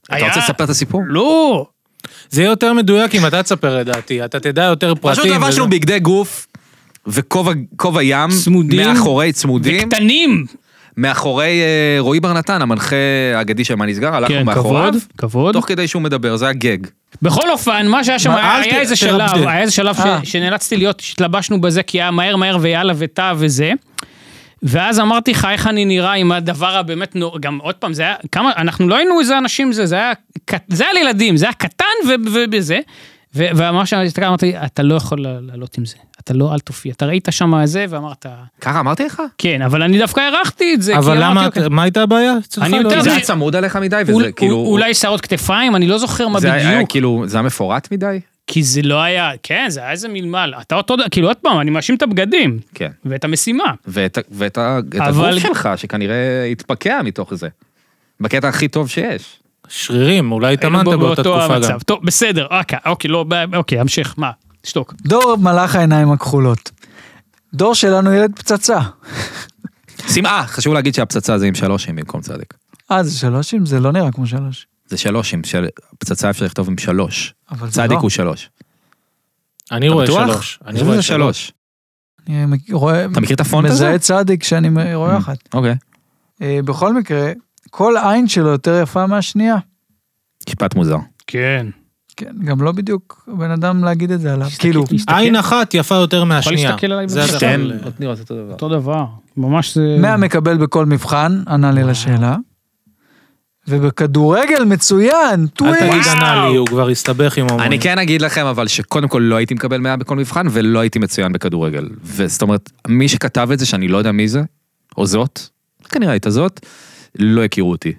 [SPEAKER 2] אתה רוצה לספר את הסיפור?
[SPEAKER 3] לא.
[SPEAKER 1] זה יהיה יותר מדויק אם אתה תספר לדעתי, אתה תדע יותר פרטים.
[SPEAKER 2] פשוט
[SPEAKER 1] וזה-
[SPEAKER 2] לבשנו בגדי גוף וכובע כובע ים,
[SPEAKER 3] צמודים.
[SPEAKER 2] מאחורי צמודים,
[SPEAKER 3] וקטנים.
[SPEAKER 2] מאחורי אה, רועי בר נתן, המנחה האגדי של מה נסגר, הלכנו מאחוריו,
[SPEAKER 3] כן, כבוד, כבוד.
[SPEAKER 2] תוך כדי שהוא מדבר, זה היה גג.
[SPEAKER 3] בכל אופן, מה שהיה שם,
[SPEAKER 1] מה,
[SPEAKER 3] היה
[SPEAKER 1] אל
[SPEAKER 3] היה
[SPEAKER 1] ת-
[SPEAKER 3] איזה
[SPEAKER 1] תרבדל.
[SPEAKER 3] שלב, היה איזה שלב ש-
[SPEAKER 4] אה.
[SPEAKER 3] שנאלצתי להיות, שהתלבשנו בזה, כי היה מהר מהר ויאללה וטע וזה. ואז אמרתי לך, איך אני נראה עם הדבר הבאמת נורא, גם עוד פעם, זה היה, כמה, אנחנו לא היינו איזה אנשים זה, זה היה, קט- זה היה לילדים, זה היה קטן ו- ובזה. ו- ומה שהסתכלתי, אמרתי, אתה לא יכול לה- לעלות עם זה, אתה לא, אל תופיע. אתה ראית שם זה ואמרת,
[SPEAKER 2] ככה אמרתי לך?
[SPEAKER 3] כן, אבל אני דווקא הערכתי את זה, כי
[SPEAKER 1] אבל
[SPEAKER 3] אמרתי,
[SPEAKER 1] למה,
[SPEAKER 3] אוקיי,
[SPEAKER 1] מה הייתה הבעיה? אצלך
[SPEAKER 3] אני
[SPEAKER 1] לא
[SPEAKER 3] יותר
[SPEAKER 2] כי
[SPEAKER 1] יודע.
[SPEAKER 2] זה
[SPEAKER 3] זה-
[SPEAKER 2] היה צמוד עליך מדי,
[SPEAKER 3] אול-
[SPEAKER 2] וזה כאילו...
[SPEAKER 3] אולי שערות כתפיים, אני לא זוכר מה
[SPEAKER 2] זה היה
[SPEAKER 3] בדיוק.
[SPEAKER 2] כאילו, זה היה מפורט מדי?
[SPEAKER 3] כי זה לא היה, כן, זה היה איזה מלמל. אתה אותו, ד- כאילו, עוד פעם, אני מאשים את הבגדים.
[SPEAKER 2] כן.
[SPEAKER 3] ואת המשימה.
[SPEAKER 2] ואת, ה- ואת ה- את
[SPEAKER 3] אבל-
[SPEAKER 2] הגוף שלך, שכנראה התפקע מתוך זה. בקטע הכי טוב שיש.
[SPEAKER 1] שרירים, אולי
[SPEAKER 3] היינו
[SPEAKER 1] התאמנת באותה תקופה גם.
[SPEAKER 3] טוב, בסדר, אוקיי, אוקיי, לא, ב- אוקיי, המשך, מה? תשתוק.
[SPEAKER 4] דור מלאך העיניים הכחולות. דור שלנו ילד פצצה.
[SPEAKER 2] שמעה, אה, חשוב להגיד שהפצצה זה עם שלושים במקום צדיק.
[SPEAKER 4] אה, זה שלושים? זה לא נראה כמו שלוש.
[SPEAKER 2] זה שלושים, של... פצצה אפשר לכתוב עם שלוש.
[SPEAKER 4] אבל זה לא.
[SPEAKER 2] צדיק הוא שלוש.
[SPEAKER 1] אני
[SPEAKER 2] אתה
[SPEAKER 1] רואה
[SPEAKER 2] בטוח?
[SPEAKER 1] שלוש. אני
[SPEAKER 2] זה
[SPEAKER 1] רואה
[SPEAKER 2] זה
[SPEAKER 1] שלוש.
[SPEAKER 2] שלוש.
[SPEAKER 4] אני מכ- אה, רואה...
[SPEAKER 2] אתה מכיר את הפונט הזה?
[SPEAKER 4] מזהה צדיק שאני מ- רואה אחת.
[SPEAKER 2] אוקיי.
[SPEAKER 4] אה, בכל מקרה, כל עין שלו יותר יפה מהשנייה.
[SPEAKER 2] משפט מוזר.
[SPEAKER 3] כן.
[SPEAKER 4] כן, גם לא בדיוק בן אדם להגיד את זה עליו. כאילו,
[SPEAKER 3] תסתכל.
[SPEAKER 1] עין אחת יפה יותר מהשנייה.
[SPEAKER 3] להסתכל עליי
[SPEAKER 1] זה
[SPEAKER 3] בבקשה?
[SPEAKER 1] הדבר.
[SPEAKER 2] שתיהן
[SPEAKER 1] אבל-
[SPEAKER 2] נותנים לעשות אותו דבר.
[SPEAKER 3] אותו דבר, ממש זה...
[SPEAKER 4] 100 מקבל בכל מבחן, ענה לי לשאלה. ובכדורגל מצוין,
[SPEAKER 1] אל תגיד
[SPEAKER 4] טוויסט.
[SPEAKER 1] ענה לי, הוא כבר הסתבך עם הומואים.
[SPEAKER 2] אני כן אגיד לכם אבל שקודם כל לא הייתי מקבל 100 בכל מבחן ולא הייתי מצוין בכדורגל. וזאת אומרת, מי שכתב את זה שאני לא יודע מי זה, או זאת, כנראה הייתה זאת, לא הכירו אותי.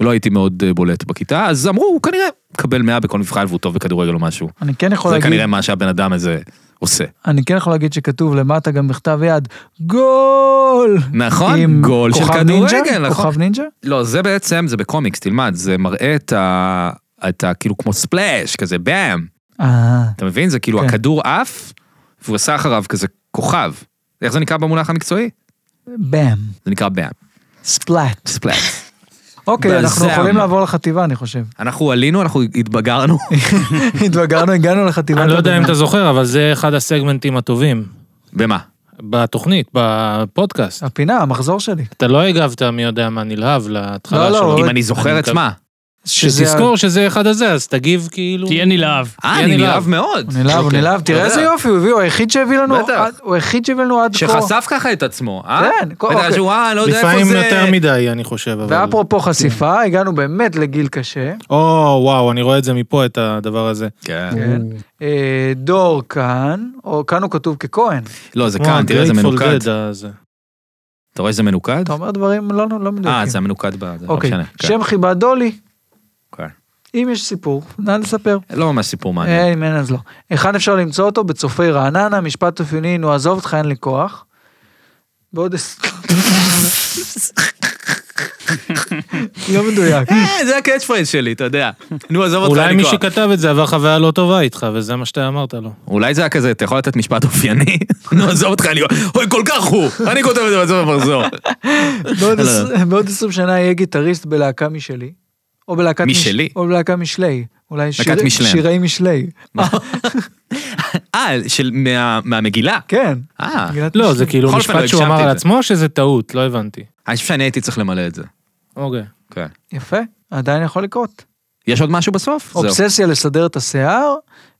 [SPEAKER 2] לא הייתי מאוד אה, בולט בכיתה, אז אמרו, הוא כנראה מקבל 100 בכל מבחן והוא טוב בכדורגל או משהו.
[SPEAKER 4] אני כן יכול
[SPEAKER 2] זה
[SPEAKER 4] להגיד,
[SPEAKER 2] כנראה מה שהבן אדם הזה עושה.
[SPEAKER 4] אני כן יכול להגיד שכתוב למטה גם בכתב יד, גול!
[SPEAKER 2] נכון,
[SPEAKER 4] עם
[SPEAKER 2] גול של
[SPEAKER 4] כוכב
[SPEAKER 2] כדורגל,
[SPEAKER 4] נינג'ה?
[SPEAKER 2] נכון.
[SPEAKER 4] כוכב נינג'ה?
[SPEAKER 2] לא, זה בעצם, זה בקומיקס, תלמד, זה מראה את ה... את ה... כאילו כמו ספלאש, כזה באם.
[SPEAKER 4] אה,
[SPEAKER 2] אתה מבין? זה כאילו
[SPEAKER 4] כן.
[SPEAKER 2] הכדור עף, והוא עשה אחריו כזה כוכב. איך זה נקרא במונח המקצועי?
[SPEAKER 4] באם,
[SPEAKER 2] זה נקרא באם.
[SPEAKER 4] ספלאט.
[SPEAKER 2] ספלאט.
[SPEAKER 4] אוקיי, אנחנו
[SPEAKER 2] בזעם.
[SPEAKER 4] יכולים לעבור לחטיבה, אני חושב.
[SPEAKER 2] אנחנו עלינו, אנחנו התבגרנו.
[SPEAKER 4] התבגרנו, הגענו לחטיבה.
[SPEAKER 1] אני לא יודע אם אתה זוכר, אבל זה אחד הסגמנטים הטובים
[SPEAKER 2] במה?
[SPEAKER 1] בתוכנית, בפודקאסט.
[SPEAKER 4] הפינה, המחזור שלי.
[SPEAKER 1] אתה לא הגבת מי יודע מה נלהב להתחלה
[SPEAKER 4] לא, לא,
[SPEAKER 1] שלו.
[SPEAKER 4] הוא-
[SPEAKER 2] אם אני זוכר את
[SPEAKER 1] מקו-
[SPEAKER 2] מה.
[SPEAKER 4] שזה-
[SPEAKER 1] שתזכור שזה אחד הזה, אז תגיב כאילו...
[SPEAKER 3] תהיה נלהב.
[SPEAKER 2] אה,
[SPEAKER 1] יהיה
[SPEAKER 2] אני
[SPEAKER 1] נלהב.
[SPEAKER 2] נלהב מאוד.
[SPEAKER 4] הוא נלהב, הוא
[SPEAKER 1] אוקיי.
[SPEAKER 4] נלהב, תראה
[SPEAKER 2] אתה
[SPEAKER 4] איזה
[SPEAKER 2] לא יודע.
[SPEAKER 4] יופי הוא הביא, הוא היחיד שהביא לנו,
[SPEAKER 2] בטח.
[SPEAKER 4] עד- הוא היחיד שהביא לנו עד כה.
[SPEAKER 2] שחשף ככה את עצמו, אה?
[SPEAKER 4] כן, כל-
[SPEAKER 2] בטח,
[SPEAKER 4] אוקיי.
[SPEAKER 2] שהוא, אה, לא יודע איפה
[SPEAKER 1] לפעמים
[SPEAKER 2] זה...
[SPEAKER 1] יותר מדי, אני חושב, אבל...
[SPEAKER 4] ואפרופו חשיפה, הגענו באמת לגיל קשה.
[SPEAKER 1] או, וואו, אני רואה את זה מפה, את הדבר הזה.
[SPEAKER 2] כן.
[SPEAKER 4] כן. אה, דור כאן, או כאן הוא כתוב ככהן.
[SPEAKER 2] לא, זה
[SPEAKER 1] כמו
[SPEAKER 2] כאן, תראה איזה
[SPEAKER 1] ה-Grateful
[SPEAKER 2] מנוקד.
[SPEAKER 1] Dead הזה.
[SPEAKER 2] אתה רואה איזה מנוקד?
[SPEAKER 4] אתה אומר דברים לא לא
[SPEAKER 2] אה,
[SPEAKER 4] מדויקים.
[SPEAKER 2] זה המנוקד ב... זה לא
[SPEAKER 4] אוקיי,
[SPEAKER 2] משנה, כן.
[SPEAKER 4] שם חיבה דולי.
[SPEAKER 2] כן.
[SPEAKER 4] אם יש סיפור, נא לספר.
[SPEAKER 2] לא ממש סיפור מעניין.
[SPEAKER 4] אין, אין, אז לא. היכן אפשר למצוא אותו? בצופי רעננה, משפט אופייני, נו עזוב אותך, אין לי כוח. בעוד... עש- לא מדויק.
[SPEAKER 2] אה, זה הקאץ' פרייז שלי, אתה יודע. נו, עזוב אותך,
[SPEAKER 1] אולי
[SPEAKER 2] אני
[SPEAKER 1] מי
[SPEAKER 2] כבר.
[SPEAKER 1] שכתב את זה עבר חוויה לא טובה איתך, וזה מה שאתה אמרת לא. לו.
[SPEAKER 2] אולי זה היה כזה, אתה יכול לתת משפט אופייני? נו, עזוב אותך, אני... אוי, כל כך הוא! אני כותב את זה בסוף המחזור.
[SPEAKER 4] בעוד
[SPEAKER 2] לא.
[SPEAKER 4] עש- בעוד 20 שנה יהיה גיטריסט בלהקה משלי. או בלהקת... מש-
[SPEAKER 2] משלי?
[SPEAKER 4] או בלהקת משלי. אולי שיר-
[SPEAKER 2] משלם.
[SPEAKER 4] שירי משלי.
[SPEAKER 2] אה, של... מה- מהמגילה?
[SPEAKER 4] כן.
[SPEAKER 2] אה.
[SPEAKER 4] מגילת
[SPEAKER 1] לא,
[SPEAKER 4] משלי.
[SPEAKER 1] זה כאילו
[SPEAKER 2] בכל אופן, לא
[SPEAKER 1] משפט שהוא
[SPEAKER 2] הגשמתי
[SPEAKER 1] אמר
[SPEAKER 2] את
[SPEAKER 1] על
[SPEAKER 2] זה.
[SPEAKER 1] עצמו, או שזה טעות, לא הבנתי.
[SPEAKER 2] אני חושב שאני הייתי צריך למלא את זה.
[SPEAKER 1] אוקיי.
[SPEAKER 2] כן.
[SPEAKER 4] יפה, עדיין יכול לקרות.
[SPEAKER 2] יש עוד משהו בסוף? זהו.
[SPEAKER 4] אובססיה לסדר את השיער,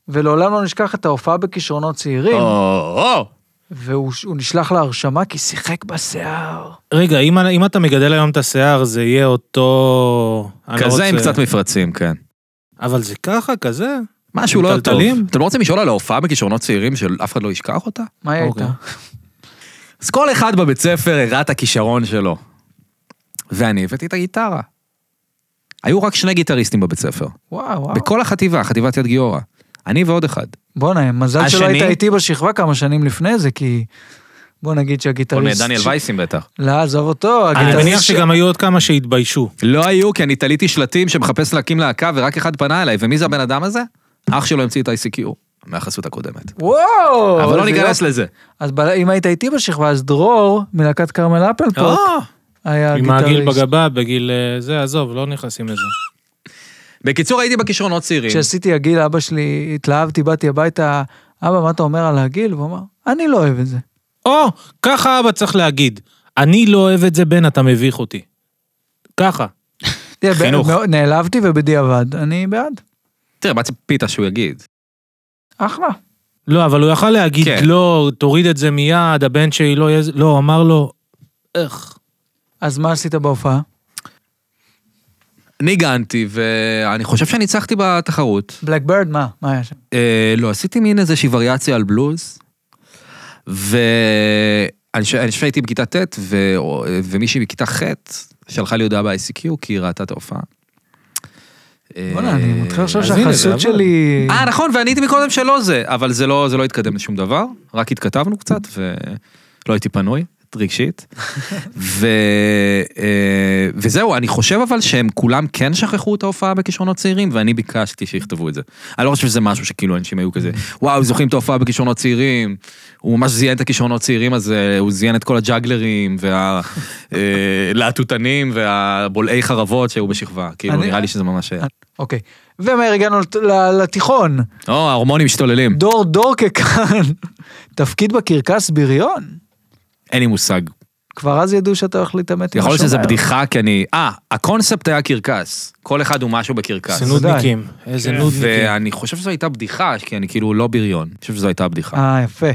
[SPEAKER 4] ולעולם לא נשכח את ההופעה בכישרונות צעירים.
[SPEAKER 2] או, או.
[SPEAKER 4] והוא הוא נשלח להרשמה כי שיחק בשיער.
[SPEAKER 1] רגע, אם, אם אתה מגדל היום את השיער, זה יהיה אותו... אני לא
[SPEAKER 2] כזה עם
[SPEAKER 1] רוצה-
[SPEAKER 2] קצת מפרצים, כן.
[SPEAKER 1] אבל זה ככה, כזה?
[SPEAKER 2] משהו
[SPEAKER 1] עם
[SPEAKER 2] לא טוב.
[SPEAKER 1] טלטלים?
[SPEAKER 2] אתם לא רוצים לשאול על ההופעה בכישרונות צעירים שאף אחד לא ישכח אותה?
[SPEAKER 4] מה היא
[SPEAKER 1] אוקיי.
[SPEAKER 4] הייתה?
[SPEAKER 2] אז כל אחד בבית ספר הראה את הכישרון שלו. ואני הבאתי את הגיטרה. היו רק שני גיטריסטים בבית ספר.
[SPEAKER 4] וואו וואו.
[SPEAKER 2] בכל החטיבה, חטיבת יד גיורא. אני ועוד אחד.
[SPEAKER 4] בואנה, מזל שלא
[SPEAKER 2] השני?
[SPEAKER 4] היית איתי בשכבה כמה שנים לפני זה, כי... בוא נגיד
[SPEAKER 2] כל מיני
[SPEAKER 4] שהגיטריסט...
[SPEAKER 2] דניאל
[SPEAKER 4] ש-
[SPEAKER 2] וייסים בטח.
[SPEAKER 4] לא, עזוב אותו,
[SPEAKER 1] אני מניח
[SPEAKER 4] הגיטריסט... ש-
[SPEAKER 1] שגם היו עוד כמה שהתביישו.
[SPEAKER 2] לא היו, כי אני תליתי שלטים שמחפש להקים להקה ורק אחד פנה אליי, ומי זה הבן אדם הזה? אח שלו המציא את ה-ICQ, מהחסות הקודמת.
[SPEAKER 4] וואו!
[SPEAKER 2] אבל לא
[SPEAKER 4] איזה
[SPEAKER 2] ניכנס
[SPEAKER 4] יופי.
[SPEAKER 2] לזה.
[SPEAKER 4] אז בל- אם היית איתי בשכבה, אז דרור מלהקת כרמל אפלפורט
[SPEAKER 2] אה.
[SPEAKER 4] היה
[SPEAKER 1] עם הגיל
[SPEAKER 4] הגיטריסט.
[SPEAKER 1] בגבה, בגיל אה, זה, עזוב, לא נכנסים לזה.
[SPEAKER 2] בקיצור, הייתי בכישרונות צעירים.
[SPEAKER 4] כשעשיתי הגיל, אבא שלי, התלהבתי, באתי הביתה, אבא, מה אתה אומר על הגיל? והוא אמר, אני לא אוהב את זה.
[SPEAKER 1] או, ככה אבא צריך להגיד. אני לא אוהב את זה, בן, אתה מביך אותי. ככה.
[SPEAKER 4] תראה, ב-
[SPEAKER 2] חינוך.
[SPEAKER 4] מאוד- נעלבתי ובדיעבד, אני בעד.
[SPEAKER 2] תראה, מה ציפית שהוא יגיד?
[SPEAKER 4] אחלה.
[SPEAKER 1] לא, אבל הוא יכל להגיד,
[SPEAKER 2] כן. לא,
[SPEAKER 1] לא, תוריד את זה מיד, הבן שלי לא יהיה... לא, אמר לו, איך?
[SPEAKER 4] אז מה עשית בהופעה?
[SPEAKER 2] ניגנתי, ואני חושב שניצחתי בתחרות.
[SPEAKER 4] בלקברד, מה? מה היה שם?
[SPEAKER 2] אה, לא, עשיתי מין איזושהי וריאציה על בלוז, ואני חושב- אני חושב שהייתי בכיתה ט', ו... ומישהי בכיתה ח' שלחה לי הודעה ב-ICQ, כי היא ראתה את ההופעה. אה,
[SPEAKER 4] בוא'נה, אני מתחיל לחשוב
[SPEAKER 1] אז הנה, זה
[SPEAKER 4] שהחסות
[SPEAKER 1] עבד.
[SPEAKER 4] שלי...
[SPEAKER 2] אה, נכון, ואני הייתי מקודם שלא זה, אבל זה לא, זה לא התקדם לשום דבר, רק התכתבנו קצת ולא הייתי פנוי, רגשית. ו... אה, וזהו, אני חושב אבל שהם כולם כן שכחו את ההופעה בכישרונות צעירים, ואני ביקשתי שיכתבו את זה. אני לא חושב שזה משהו שכאילו אנשים היו כזה, וואו, זוכרים את ההופעה בכישרונות צעירים, הוא ממש זיין את הכישרונות צעירים הזה, הוא זיין את כל הג'אגלרים והלהטוטנים והבולעי חרבות שהיו בשכבה, כאילו
[SPEAKER 4] אני-
[SPEAKER 2] נראה לי שזה ממש... היה.
[SPEAKER 4] אוקיי. ומהר הגענו לת- ל- לתיכון.
[SPEAKER 2] או, ההורמונים משתוללים.
[SPEAKER 4] דור דור ככאן. תפקיד בקרקס בריון.
[SPEAKER 2] אין לי מושג.
[SPEAKER 4] כבר אז ידעו שאתה הולך להתעמת עם
[SPEAKER 2] יכול להיות
[SPEAKER 4] השומר.
[SPEAKER 2] שזה בדיחה כי אני... אה, הקונספט היה קרקס. כל אחד הוא משהו בקרקס.
[SPEAKER 1] זה נודניקים, איזה נודניקים.
[SPEAKER 2] ואני חושב שזו הייתה בדיחה, כי אני כאילו לא בריון. אני חושב שזו הייתה בדיחה.
[SPEAKER 4] אה, יפה.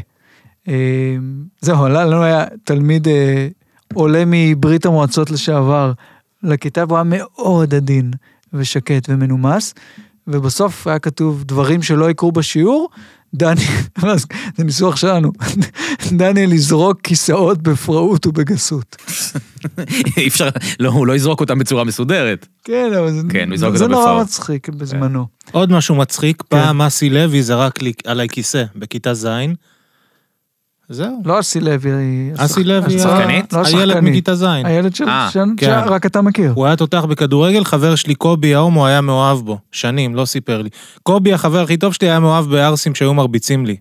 [SPEAKER 4] אה, זהו, לנו היה תלמיד אה, עולה מברית המועצות לשעבר לכיתה, והוא היה מאוד עדין ושקט ומנומס, ובסוף היה כתוב דברים שלא יקרו בשיעור, דני, אז זה ניסוח שלנו, דניאל יזרוק כיסאות בפראות ובגסות.
[SPEAKER 2] אי אפשר, לא, הוא לא יזרוק אותם בצורה מסודרת.
[SPEAKER 4] כן, אבל זה,
[SPEAKER 2] כן, הוא יזרוק
[SPEAKER 4] זה
[SPEAKER 2] אותה
[SPEAKER 4] נורא
[SPEAKER 2] בפראות.
[SPEAKER 4] מצחיק בזמנו.
[SPEAKER 1] עוד משהו מצחיק, פעם אסי לוי זרק לי עליי כיסא בכיתה ז', זהו.
[SPEAKER 4] לא אסי לוי,
[SPEAKER 1] אסי
[SPEAKER 4] השח-
[SPEAKER 1] לוי,
[SPEAKER 4] השחק-
[SPEAKER 2] השחקנית?
[SPEAKER 4] לא
[SPEAKER 1] הילד
[SPEAKER 4] השחקנית,
[SPEAKER 1] מכיתה ז'.
[SPEAKER 4] הילד של-
[SPEAKER 2] אה,
[SPEAKER 4] שאני-
[SPEAKER 1] כן.
[SPEAKER 4] שרק אתה מכיר.
[SPEAKER 1] הוא היה תותח בכדורגל, חבר שלי קובי ההומו היה מאוהב בו, שנים, לא סיפר לי. קובי החבר הכי טוב שלי היה מאוהב בערסים שהיו מרביצים לי.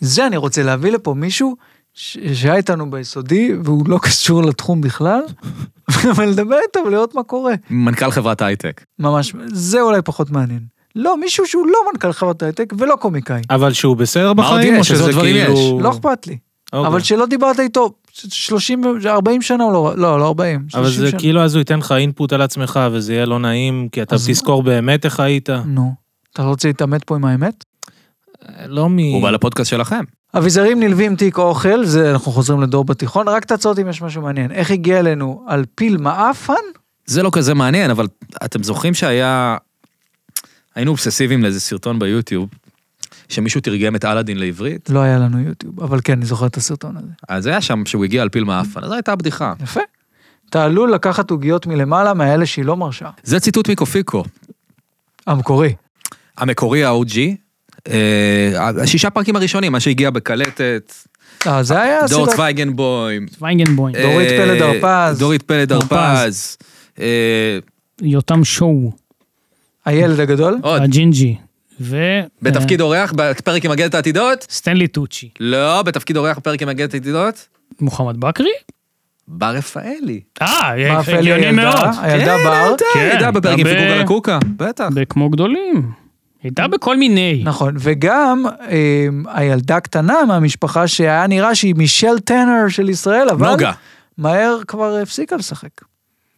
[SPEAKER 4] זה אני רוצה להביא לפה מישהו ש- שהיה איתנו ביסודי והוא לא קשור לתחום בכלל, אבל לדבר איתו ולראות מה קורה.
[SPEAKER 2] מנכ"ל חברת הייטק.
[SPEAKER 4] ממש, זה אולי פחות מעניין. לא, מישהו שהוא לא מנכ"ל חברת הייטק ולא קומיקאי,
[SPEAKER 1] אבל שהוא בסדר
[SPEAKER 2] מה עוד
[SPEAKER 1] בחיים, או
[SPEAKER 2] יש? איזה
[SPEAKER 1] שזה
[SPEAKER 2] דברים
[SPEAKER 1] כאילו...
[SPEAKER 4] לא אכפת לי.
[SPEAKER 1] אוקיי.
[SPEAKER 4] אבל שלא דיברת איתו 30, ו- 40 שנה או לא, לא, לא 40, 30
[SPEAKER 1] אבל זה
[SPEAKER 4] שנה.
[SPEAKER 1] כאילו אז הוא ייתן לך אינפוט על עצמך וזה יהיה לא נעים, כי אתה
[SPEAKER 4] אז מה?
[SPEAKER 1] תזכור באמת איך היית.
[SPEAKER 4] נו, אתה לא רוצה להתעמת פה עם האמת?
[SPEAKER 1] לא מ...
[SPEAKER 2] הוא בא לפודקאסט שלכם.
[SPEAKER 4] אביזרים נלווים תיק אוכל, זה אנחנו חוזרים לדור בתיכון, רק תצאות אם יש משהו מעניין. איך הגיע אלינו על פיל מעפן?
[SPEAKER 2] זה לא כזה מעניין, אבל אתם זוכרים שהיה... היינו אובססיביים לאיזה סרטון ביוטיוב, שמישהו תרגם את אלאדין לעברית,
[SPEAKER 4] לא היה לנו יוטיוב, אבל כן, אני זוכר את הסרטון הזה.
[SPEAKER 2] אז היה שם שהוא הגיע על פיל מעפן, אז זו הייתה בדיחה.
[SPEAKER 4] יפה. אתה עלול לקחת עוגיות מלמעלה מאלה שהיא לא מרשה.
[SPEAKER 2] זה ציטוט מקופיקו.
[SPEAKER 4] המקורי.
[SPEAKER 2] המקורי ה-OG, השישה פרקים הראשונים, מה שהגיע בקלטת,
[SPEAKER 4] אה, זה היה
[SPEAKER 2] דור
[SPEAKER 4] הסדרה.
[SPEAKER 2] צוויגנבוים.
[SPEAKER 3] ויינגנבוים,
[SPEAKER 2] אה,
[SPEAKER 4] דורית פלד הרפז.
[SPEAKER 2] דורית פלד
[SPEAKER 3] הרפז.
[SPEAKER 2] הרפז. אה,
[SPEAKER 3] יותם שואו,
[SPEAKER 4] הילד הגדול?
[SPEAKER 2] עוד,
[SPEAKER 3] הג'ינג'י, ו...
[SPEAKER 2] בתפקיד אורח בפרק עם מגדת העתידות?
[SPEAKER 3] אה, סטנלי טוצ'י,
[SPEAKER 2] לא, בתפקיד אורח בפרק עם מגדת העתידות?
[SPEAKER 3] מוחמד בכרי?
[SPEAKER 2] בר רפאלי.
[SPEAKER 3] אה,
[SPEAKER 4] מה הפלא
[SPEAKER 3] הגיוני
[SPEAKER 4] הילדה?
[SPEAKER 3] מאוד.
[SPEAKER 4] הילדה בר?
[SPEAKER 2] כן, הייתה בפרק עם
[SPEAKER 3] גם ב-
[SPEAKER 2] פיקוק על הקוקה, בטח.
[SPEAKER 3] וכמו גדולים. הייתה בכל מיני.
[SPEAKER 4] נכון, וגם אמ, הילדה הקטנה מהמשפחה שהיה נראה שהיא מישל טנר של ישראל, אבל...
[SPEAKER 2] נוגה.
[SPEAKER 4] מהר כבר הפסיקה לשחק.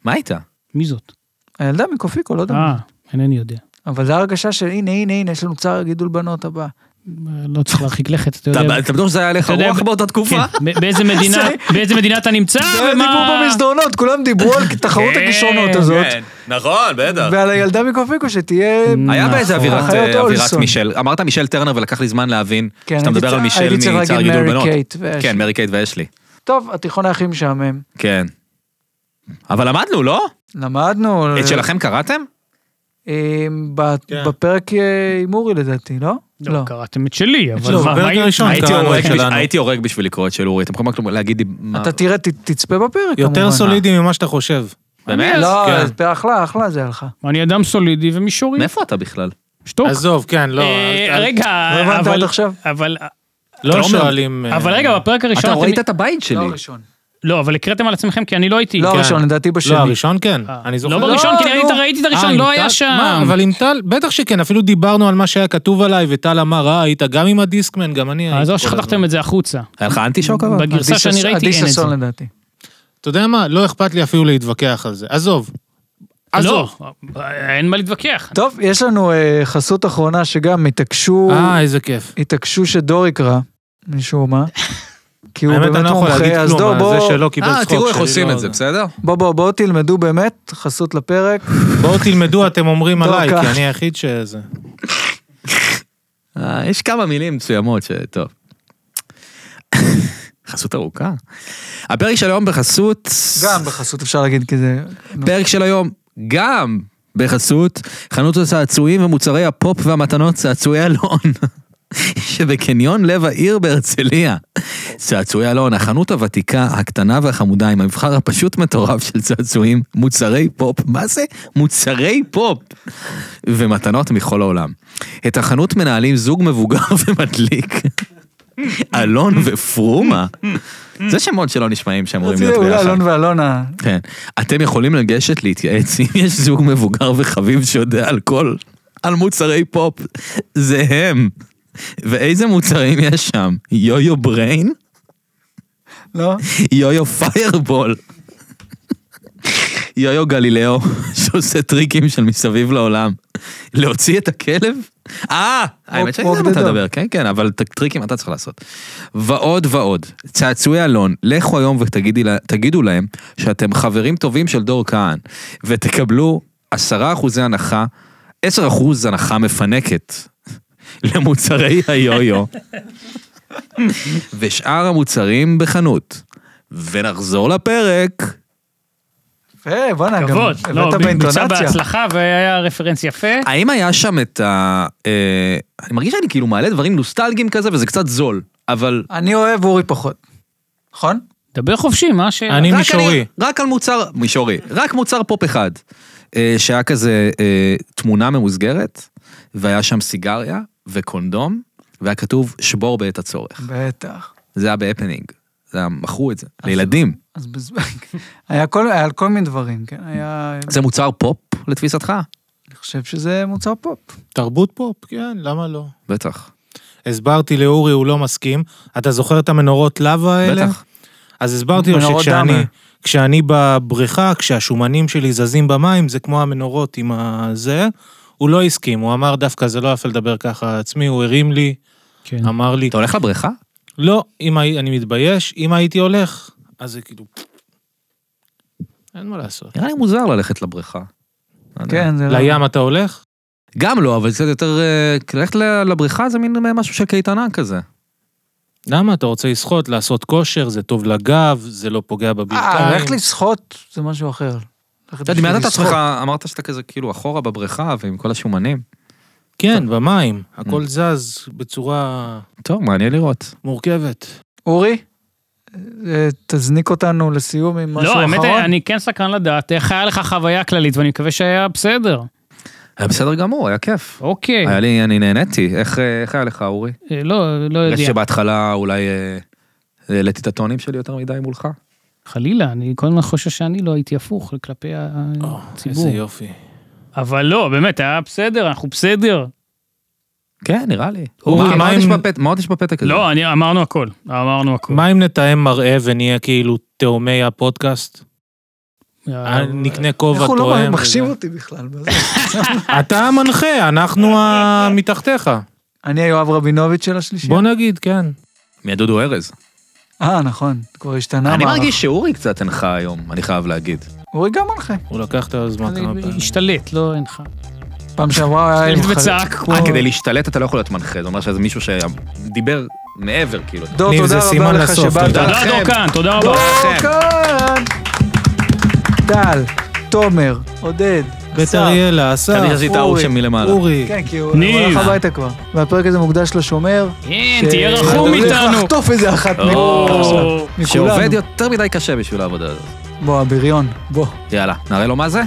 [SPEAKER 2] מה הייתה?
[SPEAKER 3] מי זאת?
[SPEAKER 4] הילדה מקופיקו, לא יודע. מה.
[SPEAKER 3] אה, אינני יודע.
[SPEAKER 4] אבל זו הרגשה של הנה, הנה, הנה, יש לנו צער גידול בנות הבא.
[SPEAKER 3] לא צריך להרחיק לכת, אתה יודע.
[SPEAKER 2] אתה אתה בטוח שזה היה לך
[SPEAKER 3] אתה יודע,
[SPEAKER 2] רוח
[SPEAKER 3] ב-
[SPEAKER 2] באותה תקופה?
[SPEAKER 3] כן, ב- באיזה מדינה, באיזה מדינה אתה נמצא,
[SPEAKER 4] זה דיברו
[SPEAKER 3] ומה...
[SPEAKER 4] במסדרונות, כולם דיברו על תחרות
[SPEAKER 3] כן,
[SPEAKER 4] הכישרונות הזאת,
[SPEAKER 2] כן, נכון, בטח.
[SPEAKER 4] ועל הילדה מקופיקו שתהיה...
[SPEAKER 2] היה
[SPEAKER 3] נכון.
[SPEAKER 2] באיזה אווירת
[SPEAKER 4] אחיות
[SPEAKER 2] אה, אווירת
[SPEAKER 4] אולסון.
[SPEAKER 2] מישל, אמרת מישל טרנר ולקח לי זמן להבין
[SPEAKER 4] כן,
[SPEAKER 2] שאתה
[SPEAKER 4] הייתי
[SPEAKER 2] מדבר על
[SPEAKER 4] צר-
[SPEAKER 2] מישל
[SPEAKER 4] הייתי צריך
[SPEAKER 2] מצער
[SPEAKER 4] להגיד
[SPEAKER 2] גידול
[SPEAKER 4] מרי
[SPEAKER 2] בנות.
[SPEAKER 4] קייט ואשלי.
[SPEAKER 2] כן, מרי קייט ואשלי,
[SPEAKER 4] טוב, התיכון היה הכי משעמם.
[SPEAKER 2] כן. אבל למדנו, לא?
[SPEAKER 4] למדנו.
[SPEAKER 2] את שלכם קראתם?
[SPEAKER 4] אה, ב-
[SPEAKER 1] כן.
[SPEAKER 4] בפרק אה, עם אורי לדעתי, לא?
[SPEAKER 3] לא, קראתם את שלי, אבל
[SPEAKER 1] לא,
[SPEAKER 3] מה-
[SPEAKER 1] בפרק
[SPEAKER 3] מה היא-
[SPEAKER 1] הראשון.
[SPEAKER 2] הייתי
[SPEAKER 1] קראנו
[SPEAKER 2] אה, הורג
[SPEAKER 1] את
[SPEAKER 2] בש-
[SPEAKER 1] שלנו.
[SPEAKER 2] הייתי הורג בשביל לקרוא את של אורי, אתם יכולים רק להגיד לי מה...
[SPEAKER 4] אתה תראה, ת- תצפה בפרק כמובן.
[SPEAKER 1] יותר סולידי ממה שאתה חושב.
[SPEAKER 2] באמת?
[SPEAKER 4] לא,
[SPEAKER 1] כן.
[SPEAKER 4] זה פרק אחלה, אחלה זה היה לך.
[SPEAKER 3] אני אדם סולידי ומישורי.
[SPEAKER 2] מאיפה אתה בכלל?
[SPEAKER 3] שתוק.
[SPEAKER 1] עזוב, כן, לא.
[SPEAKER 3] אה,
[SPEAKER 1] אל- אל-
[SPEAKER 3] רגע,
[SPEAKER 4] לא הבנת
[SPEAKER 3] אבל-
[SPEAKER 4] עד עכשיו?
[SPEAKER 3] אבל...
[SPEAKER 1] לא
[SPEAKER 2] אתה לא
[SPEAKER 1] שואלים... אה,
[SPEAKER 3] אבל רגע, בפרק הראשון...
[SPEAKER 2] אתה
[SPEAKER 3] אתם-
[SPEAKER 2] ראית את הבית שלי.
[SPEAKER 4] לא הראשון.
[SPEAKER 3] לא, אבל הקראתם על עצמכם כי אני לא הייתי.
[SPEAKER 4] לא
[SPEAKER 1] כן.
[SPEAKER 4] הראשון, לדעתי בשני.
[SPEAKER 1] לא, הראשון כן, אני זוכר.
[SPEAKER 3] לא בראשון,
[SPEAKER 4] לא,
[SPEAKER 3] כי אני
[SPEAKER 4] נו.
[SPEAKER 3] ראית- ראיתי את
[SPEAKER 1] אה,
[SPEAKER 3] הראשון,
[SPEAKER 1] עם
[SPEAKER 3] לא
[SPEAKER 1] טל-
[SPEAKER 3] היה שם.
[SPEAKER 1] מה, אבל עם טל, בטח שכן, אפילו דיברנו על מה שהיה כתוב עליי, וטל אמר, אה, היית גם עם הדיסקמן, גם אני הייתי.
[SPEAKER 3] אז או
[SPEAKER 1] כל הזמן."
[SPEAKER 3] שחתכתם את זה החוצה.
[SPEAKER 2] היה לך אנטי שוק אבל?
[SPEAKER 3] בגרסה
[SPEAKER 4] עדי
[SPEAKER 3] שאני
[SPEAKER 4] שש-
[SPEAKER 3] ראיתי
[SPEAKER 4] עדי
[SPEAKER 3] אין את זה.
[SPEAKER 4] ששון לדעתי.
[SPEAKER 1] אתה יודע מה? לא אכפת לי אפילו להתווכח על זה. עזוב.
[SPEAKER 3] לא, אה,
[SPEAKER 1] עזוב.
[SPEAKER 3] אין מה להתווכח.
[SPEAKER 4] טוב, יש לנו אה, חסות אחרונה שגם התעקשו,
[SPEAKER 1] אה, איזה כיף.
[SPEAKER 4] התעקשו שדור יקרא, משום מה. כי הוא
[SPEAKER 1] האמת, אני
[SPEAKER 4] באמת
[SPEAKER 1] לא יכול להגיד
[SPEAKER 4] מומחה, אז
[SPEAKER 1] כלום
[SPEAKER 4] דור,
[SPEAKER 1] על זה
[SPEAKER 4] בוא,
[SPEAKER 1] שלא קיבל צחוק
[SPEAKER 2] אה, תראו איך
[SPEAKER 1] שלי,
[SPEAKER 2] עושים
[SPEAKER 1] לא-
[SPEAKER 2] את זה, בסדר?
[SPEAKER 4] בוא, בוא, בוא תלמדו באמת, חסות לפרק.
[SPEAKER 1] בואו תלמדו, אתם אומרים
[SPEAKER 4] דור,
[SPEAKER 1] עליי, כי
[SPEAKER 4] קח.
[SPEAKER 1] אני היחיד שזה.
[SPEAKER 2] אה, יש כמה מילים מסוימות ש... טוב. חסות ארוכה. הפרק של היום בחסות...
[SPEAKER 4] גם בחסות אפשר להגיד כזה.
[SPEAKER 2] פרק של היום גם בחסות חנות הצעצועים ומוצרי הפופ והמתנות צעצועי אלון. שבקניון לב העיר בהרצליה. צעצועי אלון, החנות הוותיקה, הקטנה והחמודה עם המבחר הפשוט מטורף של צעצועים, מוצרי פופ, מה זה? מוצרי פופ! ומתנות מכל העולם. את החנות מנהלים זוג מבוגר ומדליק, אלון ופרומה. זה שמות שלא נשמעים שאמורים
[SPEAKER 4] רציתי
[SPEAKER 2] להיות
[SPEAKER 4] אולי לא
[SPEAKER 2] ביחד.
[SPEAKER 4] אלון ואלונה.
[SPEAKER 2] כן. אתם יכולים לגשת להתייעץ אם יש זוג מבוגר וחביב שיודע על כל, על מוצרי פופ. זה הם. ואיזה מוצרים יש שם? יו-יו בריין?
[SPEAKER 4] לא?
[SPEAKER 2] יו-יו פיירבול. יו-יו גלילאו, שעושה טריקים של מסביב לעולם. להוציא את הכלב? אה, האמת שאני יודע
[SPEAKER 4] walk
[SPEAKER 2] מה
[SPEAKER 4] the
[SPEAKER 2] אתה
[SPEAKER 4] dog.
[SPEAKER 2] מדבר, כן, כן, אבל את הטריקים אתה צריך לעשות. ועוד ועוד. צעצועי אלון, לכו היום ותגידו להם שאתם חברים טובים של דור כהן, ותקבלו 10 אחוזי הנחה, 10 אחוז הנחה מפנקת למוצרי היו-יו. ושאר המוצרים בחנות. ונחזור לפרק.
[SPEAKER 4] יפה, בואנה, אה, גם
[SPEAKER 3] כבוד, לא,
[SPEAKER 4] הבאת
[SPEAKER 3] ביצע
[SPEAKER 4] באינטונציה.
[SPEAKER 3] בהצלחה והיה רפרנס יפה.
[SPEAKER 2] האם היה שם את ה... אה, אני מרגיש שאני כאילו מעלה דברים נוסטלגיים כזה וזה קצת זול, אבל...
[SPEAKER 4] אני אוהב אורי פחות. נכון?
[SPEAKER 3] דבר חופשי, מה ש...
[SPEAKER 1] אני
[SPEAKER 2] רק
[SPEAKER 1] מישורי.
[SPEAKER 2] רק על מוצר, מישורי, רק מוצר פופ אחד. אה, שהיה כזה אה, תמונה ממוסגרת, והיה שם סיגריה וקונדום, והיה כתוב שבור בעת הצורך.
[SPEAKER 4] בטח.
[SPEAKER 2] זה היה בהפנינג. זה היה, מכרו את זה, לילדים.
[SPEAKER 4] אז בז... היה כל, היה על כל מיני דברים, כן? היה...
[SPEAKER 2] זה מוצר פופ לתפיסתך?
[SPEAKER 4] אני חושב שזה מוצר פופ.
[SPEAKER 1] תרבות פופ, כן, למה לא?
[SPEAKER 2] בטח.
[SPEAKER 1] הסברתי לאורי, הוא לא מסכים. אתה זוכר את המנורות לאווה האלה?
[SPEAKER 2] בטח.
[SPEAKER 1] אז הסברתי לו
[SPEAKER 4] מנורות
[SPEAKER 1] שכשאני
[SPEAKER 4] דמה.
[SPEAKER 1] כשאני בבריכה, כשהשומנים שלי זזים במים, זה כמו המנורות עם הזה. הוא לא הסכים, הוא אמר דווקא זה לא יפה לדבר ככה על עצמי, הוא הרים לי,
[SPEAKER 3] כן.
[SPEAKER 1] אמר לי,
[SPEAKER 2] אתה הולך לבריכה?
[SPEAKER 1] לא, אם הי- אני מתבייש, אם הייתי הולך, אז זה כאילו... אין מה לעשות.
[SPEAKER 2] נראה לי מוזר ללכת לבריכה.
[SPEAKER 4] כן, זה לא...
[SPEAKER 1] לים אתה הולך?
[SPEAKER 2] גם לא, אבל קצת יותר... אה, ללכת ל- לבריכה זה מין אה, משהו של קייטנה כזה.
[SPEAKER 1] למה? אתה רוצה לשחות, לעשות כושר, זה טוב לגב, זה לא פוגע
[SPEAKER 4] אה,
[SPEAKER 1] בברכיים.
[SPEAKER 4] ללכת לשחות זה משהו אחר. ללכת
[SPEAKER 2] אתה
[SPEAKER 4] בשביל
[SPEAKER 2] דמיינת את
[SPEAKER 4] לשחות.
[SPEAKER 2] עצמך, אמרת שאתה כזה כאילו אחורה בבריכה ועם כל השומנים.
[SPEAKER 1] כן, במים.
[SPEAKER 4] Mm.
[SPEAKER 1] הכל זז בצורה
[SPEAKER 2] טוב, מעניין לראות.
[SPEAKER 1] מורכבת.
[SPEAKER 4] אורי, אה, תזניק אותנו לסיום עם משהו
[SPEAKER 3] לא,
[SPEAKER 4] אחרון.
[SPEAKER 3] האמת, אני כן סקרן לדעת איך היה לך חוויה כללית, ואני מקווה שהיה בסדר.
[SPEAKER 2] היה בסדר גמור, היה כיף.
[SPEAKER 3] אוקיי.
[SPEAKER 2] היה לי, אני נהניתי. איך אה, איך היה לך, אורי?
[SPEAKER 3] אה, לא, לא
[SPEAKER 2] יש
[SPEAKER 3] יודע.
[SPEAKER 2] שבהתחלה אולי אה, העליתי את הטונים שלי יותר מדי מולך?
[SPEAKER 3] חלילה, אני כל הזמן חושב שאני לא הייתי הפוך כלפי
[SPEAKER 4] אה,
[SPEAKER 1] או,
[SPEAKER 3] הציבור.
[SPEAKER 1] אה, איזה יופי.
[SPEAKER 3] אבל לא, באמת, היה בסדר, אנחנו בסדר.
[SPEAKER 2] כן, נראה לי.
[SPEAKER 1] אורי,
[SPEAKER 2] מה-
[SPEAKER 1] מה
[SPEAKER 2] מה עוד
[SPEAKER 1] עם-
[SPEAKER 2] יש בפת- מה עוד יש בפתק הזה?
[SPEAKER 3] לא, אני- אמרנו הכל. אמרנו הכל.
[SPEAKER 1] מה אם נתאם מראה ונהיה כאילו תאומי הפודקאסט?
[SPEAKER 3] אה,
[SPEAKER 1] נקנה כובע
[SPEAKER 4] איך
[SPEAKER 1] תואם.
[SPEAKER 4] הוא לא
[SPEAKER 1] וזה.
[SPEAKER 4] מחשיב אותי בכלל? בזה?
[SPEAKER 1] אתה המנחה, אנחנו ה- מתחתיך.
[SPEAKER 4] אני היואב רבינוביץ' של השלישי.
[SPEAKER 1] בוא נגיד, כן.
[SPEAKER 2] מהדודו ארז.
[SPEAKER 4] אה, נכון, כבר השתנה
[SPEAKER 2] אני
[SPEAKER 4] המערך.
[SPEAKER 2] מרגיש שאורי קצת הנחה היום, אני חייב להגיד.
[SPEAKER 4] אורי גם מנחה.
[SPEAKER 1] הוא לקח את היוזמה
[SPEAKER 3] אני
[SPEAKER 1] כמה פעמים.
[SPEAKER 3] השתלט, לא אין לך.
[SPEAKER 4] פעם שעברה הוא היה... עם
[SPEAKER 3] השתלט
[SPEAKER 4] חלק-
[SPEAKER 3] וצעק כמו...
[SPEAKER 2] אה, כדי להשתלט אתה לא יכול להיות מנחה, זה אומר שזה מישהו שדיבר מעבר, כאילו.
[SPEAKER 4] דור,
[SPEAKER 1] ניב,
[SPEAKER 4] תודה
[SPEAKER 1] זה סימן
[SPEAKER 4] רבה לך
[SPEAKER 1] לסוף,
[SPEAKER 4] שבאת.
[SPEAKER 1] תודה.
[SPEAKER 3] תודה
[SPEAKER 2] לכם.
[SPEAKER 3] דורקן, תודה רבה.
[SPEAKER 4] דור
[SPEAKER 2] לכם.
[SPEAKER 4] כאן! טל, תומר, עודד,
[SPEAKER 1] בית
[SPEAKER 4] אסף.
[SPEAKER 1] אריאלה, אסף,
[SPEAKER 2] תמיד עשית ההוא
[SPEAKER 4] אורי,
[SPEAKER 2] שם מלמעלה.
[SPEAKER 1] אורי.
[SPEAKER 4] כן, כי הוא הוא
[SPEAKER 3] ניב.
[SPEAKER 4] הלך הביתה כבר. והפרק הזה מוקדש לשומר.
[SPEAKER 3] כן,
[SPEAKER 4] ש-
[SPEAKER 3] תהיה רחום
[SPEAKER 4] הולך
[SPEAKER 3] איתנו.
[SPEAKER 4] לחטוף איזה אחת מכולנו.
[SPEAKER 3] או,
[SPEAKER 2] שעובד יותר מדי קשה בשביל העבודה הזאת.
[SPEAKER 4] בוא, הבריון, בוא.
[SPEAKER 2] יאללה, נראה לו מה זה?